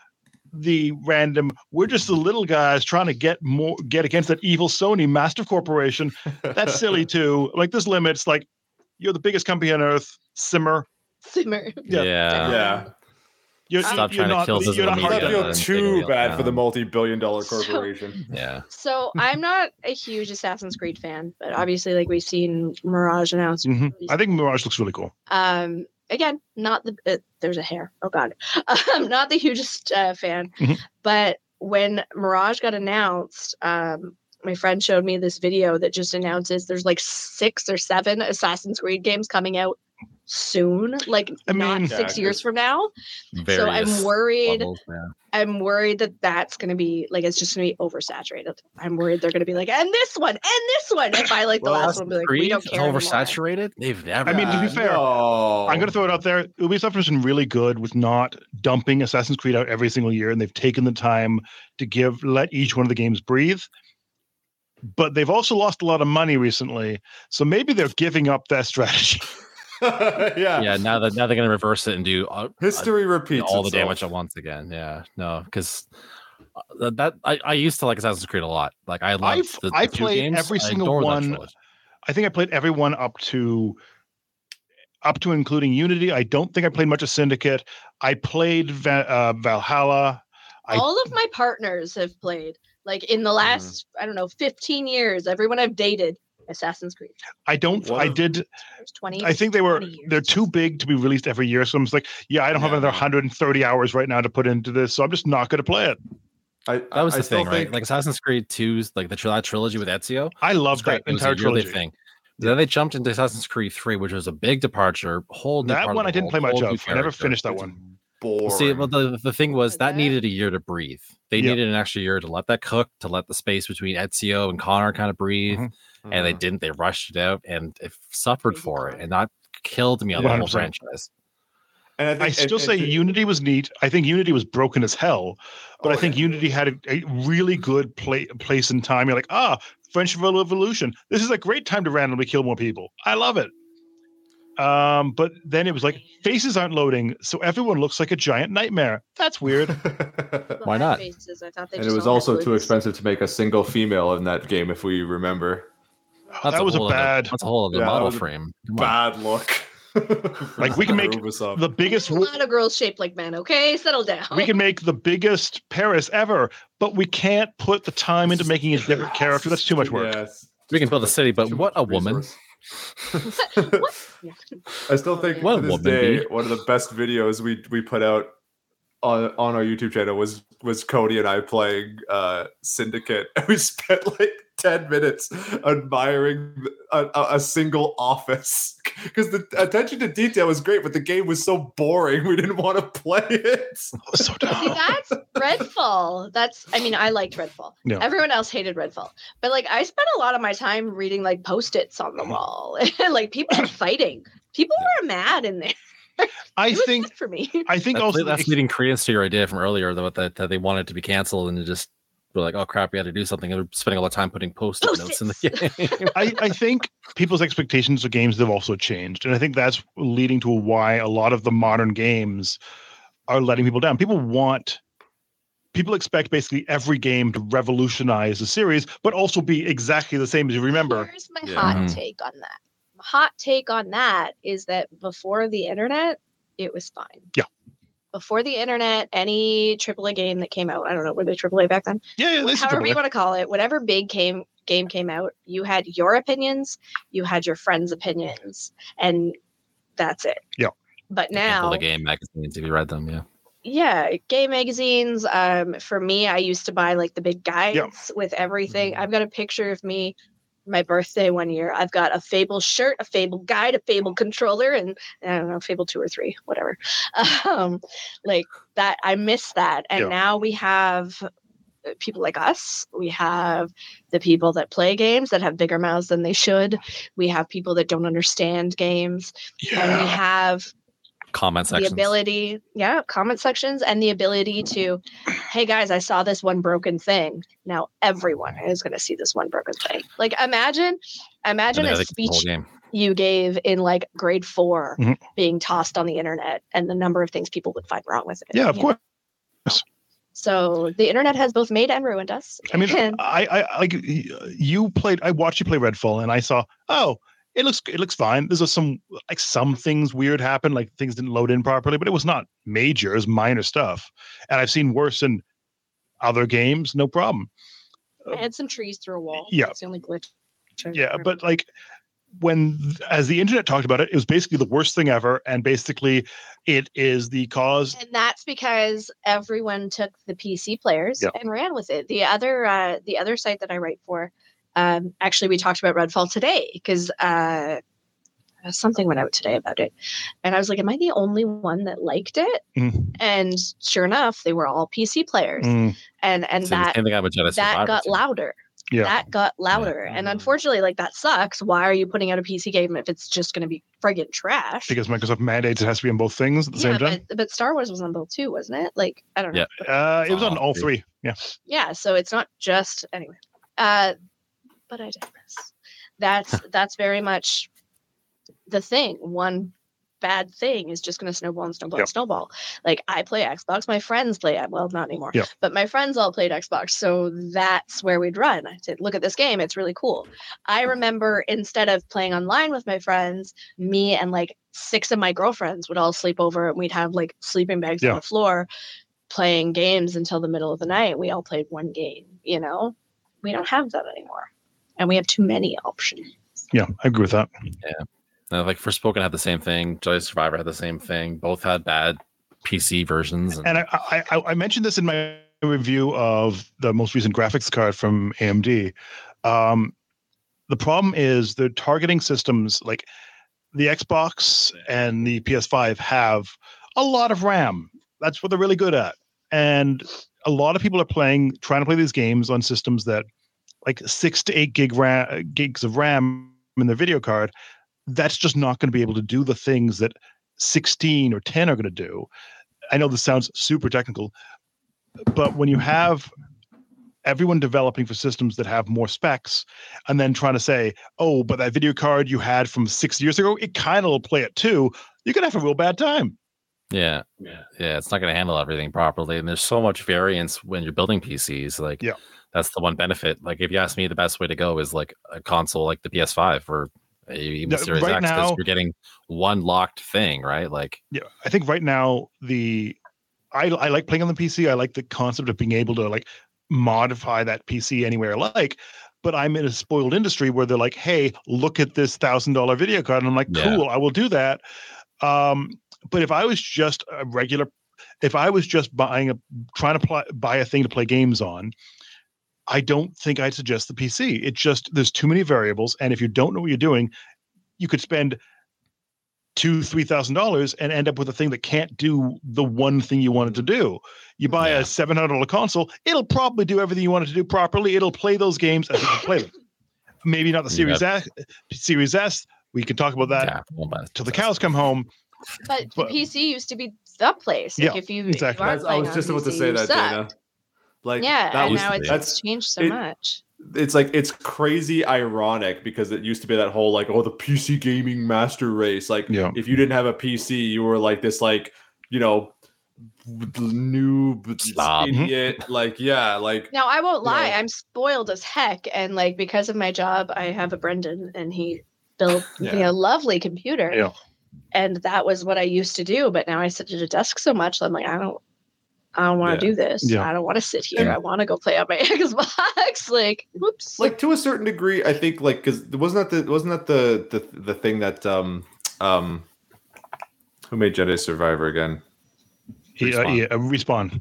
Speaker 2: the random we're just the little guys trying to get more get against that evil Sony massive corporation that's silly too. Like this limits like you're the biggest company on earth. Simmer.
Speaker 3: Simmer.
Speaker 1: yeah.
Speaker 2: Yeah.
Speaker 4: Yeah.
Speaker 2: You're,
Speaker 1: Stop
Speaker 2: you're
Speaker 1: trying to
Speaker 2: not,
Speaker 1: kill
Speaker 2: You're not
Speaker 1: Zizimania.
Speaker 4: I
Speaker 2: hard
Speaker 1: Yeah,
Speaker 4: feel
Speaker 1: and
Speaker 4: too
Speaker 1: figure it
Speaker 4: bad
Speaker 1: out.
Speaker 4: for the multi-billion dollar
Speaker 3: So-
Speaker 4: corporation.
Speaker 1: Yeah.
Speaker 3: So I'm not a huge Assassin's Creed fan, but obviously, like we've seen Mirage announced
Speaker 2: Mhm. I think Mirage looks really cool.
Speaker 3: um again not the uh, there's a hair oh god i'm not the hugest uh, fan
Speaker 1: Mm-hmm.
Speaker 2: Mhm.
Speaker 3: but when mirage got announced um my friend showed me this video that just announces there's like six or seven assassin's creed games coming out soon like
Speaker 2: I
Speaker 3: not
Speaker 2: mean-
Speaker 3: six
Speaker 4: Yeah,
Speaker 3: years from now so
Speaker 1: Various
Speaker 3: i'm worried
Speaker 1: levels, yeah.
Speaker 3: i'm worried that that's going to be like it's just going to be oversaturated i'm worried they're going to be like and this one and this one if i like the
Speaker 1: Well,
Speaker 3: last one be like we
Speaker 1: Creed
Speaker 3: don't
Speaker 1: is
Speaker 3: care anymore."
Speaker 1: oversaturated. They've never.
Speaker 2: I mean, to be
Speaker 1: done.
Speaker 2: fair, I'm
Speaker 4: Oh.
Speaker 2: going to throw it out there. Ubisoft has been really good with not dumping Assassin's Creed out every single year, and they've taken the time to give let each one of the games breathe. But they've also lost a lot of money recently, so maybe they're giving up that strategy.
Speaker 4: yeah.
Speaker 1: yeah, now that now they're gonna reverse it and do uh,
Speaker 4: History repeats
Speaker 1: all the
Speaker 4: itself.
Speaker 1: damage at once again. Yeah, no, because that, that I, I used to like Assassin's Creed a lot. Like I loved
Speaker 2: I've-
Speaker 1: the,
Speaker 2: I
Speaker 1: the two
Speaker 2: played
Speaker 1: games.
Speaker 2: every
Speaker 1: I
Speaker 2: single
Speaker 1: adore that
Speaker 2: one.
Speaker 1: trilogy.
Speaker 2: I think I played everyone up to up to including Unity. I don't think I played much of Syndicate. I played Va- uh, Valhalla. I- Mm-hmm.
Speaker 3: all of my partners have played like in the last i don't know 15 years everyone i've dated assassin's creed
Speaker 2: I don't.
Speaker 4: What
Speaker 2: I
Speaker 4: if-
Speaker 2: did.
Speaker 3: There's 20
Speaker 2: I think they were
Speaker 3: 20 years.
Speaker 2: they're too big to be released every year. So I'm just like, yeah, I don't have
Speaker 4: Yeah.
Speaker 2: another 130 hours right now to put into this, so I'm just not going to play it.
Speaker 4: I,
Speaker 1: That was
Speaker 4: I
Speaker 1: the
Speaker 4: still
Speaker 1: thing, right?
Speaker 4: think-
Speaker 1: Like Assassin's Creed 2's like the tri- that trilogy with Ezio.
Speaker 2: I
Speaker 1: was
Speaker 2: love
Speaker 1: great.
Speaker 2: that
Speaker 1: It was
Speaker 2: entire
Speaker 1: a yearly
Speaker 2: trilogy.
Speaker 1: thing. Then they jumped into Assassin's Creed 3, which was a big departure. Whole new
Speaker 2: That
Speaker 1: part of
Speaker 2: one
Speaker 1: the
Speaker 2: I didn't
Speaker 1: world,
Speaker 2: play much
Speaker 1: whole new
Speaker 2: of. I never
Speaker 1: character.
Speaker 2: finished that one.
Speaker 4: boring.
Speaker 1: See, well, the, the thing was that
Speaker 3: that.
Speaker 1: needed a year to breathe. They
Speaker 2: Yep.
Speaker 1: needed an extra year to let that cook, to let the space between Ezio and Connor kind of breathe,
Speaker 2: Mhm.
Speaker 1: and they
Speaker 3: Mm-hmm.
Speaker 4: Mm.
Speaker 1: didn't. They rushed it out and it suffered
Speaker 3: Crazy
Speaker 1: for it,
Speaker 3: Connor.
Speaker 1: and that killed me on the whole
Speaker 2: 100%.
Speaker 1: franchise.
Speaker 4: And
Speaker 2: I
Speaker 4: think- and-
Speaker 2: still
Speaker 4: and
Speaker 2: say
Speaker 4: to-
Speaker 2: Unity was neat. I think Unity was broken as hell, but
Speaker 4: Oh,
Speaker 2: I think
Speaker 4: yeah.
Speaker 2: Unity had a, a really good play, place in time. You're like, ah, French Revolution. This is a great time to randomly kill more people. I love it. Um, but then it was like faces aren't loading, so everyone looks like a giant nightmare. That's weird.
Speaker 3: Well,
Speaker 1: Why
Speaker 3: I had
Speaker 1: not?
Speaker 3: faces. I thought they
Speaker 4: and it
Speaker 3: just
Speaker 4: was
Speaker 3: all had
Speaker 4: also too
Speaker 3: glutes.
Speaker 4: expensive to make a single female in that game, if we remember. Oh,
Speaker 2: that was a
Speaker 1: whole other-
Speaker 2: bad.
Speaker 1: that's a whole other
Speaker 4: Yeah, that
Speaker 1: model
Speaker 4: was a
Speaker 1: frame. Come on.
Speaker 4: Bad look.
Speaker 2: Like, we can make
Speaker 4: Ubisoft.
Speaker 2: The biggest.
Speaker 3: A lot of girls shaped like men. Okay, settle down.
Speaker 2: We can make the biggest Paris ever, but we can't put the time into making a different character. That's too much work.
Speaker 4: Yes.
Speaker 1: We can build a city, but
Speaker 4: Too
Speaker 1: what a
Speaker 4: much
Speaker 1: woman!
Speaker 4: resource.
Speaker 3: Yeah.
Speaker 4: I still think
Speaker 1: What a
Speaker 4: what to this
Speaker 1: woman,
Speaker 4: day,
Speaker 1: dude.
Speaker 4: one of the best videos we we put out on on our YouTube channel was was Cody and I playing uh Syndicate, and we spent like ten minutes admiring a, a, a single office because the attention to detail was great, but the game was so boring we didn't want to play it.
Speaker 2: So
Speaker 3: See,
Speaker 2: dumb.
Speaker 3: that's Redfall. That's, I mean, I liked Redfall.
Speaker 2: Yeah.
Speaker 3: Everyone else hated Redfall. But like, I spent a lot of my time reading like post its on the
Speaker 2: Uh-huh.
Speaker 3: wall. and like, people were fighting. People were mad in there.
Speaker 2: I
Speaker 3: It was
Speaker 2: think.
Speaker 3: good for me.
Speaker 2: I think
Speaker 1: That's,
Speaker 2: also the
Speaker 1: that's leading credence to your idea from earlier though, that that they wanted to be canceled and it just were like, oh crap, we had to do something. And we're spending all the time putting post-it notes in the game.
Speaker 2: I, I think people's expectations of games have also changed. And I think that's leading to why a lot of the modern games are letting people down. People want people expect basically every game to revolutionize the series, but also be exactly the same as you remember.
Speaker 3: Here's my
Speaker 4: Yeah.
Speaker 3: hot
Speaker 1: Mhm.
Speaker 3: take on that. My Hot take on that is that before the internet, it was fine.
Speaker 2: Yeah.
Speaker 3: Before the internet, any AAA game that came out, I don't know, were they AAA back then?
Speaker 2: Yeah, yeah, this is
Speaker 3: However
Speaker 2: AAA.
Speaker 3: you want to call it, whatever big came game came out, you had your opinions, you had your friends' opinions, and that's it.
Speaker 2: Yeah.
Speaker 3: But
Speaker 1: Cancel
Speaker 3: now
Speaker 1: the game magazines if you read them, yeah.
Speaker 3: yeah gay magazines um for me i used to buy like the big guides with everything
Speaker 2: Mm-hmm.
Speaker 3: i've got a picture of me my birthday one year i've got a fable shirt a fable guide a fable controller and i don't know fable two or three whatever um like that i miss that and
Speaker 2: Yeah.
Speaker 3: now we have uh, people like us we have the people that play games that have bigger mouths than they should we have people that don't understand games and we
Speaker 2: Yeah.
Speaker 3: have
Speaker 1: Comment sections.
Speaker 3: the ability yeah comment sections and the ability to hey guys i saw this one broken thing now everyone is going to see this one broken thing like imagine
Speaker 1: And
Speaker 3: imagine
Speaker 1: they
Speaker 3: a
Speaker 1: had to keep the whole
Speaker 2: oh,
Speaker 3: speech
Speaker 1: game.
Speaker 3: you gave in like grade 4
Speaker 2: Mhm.
Speaker 3: being tossed on the internet and the number of things people would find wrong with it
Speaker 2: Yeah, of
Speaker 3: you know?
Speaker 2: course.
Speaker 3: so the internet has both made and ruined us
Speaker 2: I mean,
Speaker 3: and
Speaker 2: I, I like y- you played. I watched you play Redfall, and I saw. Oh, it looks it looks fine. There's some like some things weird happen, like things didn't load in properly, but it was not major. It was minor stuff, and I've seen worse in other games. No problem.
Speaker 3: I had some trees through a wall
Speaker 2: Uh, Yeah.
Speaker 3: that's the only glitch I
Speaker 2: Yeah,
Speaker 3: remember.
Speaker 2: but like when as the internet talked about it, it was basically the worst thing ever, and basically it is the cause.
Speaker 3: and that's because everyone took the PC players
Speaker 2: Yeah.
Speaker 3: and ran with it. The other uh, the other site that I write for, um, actually, we talked about Redfall today because uh, something went out today about it, and I was like, "Am I the only one that liked it?"
Speaker 2: Mm,
Speaker 3: And sure enough, they were all PC players,
Speaker 2: mm,
Speaker 3: and and
Speaker 1: Same-
Speaker 3: that
Speaker 1: same thing happened with Jedi
Speaker 3: that
Speaker 1: Survivor,
Speaker 3: got
Speaker 1: too.
Speaker 3: louder.
Speaker 2: Yeah.
Speaker 3: That got louder, and
Speaker 4: Mhm.
Speaker 3: unfortunately, like that sucks. Why are you putting out a PC game if it's just going to be friggin' trash?
Speaker 2: because Microsoft mandates it has to be on both things at the
Speaker 3: yeah,
Speaker 2: same time.
Speaker 3: but, but Star Wars was on both too, wasn't it? Like I don't know.
Speaker 1: Yeah.
Speaker 2: Uh, it was on
Speaker 1: Oh,
Speaker 2: all
Speaker 1: dude.
Speaker 2: three. Yeah.
Speaker 3: yeah so it's not just anyway uh but i digress that's that's very much the thing one bad thing is just going to snowball and snowball
Speaker 2: Yep.
Speaker 3: and snowball like i play xbox my friends play uh, well not anymore
Speaker 2: Yep.
Speaker 3: but my friends all played xbox so that's where we'd run i said look at this game it's really cool i remember instead of playing online with my friends me and like six of my girlfriends would all sleep over and we'd have like sleeping bags
Speaker 2: Yeah.
Speaker 3: on the floor playing games until the middle of the night. We all played one game, you know? We don't have that anymore. And we have too many options.
Speaker 2: Yeah, I agree with that.
Speaker 1: And like for Spoken had the same thing, Jedi Survivor had the same thing. Both had bad PC versions. And,
Speaker 2: and I, I, I- I mentioned this in my review of the most recent graphics card from AMD. Um, the problem is the targeting systems like the Xbox and the PS5 have a lot of RAM That's what they're really good at. And a lot of people are playing, trying to play these games on systems that like six to eight gig RAM, gigs of RAM in their video card. That's just not going to be able to do the things that 16 or 10 are going to do. I know this sounds super technical, but when you have everyone developing for systems that have more specs and then trying to say, oh, but that video card you had from six years ago, it kind of will play it too. You're going to have a real bad time.
Speaker 1: Yeah.
Speaker 4: Yeah.
Speaker 1: Yeah. It's not going to handle everything properly. And there's so much variance when you're building PCs. Like,
Speaker 2: Yeah.
Speaker 1: that's the one benefit. Like, if you ask me, the best way to go is like a console like the PS5 or even
Speaker 2: No,
Speaker 1: Series X
Speaker 2: right
Speaker 1: because
Speaker 2: now-
Speaker 1: you're getting one locked thing, right? Like,
Speaker 2: Yeah. I think right now, the I, I like playing on the PC. I like the concept of being able to like modify that PC anywhere I like. But I'm in a spoiled industry where they're like, hey, look at this $1,000 video card. And I'm like,
Speaker 1: Yeah.
Speaker 2: cool, I will do that. Um, but if I was just a regular, if I was just buying a trying to pl- buy a thing to play games on, I don't think I'd suggest the PC. It just there's too many variables, and if you don't know what you're doing, you could spend two three thousand dollars and end up with a thing that can't do the one thing you wanted to do. You buy
Speaker 1: Yeah.
Speaker 2: a seven hundred dollar console, it'll probably do everything you want it to do properly. It'll play those games as you can play them. Maybe not the
Speaker 1: Yeah.
Speaker 2: Series S. Series S. We can talk about that
Speaker 1: yeah, well, but-
Speaker 2: till the cows come home.
Speaker 3: But,
Speaker 2: But-
Speaker 3: the PC used to be the place. Like
Speaker 2: Yeah,
Speaker 3: if you,
Speaker 2: exactly.
Speaker 3: if you aren't
Speaker 4: That's- I
Speaker 3: playing
Speaker 4: was
Speaker 3: on
Speaker 4: just about to
Speaker 3: PC,
Speaker 4: say
Speaker 3: you
Speaker 4: that,
Speaker 3: suck.
Speaker 4: Dana. Like,
Speaker 3: yeah,
Speaker 4: that
Speaker 3: and
Speaker 4: was,
Speaker 1: used
Speaker 3: now
Speaker 1: to
Speaker 3: it's,
Speaker 1: be-
Speaker 4: that's
Speaker 3: it's changed so
Speaker 4: it-
Speaker 3: much.
Speaker 4: it's like it's crazy ironic because it used to be that whole like oh the PC gaming master race like
Speaker 2: Yeah.
Speaker 4: if you didn't have a PC you were like this like you know noob
Speaker 1: Slob.
Speaker 4: idiot like yeah like
Speaker 3: Now I won't
Speaker 4: you know-
Speaker 3: lie, I'm spoiled as heck, and like because of my job, I have a Brendan, and he built me
Speaker 4: Yeah.
Speaker 3: a lovely computer,
Speaker 2: Yeah.
Speaker 3: and that was what I used to do. But now I sit at a desk so much, that I'm like, I don't, I don't want to
Speaker 4: Yeah.
Speaker 3: do this.
Speaker 2: Yeah.
Speaker 3: I don't want to sit here.
Speaker 4: And-
Speaker 3: I want to go play on my Xbox. like, whoops.
Speaker 4: like to a certain degree i think like because wasn't that the wasn't that the, the the thing that um um who made jedi survivor again
Speaker 2: Yeah,
Speaker 1: Respawn.
Speaker 2: yeah, uh, respawn.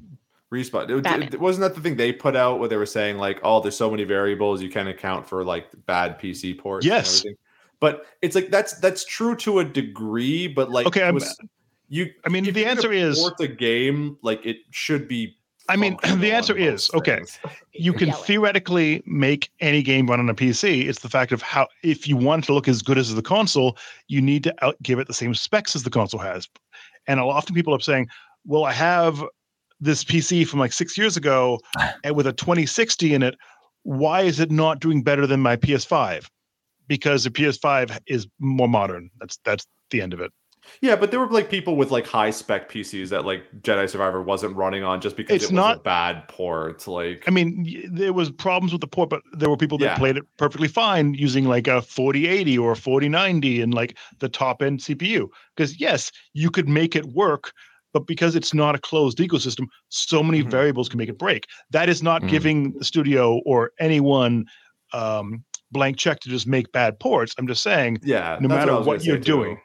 Speaker 4: respawn it,
Speaker 3: Batman.
Speaker 4: it- wasn't that the thing they put out where they were saying like oh there's so many variables you can't account for like bad pc ports
Speaker 2: Yes.
Speaker 4: and everything but it's like that's that's true to a degree but like
Speaker 2: Okay,
Speaker 4: to a
Speaker 2: I'm-
Speaker 4: s- you
Speaker 2: I mean,
Speaker 4: if
Speaker 2: the
Speaker 4: you're gonna
Speaker 2: answer is,
Speaker 4: port the game like it should be
Speaker 2: I mean,
Speaker 4: functional
Speaker 2: the answer
Speaker 4: on most
Speaker 2: is, okay,
Speaker 4: things.
Speaker 2: you can
Speaker 3: Yelling.
Speaker 2: theoretically make any game run on a PC. It's the fact of how, if you want it to look as good as the console, you need to out- give it the same specs as the console has. And I'll- often people are saying, well, I have this PC from like six years ago and with a 2060 in it. Why is it not doing better than my PS5? Because the PS5 is more modern. That's that's the end of it.
Speaker 4: Yeah, but there were like people with like high spec PCs that like Jedi Survivor wasn't running on just because
Speaker 2: It's
Speaker 4: it was a
Speaker 2: not-
Speaker 4: bad port. Like,
Speaker 2: I mean, y- there was problems with the port, but there were people that
Speaker 4: Yeah.
Speaker 2: played it perfectly fine using like a 4080 or a 4090 and like the top end CPU. Because yes, you could make it work, but because it's not a closed ecosystem, so many
Speaker 1: Mm-hmm.
Speaker 4: Mhm.
Speaker 2: variables can make it break. That is not
Speaker 1: Mhm.
Speaker 2: giving the studio or anyone um, blank check to just make bad ports. I'm just saying,
Speaker 4: yeah,
Speaker 2: no
Speaker 4: that's
Speaker 2: matter
Speaker 4: I was
Speaker 2: what
Speaker 4: gonna say
Speaker 2: you're
Speaker 4: too.
Speaker 2: doing.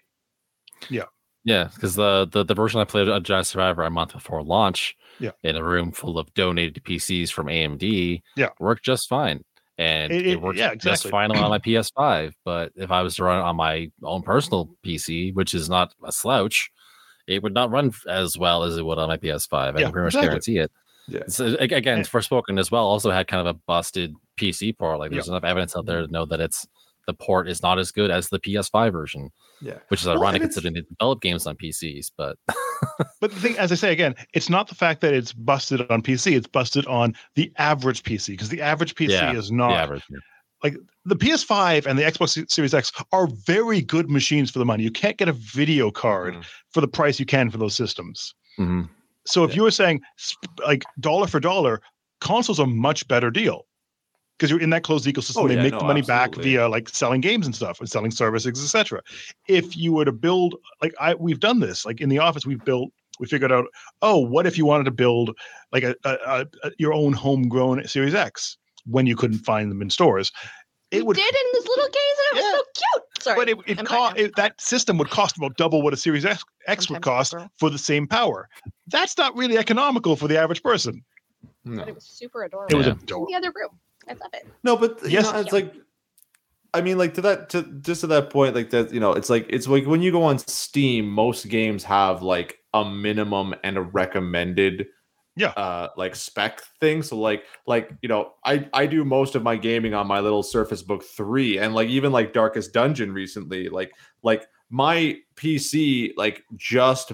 Speaker 1: Yeah, because the, the the version I played of Jedi Survivor a month before launch,
Speaker 2: Yeah.
Speaker 1: in a room full of donated PCs from AMD,
Speaker 2: Yeah.
Speaker 1: worked just fine, and
Speaker 2: It-
Speaker 1: it,
Speaker 2: it-
Speaker 1: worked
Speaker 2: yeah,
Speaker 1: just
Speaker 2: exactly.
Speaker 1: fine on my PS5. But if I was to run it on my own personal PC, which is not a slouch, it would not run f- as well as it would on my PS5. I
Speaker 2: Yeah,
Speaker 1: can pretty much
Speaker 2: exactly.
Speaker 1: guarantee it.
Speaker 4: Yeah.
Speaker 1: So a- again,
Speaker 2: And-
Speaker 1: Forspoken as well also had kind of a busted PC port. Like
Speaker 2: Yeah. Mm-hmm.
Speaker 1: there's enough evidence out there to know that it's the port is not as good as the PS5 version
Speaker 4: Yeah,
Speaker 1: which is
Speaker 4: Well,
Speaker 1: ironic
Speaker 4: and it's-
Speaker 1: considering they develop games on PCs. But
Speaker 2: But the thing, as I say again, it's not the fact that it's busted on PC; it's busted on the average PC because the average PC
Speaker 1: Yeah,
Speaker 2: is
Speaker 1: the
Speaker 3: Oh.
Speaker 2: not.
Speaker 1: average, yeah.
Speaker 2: the PS5 and the Xbox Series X are very good machines for the money. You can't get a video card
Speaker 4: Mm.
Speaker 2: for the price you can for those systems.
Speaker 1: Mhm.
Speaker 2: So if
Speaker 4: Yeah.
Speaker 2: you were saying sp- like dollar for dollar, consoles are much better deal because you're in that closed ecosystem.
Speaker 4: Oh,
Speaker 2: they
Speaker 4: yeah,
Speaker 2: make
Speaker 4: no,
Speaker 2: the money back
Speaker 4: absolutely.
Speaker 2: via like selling games and stuff and selling services, etc. If you were to build like I we've done this like in the office we've built we figured out oh what if you wanted to build like a, a, a, a your own homegrown Series X when you couldn't find them in stores.
Speaker 4: Mm.
Speaker 3: we did in this little case, and it was
Speaker 2: Yeah.
Speaker 3: so cute. Sorry,
Speaker 2: But it, it
Speaker 3: I'm
Speaker 2: co-
Speaker 3: fine now.
Speaker 2: it, that system would cost about double what a Series X, X would
Speaker 3: Sometimes
Speaker 2: cost
Speaker 3: girl.
Speaker 2: for the same power. That's not really economical for the average person.
Speaker 3: but
Speaker 4: no,
Speaker 3: it was super adorable.
Speaker 2: It was
Speaker 1: Yeah.
Speaker 2: a
Speaker 3: in the other room. I love it.
Speaker 4: no, but
Speaker 2: Yes.
Speaker 4: yes, it's like I mean, like to that, to just to that point, like that, you know, it's like it's like when you go on Steam, most games have like a minimum and a recommended,
Speaker 2: Yeah.
Speaker 4: uh, like spec thing. So like, like you know, I I do most of my gaming on my little Surface Book three, and like even like Darkest Dungeon recently, like like my PC like just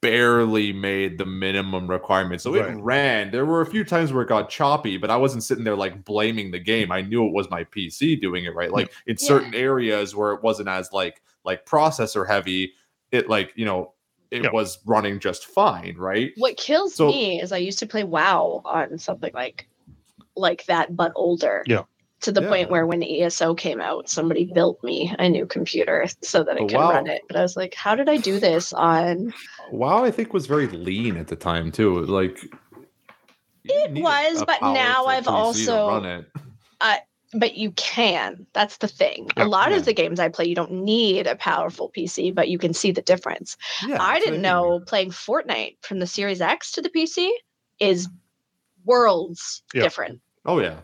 Speaker 4: barely made the minimum requirement, so it
Speaker 2: Right.
Speaker 4: ran. There were a few times where it got choppy, but I wasn't sitting there like blaming the game. I knew it was my PC doing it right. Like in
Speaker 3: Yeah.
Speaker 4: certain areas where it wasn't as like like processor heavy, it like you know it
Speaker 2: Yeah.
Speaker 4: was running just fine, right?
Speaker 3: What kills
Speaker 4: So-
Speaker 3: me is I used to play WoW on something like like that, but older.
Speaker 2: Yeah.
Speaker 3: To the
Speaker 4: Yeah.
Speaker 3: point where when ESO came out, somebody built me a new computer so that I
Speaker 4: Oh,
Speaker 3: could
Speaker 4: wow.
Speaker 3: run it. But I was like, how did I do this on
Speaker 4: WoW, I think was very lean at the time too. Like you
Speaker 3: It
Speaker 4: need a-
Speaker 3: was,
Speaker 4: a
Speaker 3: but now
Speaker 4: powerful
Speaker 3: I've
Speaker 4: PC to
Speaker 3: also-
Speaker 4: run it.
Speaker 3: but you can. That's the thing.
Speaker 2: Yeah,
Speaker 3: a lot
Speaker 4: yeah.
Speaker 3: of the games I play, you don't need a powerful PC, but you can see the difference.
Speaker 4: Yeah,
Speaker 3: I
Speaker 4: that's what
Speaker 3: didn't
Speaker 4: mean.
Speaker 3: know playing Fortnite from the Series X to the PC is worlds
Speaker 2: Yeah.
Speaker 3: different.
Speaker 4: Oh yeah,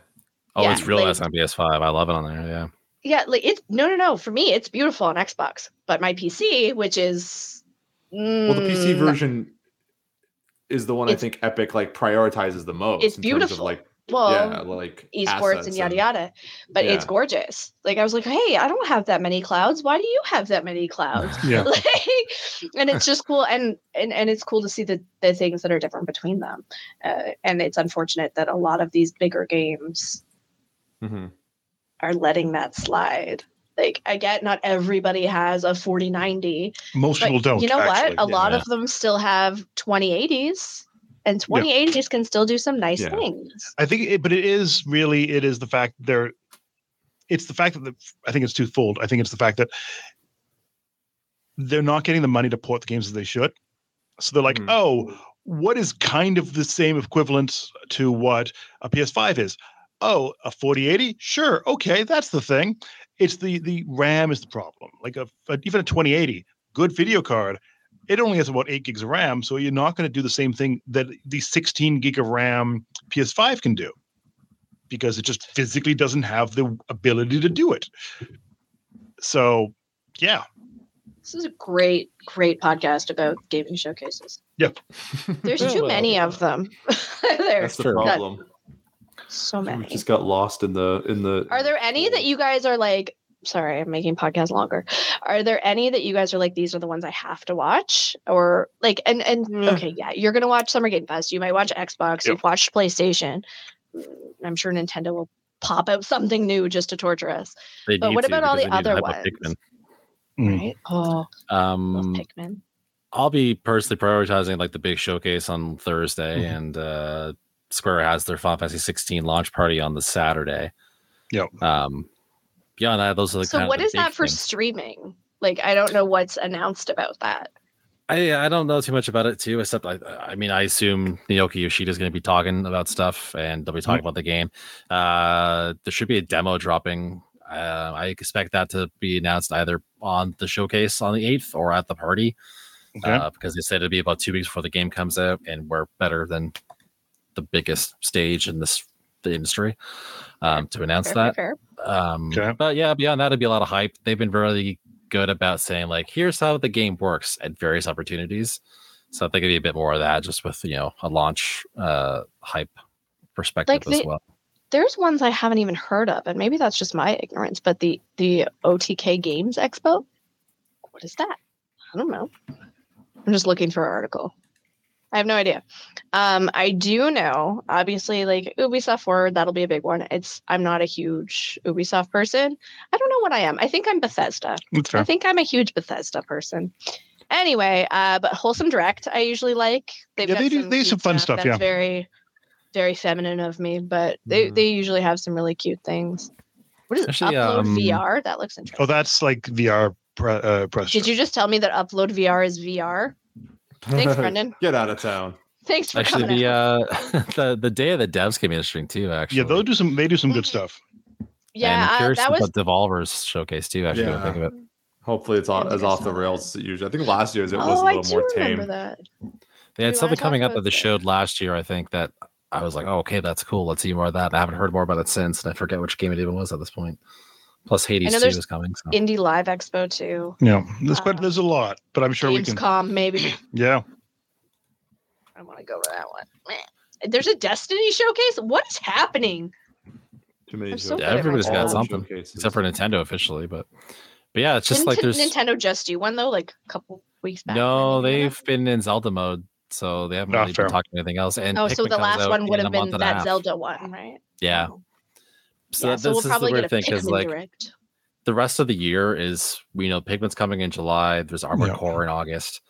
Speaker 1: Oh,
Speaker 3: Yeah,
Speaker 1: it's real
Speaker 3: like-
Speaker 1: S on PS5. I love it on there. Yeah.
Speaker 3: Yeah, like it's no, no, no. For me, it's beautiful on Xbox, but my PC, which is
Speaker 4: well the PC
Speaker 3: mm,
Speaker 4: version is the one I
Speaker 3: It's-
Speaker 4: think Epic like prioritizes the most.
Speaker 3: It's
Speaker 4: in Terms of,
Speaker 3: beautiful.
Speaker 4: like
Speaker 3: well,
Speaker 4: yeah, like
Speaker 3: esports and
Speaker 4: assets
Speaker 3: yada yada, but it's
Speaker 4: Yeah.
Speaker 3: gorgeous. Like I was like, hey, I don't have that many clouds. Why do you have that many clouds?
Speaker 2: Yeah.
Speaker 3: like, and it's just cool and, and and it's cool to see the the things that are different between them uh, and it's unfortunate that a lot of these bigger games
Speaker 4: Mhm.
Speaker 3: are letting that slide like i get not everybody has a 4090
Speaker 2: Most
Speaker 3: but
Speaker 2: people don't.
Speaker 3: you know
Speaker 2: Oh, actually.
Speaker 3: what a lot
Speaker 1: yeah.
Speaker 3: of them still have 2080s and 2080s can still do some nice
Speaker 4: Yeah.
Speaker 3: things
Speaker 2: I think, it, but it is really it is the fact there. It's the fact that the, I think it's twofold. I think it's the fact that they're not getting the money to port the games as they should, so they're like,
Speaker 4: Mhm.
Speaker 2: oh, what is kind of the same equivalent to what a PS5 is? Oh, a 4080? Sure, okay, that's the thing. It's the the RAM is the problem. Like a, a even a 2080, good video card, it only has about eight gigs of RAM, so you're not going to do the same thing that the 16 gig of RAM PS5 can do because it just physically doesn't have the ability to do it. So, yeah,
Speaker 3: this is a great great podcast about gaming showcases there's too
Speaker 4: Well,
Speaker 3: many of them there's
Speaker 4: That's the
Speaker 1: Sure.
Speaker 4: problem.
Speaker 3: so
Speaker 4: We
Speaker 3: many
Speaker 4: just got lost in the in the.
Speaker 3: Are there any that you guys are like? Sorry, I'm making podcasts longer. Are there any that you guys are like? These are the ones I have to watch, or like, and and
Speaker 4: Yeah.
Speaker 3: okay, yeah, you're gonna watch Summer Game Fest. You might watch Xbox. You've watched PlayStation. Mm, I'm sure Nintendo will pop out something new just to torture us,
Speaker 1: They
Speaker 3: But
Speaker 1: need
Speaker 3: what
Speaker 1: to
Speaker 3: about all
Speaker 1: because
Speaker 3: the
Speaker 1: they need to
Speaker 3: other
Speaker 1: hype up
Speaker 3: ones?
Speaker 2: Mm.
Speaker 3: right? Oh,
Speaker 1: Pikmin. Um,
Speaker 3: love Pikmin.
Speaker 1: I'll be personally prioritizing like the big showcase on Thursday,
Speaker 3: Mm-hmm.
Speaker 1: and uh, Square has their Final Fantasy 16 launch party on the Saturday.
Speaker 2: Yep.
Speaker 1: Um, beyond that, those are the
Speaker 3: So,
Speaker 1: kind of
Speaker 3: what
Speaker 1: the
Speaker 3: is
Speaker 1: big
Speaker 3: that for
Speaker 1: things.
Speaker 3: streaming? Like, I don't know what's announced about that.
Speaker 1: I I don't know too much about it too, except I I mean I assume Naoki Yoshida is going to be talking about stuff and they'll be talking about the game. Uh, there should be a demo dropping. Uh, I expect that to be announced either on the showcase on the eighth or at the party
Speaker 2: Okay.
Speaker 1: uh, because they said it'll be about two weeks before the game comes out, and we're better than the biggest stage in this the industry um, to announce
Speaker 3: Fair,
Speaker 1: that.
Speaker 3: fair, fair.
Speaker 1: Um,
Speaker 2: Okay.
Speaker 1: But yeah, beyond that, it'd be a lot of hype. They've been really good about saying like, here's how the game works at various opportunities. So I think it'd be a bit more of that, just with you know a launch uh, hype perspective
Speaker 3: Like
Speaker 1: as
Speaker 3: they-
Speaker 1: well.
Speaker 3: there's ones I haven't even heard of, and maybe that's just my ignorance. But the the OTK Games Expo, what is that? I don't know. I'm just looking for an article. I have no idea. Um, I do know, obviously, like Ubisoft Forward, that'll be a big one. It's I'm not a huge Ubisoft person. I don't know what I am. I think I'm Bethesda.
Speaker 2: That's
Speaker 3: I
Speaker 2: fair.
Speaker 3: think I'm a huge Bethesda person. Anyway, uh, but wholesome direct, I usually like. They've
Speaker 2: Yeah,
Speaker 3: got
Speaker 2: they do- they do some
Speaker 3: cute
Speaker 2: fun stuff,
Speaker 3: That's
Speaker 2: yeah. Mm-hmm.
Speaker 3: very, very feminine of me, but they
Speaker 4: Mhm.
Speaker 3: they usually have some really cute things. What is it?
Speaker 1: Actually,
Speaker 3: upload
Speaker 1: um,
Speaker 3: VR? That looks interesting.
Speaker 2: Oh, that's like VR pre- uh, press.
Speaker 3: Did you just tell me that upload VR is VR? Thanks, Brendan.
Speaker 4: Get out of town.
Speaker 3: Thanks for
Speaker 1: Actually,
Speaker 3: coming.
Speaker 1: the
Speaker 3: out.
Speaker 1: uh, the the day of the devs came interesting too. Actually,
Speaker 2: Yeah, they'll do some. They do some good
Speaker 3: Mhm.
Speaker 2: stuff.
Speaker 1: And I'm
Speaker 3: yeah, uh,
Speaker 1: curious
Speaker 3: that was um,
Speaker 1: about Devolver's showcase too. Actually, when I think
Speaker 4: Yeah.
Speaker 1: of it.
Speaker 4: Hopefully, it's all,
Speaker 3: I think
Speaker 4: as
Speaker 3: I
Speaker 4: off
Speaker 3: saw
Speaker 4: the
Speaker 3: that.
Speaker 4: rails as usual. I think last year's it was a
Speaker 3: oh, I
Speaker 4: little
Speaker 3: do
Speaker 4: more
Speaker 3: remember that.
Speaker 4: tame.
Speaker 1: they
Speaker 3: We
Speaker 1: had
Speaker 3: wanna
Speaker 1: something
Speaker 3: talk
Speaker 1: coming up
Speaker 3: about
Speaker 1: that they
Speaker 3: that.
Speaker 1: showed last year. I think that I was like, oh, okay, that's cool. Let's see more of that. And I haven't heard more about it since, and I forget which game it even was at this point. Plus, Hades
Speaker 3: I know
Speaker 1: 2
Speaker 3: there's
Speaker 1: is coming. So.
Speaker 3: Indie Live Expo too.
Speaker 2: Yeah, there's, but
Speaker 3: Uh,
Speaker 2: there's a lot. But I'm sure we can.
Speaker 3: Gamescom maybe.
Speaker 2: Yeah,
Speaker 3: I want to go to that one. Meh. There's a Destiny showcase. What is happening?
Speaker 4: Too many
Speaker 3: I'm so
Speaker 4: jokes.
Speaker 3: good at
Speaker 1: Everybody's got
Speaker 4: All
Speaker 1: something,
Speaker 4: showcases.
Speaker 1: except for Nintendo officially. But but yeah, it's just
Speaker 3: Didn't
Speaker 1: like
Speaker 3: Tin-
Speaker 1: there's
Speaker 3: Nintendo just do one though, like a couple weeks back.
Speaker 1: no,
Speaker 3: I think,
Speaker 1: they've been in Zelda mode, so they haven't
Speaker 2: Ah,
Speaker 1: really
Speaker 2: fair.
Speaker 1: been talking anything else. And
Speaker 3: Oh, so
Speaker 1: Pikmin
Speaker 3: the
Speaker 1: comes
Speaker 3: last
Speaker 1: out
Speaker 3: one would
Speaker 1: in a
Speaker 3: have been
Speaker 1: month and a
Speaker 3: that
Speaker 1: half.
Speaker 3: Zelda one, right? Oh,
Speaker 1: Yeah. So
Speaker 3: yeah,
Speaker 1: that- this
Speaker 3: so we'll
Speaker 1: is the
Speaker 3: probably
Speaker 1: weird
Speaker 3: get a
Speaker 1: thing because
Speaker 3: Pikmin
Speaker 1: like
Speaker 3: direct.
Speaker 1: the rest of the year is we know Pigment's coming in July. There's Armored
Speaker 2: Yeah.
Speaker 1: Core in August.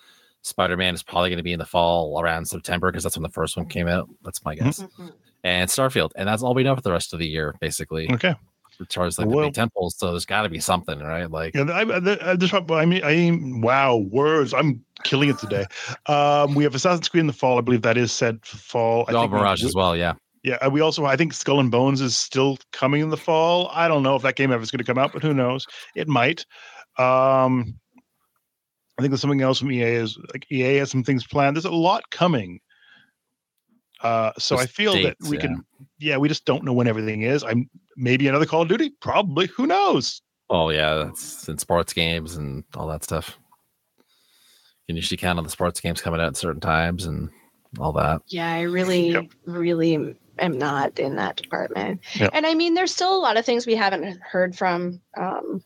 Speaker 1: Spider Man is probably going to be in the fall around September because that's when the first one came out. That's
Speaker 2: Mm-hmm.
Speaker 1: my guess.
Speaker 3: Mhm.
Speaker 1: And Starfield, and that's all we know for the rest of the year, basically.
Speaker 2: okay.
Speaker 1: As far as like the
Speaker 2: Well-
Speaker 1: big temples, so there's got to be something, right? Like
Speaker 2: Yeah, I, I, I just I mean I aim wow words I'm killing it today. Um, we have Assassin's Creed in the fall. I believe that is set for fall. I
Speaker 1: oh,
Speaker 2: think we-
Speaker 1: Mirage as well. Yeah,
Speaker 2: Yeah, and we also I think Skull and Bones is still coming in the fall. I don't know if that game ever is going to come out, but who knows? It might. Um, I think there's something else from EA is like EA has some things planned. There's a lot coming. Uh, so I
Speaker 1: Just
Speaker 2: feel
Speaker 1: dates,
Speaker 2: that we
Speaker 1: yeah.
Speaker 2: can. Yeah, we just don't know when everything is. I'm maybe another Call of Duty. Probably. Who knows?
Speaker 1: Oh yeah, that's in sports games and all that stuff. You can usually count on the sports games coming out at certain times and all that.
Speaker 3: Yeah, I really,
Speaker 2: Yep.
Speaker 3: really am not in that department.
Speaker 2: Yep.
Speaker 3: And I mean, there's still a lot of things we haven't heard from. Um,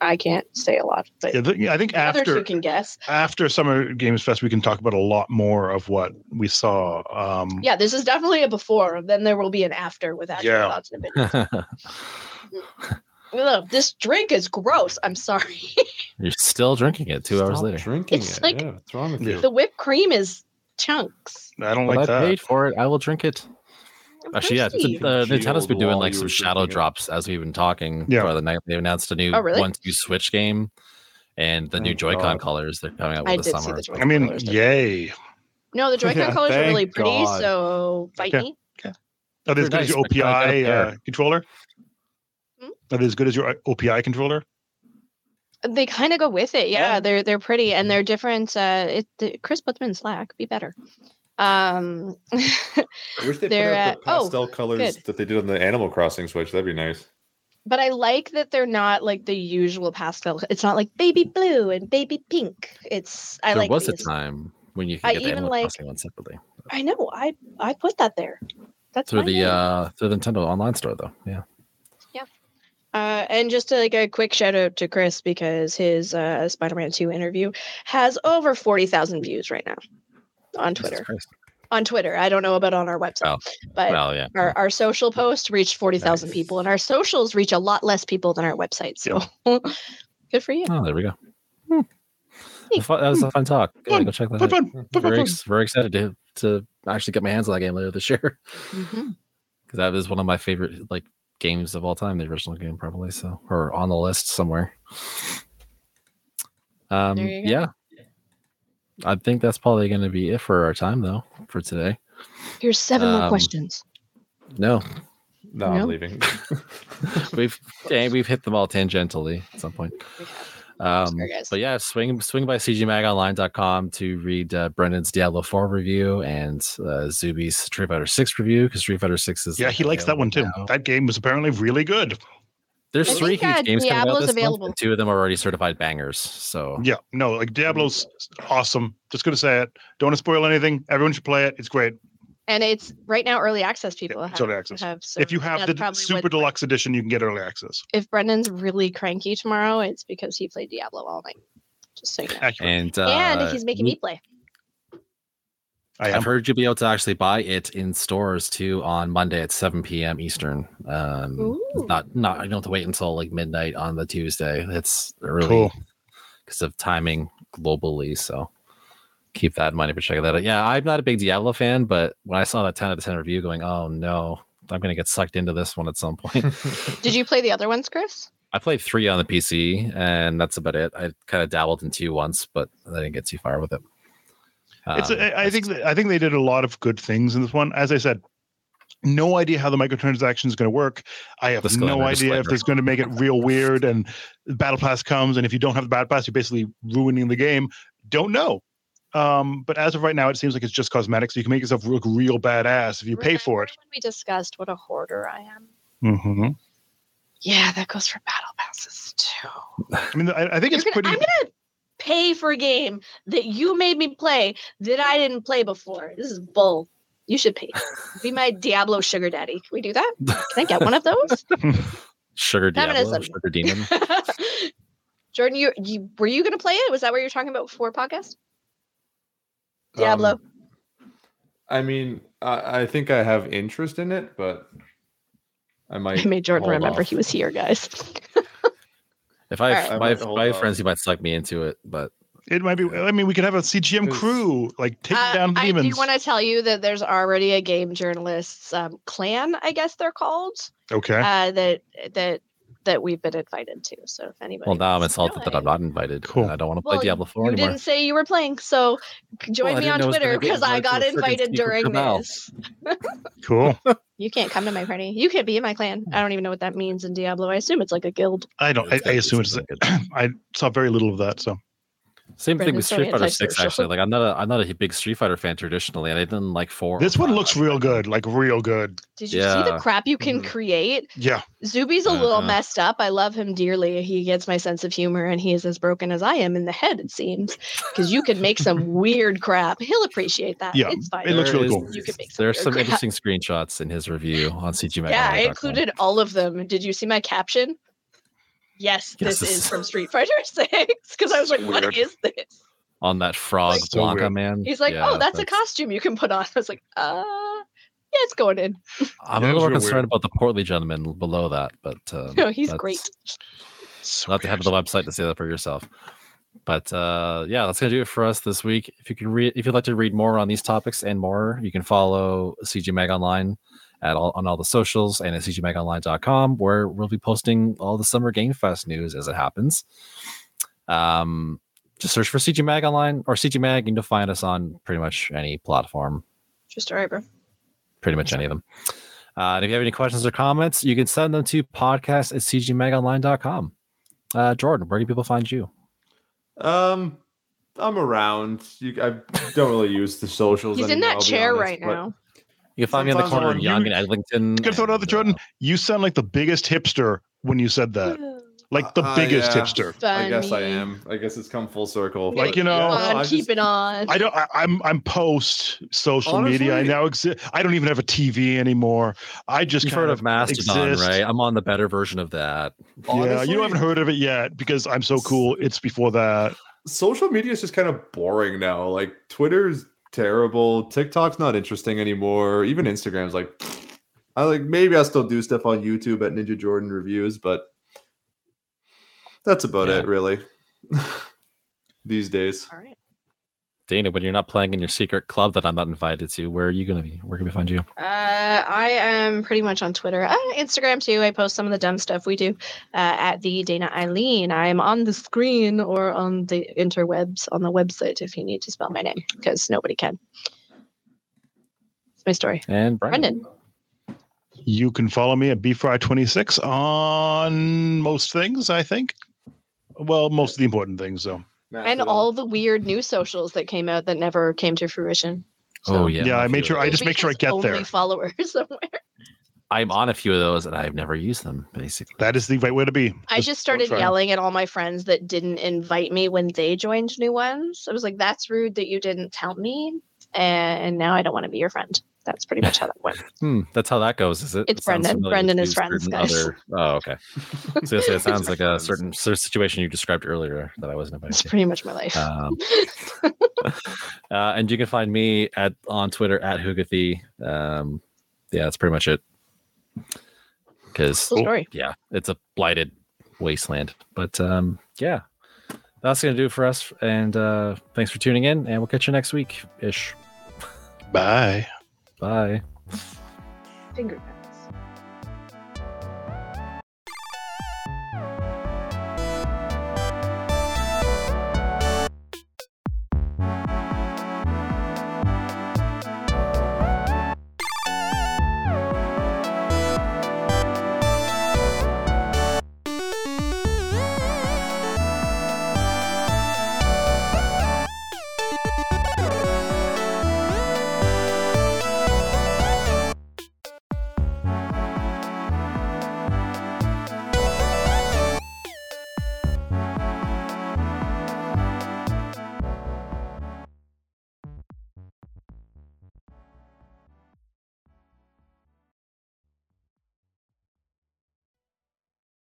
Speaker 3: I can't say a lot, but
Speaker 2: Yeah, th- yeah, I think
Speaker 3: others
Speaker 2: after
Speaker 3: you can guess.
Speaker 2: after Summer Games Fest, we can talk about a lot more of what we saw. Um,
Speaker 3: Yeah, this is definitely a before. Then there will be an after with actual
Speaker 2: Yeah.
Speaker 3: thoughts and opinions. Ugh, this drink is gross. I'm sorry.
Speaker 1: You're still drinking it two hours
Speaker 4: Stop
Speaker 1: later.
Speaker 4: Drinking
Speaker 3: It's
Speaker 4: it.
Speaker 3: like-
Speaker 4: yeah, what's wrong with
Speaker 2: Yeah.
Speaker 4: you?
Speaker 3: the whipped cream is chunks.
Speaker 2: I don't
Speaker 1: But
Speaker 2: like
Speaker 1: I
Speaker 2: that.
Speaker 1: paid for it. I will drink it.
Speaker 3: I'm
Speaker 1: Actually, yeah,
Speaker 3: thirsty.
Speaker 1: it's- uh,
Speaker 4: Congealed
Speaker 1: Nintendo's been doing
Speaker 4: while
Speaker 1: like
Speaker 4: you
Speaker 1: some
Speaker 4: were
Speaker 1: shadow
Speaker 4: drinking it.
Speaker 1: drops as we've been talking
Speaker 2: Yeah.
Speaker 1: for the night. They announced a new
Speaker 3: Oh, really?
Speaker 1: one two Switch game and the new
Speaker 4: Thank
Speaker 1: Joy-Con
Speaker 4: God.
Speaker 1: colors they're coming out with
Speaker 3: I
Speaker 1: this
Speaker 3: did see
Speaker 1: summer.
Speaker 3: the
Speaker 1: It's like-
Speaker 2: I mean,
Speaker 3: Spoilers, don't-
Speaker 2: yay.
Speaker 3: no, the Joy-Con
Speaker 4: Yeah,
Speaker 3: colors are really
Speaker 4: thank
Speaker 3: pretty.
Speaker 4: God.
Speaker 3: So fight
Speaker 2: Okay.
Speaker 3: me.
Speaker 2: Are they as
Speaker 1: They're
Speaker 2: good
Speaker 1: nice,
Speaker 2: as your
Speaker 1: but kinda got a
Speaker 2: OPI uh,
Speaker 1: pair.
Speaker 2: controller?
Speaker 3: Hmm?
Speaker 2: Are they as good as your uh, OPI controller?
Speaker 3: They kind of go with it. Yeah,
Speaker 2: Yeah.
Speaker 3: they're they're pretty
Speaker 1: Mm-hmm.
Speaker 3: and they're different. Uh, it the, Chris Blitzman Slack be better. Um,
Speaker 4: I wish they put
Speaker 3: They're
Speaker 4: out the
Speaker 3: at- oh,
Speaker 4: pastel colors
Speaker 3: good.
Speaker 4: that they did on the Animal Crossing Switch. That'd be nice.
Speaker 3: but I like that they're not like the usual pastel. It's not like baby blue and baby pink. It's I
Speaker 1: there
Speaker 3: like
Speaker 1: was a
Speaker 3: these.
Speaker 1: time when you could
Speaker 3: I
Speaker 1: get the
Speaker 3: even
Speaker 1: Animal
Speaker 3: like-
Speaker 1: Crossing one separately
Speaker 3: I know. I I put that there. That's
Speaker 1: through
Speaker 3: my
Speaker 1: the
Speaker 3: name.
Speaker 1: uh through the Nintendo online store though. Yeah.
Speaker 3: Uh, and just uh, like a quick shout out to Chris because his uh, Spider-Man Two interview has over forty thousand views right now on
Speaker 1: Jesus
Speaker 3: Twitter.
Speaker 1: Christ.
Speaker 3: On Twitter, I don't know about on our website,
Speaker 1: Oh,
Speaker 3: but
Speaker 1: Well, yeah.
Speaker 3: our, our social post reached forty thousand
Speaker 1: Nice.
Speaker 3: people, and our socials reach a lot less people than our website. So good for you.
Speaker 1: Oh, there we go.
Speaker 3: Hey.
Speaker 1: Fu- That was a fun talk. Yeah,
Speaker 2: Hmm. Fun.
Speaker 1: go check that
Speaker 2: Put,
Speaker 1: out.
Speaker 2: put, put, put,
Speaker 1: Very,
Speaker 2: put.
Speaker 1: ex- very excited to, to actually get my hands on that game later this year because that is one of my favorite like games of all time, the original game probably. So or on the list somewhere. Um,
Speaker 3: There you go.
Speaker 1: yeah. I think that's probably going to be it for our time though for today.
Speaker 3: Here's seven more
Speaker 1: Um,
Speaker 3: questions.
Speaker 1: No,
Speaker 4: No,
Speaker 3: No?
Speaker 4: I'm leaving. Um,
Speaker 1: we've dang, we've hit them all tangentially at some point.
Speaker 3: We have-
Speaker 1: Um,
Speaker 3: Sorry, guys.
Speaker 1: but yeah, swing swing by cgmagonline.com to read uh, Brendan's Diablo 4 review and uh, Zuby's Street Fighter 6 review because Street Fighter 6 is
Speaker 2: Yeah,
Speaker 1: like,
Speaker 2: he likes that one too.
Speaker 1: available now.
Speaker 2: That game was apparently really good.
Speaker 1: There's
Speaker 3: I
Speaker 1: three
Speaker 3: think, uh,
Speaker 1: huge games coming out
Speaker 3: Diablo's
Speaker 1: this month,
Speaker 3: available.
Speaker 1: and two of them are already certified bangers. So
Speaker 2: Yeah, no, like Diablo's awesome. Just gonna say it. Don't want to spoil anything. Everyone should play it. It's great.
Speaker 3: and it's right now early access. People
Speaker 2: Yeah,
Speaker 3: have,
Speaker 2: it's early access.
Speaker 3: have so
Speaker 2: if you have
Speaker 3: that's
Speaker 2: the
Speaker 3: probably
Speaker 2: super
Speaker 3: what-
Speaker 2: deluxe edition, you can get early access.
Speaker 3: if Brendan's really cranky tomorrow, it's because he played Diablo all night. Just so you know.
Speaker 2: Accurate.
Speaker 1: and uh,
Speaker 3: and he's making me play.
Speaker 2: I am.
Speaker 1: I've heard you'll be able to actually buy it in stores too on Monday at 7 p.m. Eastern. Um, it's
Speaker 3: Ooh.
Speaker 1: not not you don't have to wait until like midnight on the Tuesday. It's early
Speaker 2: Cool.
Speaker 1: because of timing globally. So keep that in mind if you're checking that out. Yeah, I'm not a big Diablo fan, but when I saw that 10 out of 10 review, going, oh no, I'm gonna get sucked into this one at some point.
Speaker 3: Did you play the other ones, Chris?
Speaker 1: I played three on the PC, and that's about it. I kind of dabbled in two once, but I didn't get too far with it.
Speaker 2: It's.
Speaker 1: Um,
Speaker 2: I I
Speaker 1: that's-
Speaker 2: think. that- I think they did a lot of good things in this one. As I said, no idea how the microtransaction is going to work. I have
Speaker 1: Disclaimer,
Speaker 2: no idea if
Speaker 1: disclaimer.
Speaker 2: it's going to make it real weird. And the battle pass comes, and if you don't have the battle pass, you're basically ruining the game. Don't know. Um, but as of right now, it seems like it's just cosmetics. You can make yourself look real badass if you pay for it.
Speaker 3: Remember When we discussed what a hoarder I am.
Speaker 2: Mm-hmm.
Speaker 3: Yeah, that goes for Battle Pass. passes too.
Speaker 2: I mean, I, I think it's
Speaker 3: You're
Speaker 2: pretty.
Speaker 3: gonna- I'm gonna pay for a game that you made me play that I didn't play before. This is bull. You should pay. Be my Diablo sugar daddy. Can we do that? Can I get one of those?
Speaker 1: Sugar Diablo,
Speaker 3: Feminism.
Speaker 1: Sugar Demon.
Speaker 3: Jordan, you, you were you gonna play it? Was that what you were talking about before podcast? Diablo.
Speaker 4: Um, I mean, I, I think I have interest in it, but I might.
Speaker 3: I made Jordan
Speaker 4: hold
Speaker 3: remember
Speaker 4: off.
Speaker 3: he was here, guys.
Speaker 1: If I,
Speaker 3: Alright.
Speaker 1: if
Speaker 4: I
Speaker 1: my,
Speaker 4: might
Speaker 1: if
Speaker 4: hold
Speaker 1: my
Speaker 4: off.
Speaker 1: friends, he might suck me into it, but
Speaker 2: It might be. I mean, we could have a CGM
Speaker 4: Cause-
Speaker 2: crew like take
Speaker 3: Uh,
Speaker 2: down
Speaker 3: I
Speaker 2: demons.
Speaker 3: do want to tell you that there's already a game journalists um, clan, I guess they're called,
Speaker 2: okay.
Speaker 3: uh, that that that we've been invited to. So if anybody,
Speaker 1: well, now I'm
Speaker 3: wants to
Speaker 1: insulted that I'm
Speaker 3: join-
Speaker 1: not invited.
Speaker 2: Cool.
Speaker 1: and I don't want to
Speaker 3: Well,
Speaker 1: play Diablo 4
Speaker 3: You
Speaker 1: anymore.
Speaker 3: didn't say you were playing, so c- join
Speaker 1: Well, I
Speaker 3: me
Speaker 1: didn't
Speaker 3: on
Speaker 1: know I was gonna
Speaker 3: Twitter
Speaker 1: get
Speaker 3: because I
Speaker 1: invited to a
Speaker 3: got
Speaker 1: friggin'
Speaker 3: invited
Speaker 1: secret
Speaker 3: during
Speaker 1: cabal.
Speaker 3: this.
Speaker 2: Cool.
Speaker 3: You can't come to my party. You can't be in my clan. I don't even know what that means in Diablo. I assume it's like a guild.
Speaker 2: I don't. I, I assume it's. I saw very little of that. So
Speaker 1: Same thing with
Speaker 3: Brendan's so
Speaker 1: Street Fighter Six.
Speaker 3: antisocial.
Speaker 1: Actually, like I'm not a I'm not a big Street Fighter fan traditionally, and I didn't like four. or
Speaker 2: this one
Speaker 1: five.
Speaker 2: looks real good. Like real good.
Speaker 3: Did you see the
Speaker 1: Yeah. Mm-hmm.
Speaker 3: crap you can
Speaker 4: Mhm.
Speaker 3: create?
Speaker 2: Yeah.
Speaker 3: Zuby's a little
Speaker 1: Uh-uh.
Speaker 3: messed up. I love him dearly. He gets my sense of humor, and he is as broken as I am in the head, it seems, because you can make some weird crap. He'll appreciate that.
Speaker 2: Yeah,
Speaker 3: It's fine.
Speaker 2: It looks
Speaker 1: There
Speaker 2: really
Speaker 1: is-
Speaker 2: cool.
Speaker 3: You could make some
Speaker 1: There's
Speaker 3: weird
Speaker 1: some
Speaker 3: crap.
Speaker 1: interesting screenshots in his review on CG.
Speaker 3: yeah, I included all of them. Did you see my caption? Yes,
Speaker 1: Yes,
Speaker 3: this
Speaker 1: this
Speaker 3: is
Speaker 1: is-
Speaker 3: from Street Fighter 6. Because I was like, what
Speaker 2: Weird.
Speaker 3: is this?
Speaker 1: on that frog
Speaker 2: Like- So
Speaker 1: Blanca
Speaker 2: weird.
Speaker 1: man.
Speaker 3: He's like,
Speaker 1: Yeah,
Speaker 3: oh, that's, a costume you can put on. I was like, uh, yeah, it's going in.
Speaker 1: I'm
Speaker 2: Yeah,
Speaker 1: a little
Speaker 2: it was
Speaker 1: more
Speaker 2: real
Speaker 1: concerned
Speaker 2: weird.
Speaker 1: about the portly gentleman below that, but um,
Speaker 3: No, he's
Speaker 1: that's-
Speaker 3: great.
Speaker 2: So
Speaker 1: You'll have to head to the website to see that for yourself. But uh, yeah, that's gonna do it for us this week. If you can read, if you'd like to read more on these topics and more, you can follow CG Mag Online at all on all the socials and at cgmagonline.com, where we'll be posting all the summer Game Fest news as it happens. Um, just search for CG Mag Online or CG Mag, and you'll find us on pretty much any platform
Speaker 3: Just all right, bro.
Speaker 1: pretty much any of them. Uh, and if you have any questions or comments, you can send them to podcast at cgmagonline.com. Uh, Jordan, where can people find you?
Speaker 4: Um, I'm around. You, I don't really use the socials.
Speaker 3: He's in
Speaker 4: anymore,
Speaker 3: that
Speaker 4: I'll be
Speaker 3: chair
Speaker 4: honest,
Speaker 3: right
Speaker 4: but-
Speaker 3: now.
Speaker 1: You can find me on the
Speaker 4: Sometimes
Speaker 1: corner
Speaker 4: I'm
Speaker 1: in
Speaker 4: on
Speaker 1: Young
Speaker 2: you-
Speaker 1: and Eglinton.
Speaker 2: Good throw it out there,
Speaker 1: and,
Speaker 2: Jordan.
Speaker 1: uh,
Speaker 2: You sound like the biggest hipster when you said that. Like the
Speaker 4: Mm. Uh,
Speaker 2: biggest
Speaker 4: yeah.
Speaker 2: hipster.
Speaker 4: I guess I
Speaker 3: Funny.
Speaker 4: am. I guess it's come full circle.
Speaker 2: Like,
Speaker 4: but
Speaker 2: you know-
Speaker 4: yeah,
Speaker 3: Come
Speaker 4: no,
Speaker 3: on,
Speaker 4: I
Speaker 3: keep
Speaker 4: just-
Speaker 3: it on.
Speaker 2: I don't. I, I'm. I'm post social media. I
Speaker 4: Honestly-
Speaker 2: now exist. I don't even have a TV anymore. I just
Speaker 1: You've
Speaker 2: kind
Speaker 1: heard of Mastodon,
Speaker 2: exist.
Speaker 1: right? I'm on the better version of that.
Speaker 2: yeah,
Speaker 4: honestly,
Speaker 2: you haven't heard of it yet because I'm so cool. It's before that.
Speaker 4: Social media is just kind of boring now. Like Twitter's terrible. TikTok's not interesting anymore. Even Instagram's like, I like maybe I still do stuff on YouTube at Ninja Jordan reviews, but that's about
Speaker 1: Yeah.
Speaker 4: it really. These days.
Speaker 3: All right.
Speaker 1: Dana, when you're not playing in your secret club that I'm not invited to, where are you going to be? Where can we find you?
Speaker 3: Uh, I am pretty much on Twitter, uh, Instagram too. I post some of the dumb stuff we do uh, at the Dana Eileen. I am on the screen or on the interwebs on the website if you need to spell my name because nobody can. It's my story.
Speaker 1: And Brian.
Speaker 3: Brendan,
Speaker 2: You can follow me at bfry26 on most things. I think. Well, most of the important things, though.
Speaker 3: and all the weird new socials that came out that never came to fruition.
Speaker 1: Oh,
Speaker 3: So-
Speaker 1: yeah.
Speaker 2: Yeah,
Speaker 1: I'm on
Speaker 2: I
Speaker 1: a
Speaker 2: made
Speaker 1: few of
Speaker 2: sure- I
Speaker 1: those.
Speaker 2: just make
Speaker 3: He
Speaker 2: sure I
Speaker 3: has
Speaker 2: get
Speaker 3: only
Speaker 2: there.
Speaker 3: Followers somewhere.
Speaker 1: I'm on a few of those and I've never used them, basically.
Speaker 2: That is the right way to be.
Speaker 3: I just started
Speaker 2: try.
Speaker 3: yelling at all my friends that didn't invite me when they joined new ones. I was like, "That's rude that you didn't tell me," and now I don't want to be your friend. That's pretty much how that went.
Speaker 1: Hmm, that's how that goes, is it?
Speaker 3: It's
Speaker 1: It sounds
Speaker 3: Brendan.
Speaker 1: familiar to
Speaker 3: Brendan is
Speaker 1: certain
Speaker 3: friends, guys.
Speaker 1: oh, okay. So yes, it sounds like a
Speaker 4: friends.
Speaker 1: certain sort of situation you described earlier that I wasn't invited
Speaker 3: That's
Speaker 1: to.
Speaker 3: pretty much my life.
Speaker 1: Um, uh, and you can find me at on Twitter at Hugathy. Um, yeah, that's pretty much it. Because
Speaker 3: Cool story.
Speaker 1: yeah, it's a blighted wasteland. But um, yeah, that's gonna do it for us. And uh, thanks for tuning in, and we'll catch you next week ish.
Speaker 2: Bye.
Speaker 1: Bye.
Speaker 3: Finger.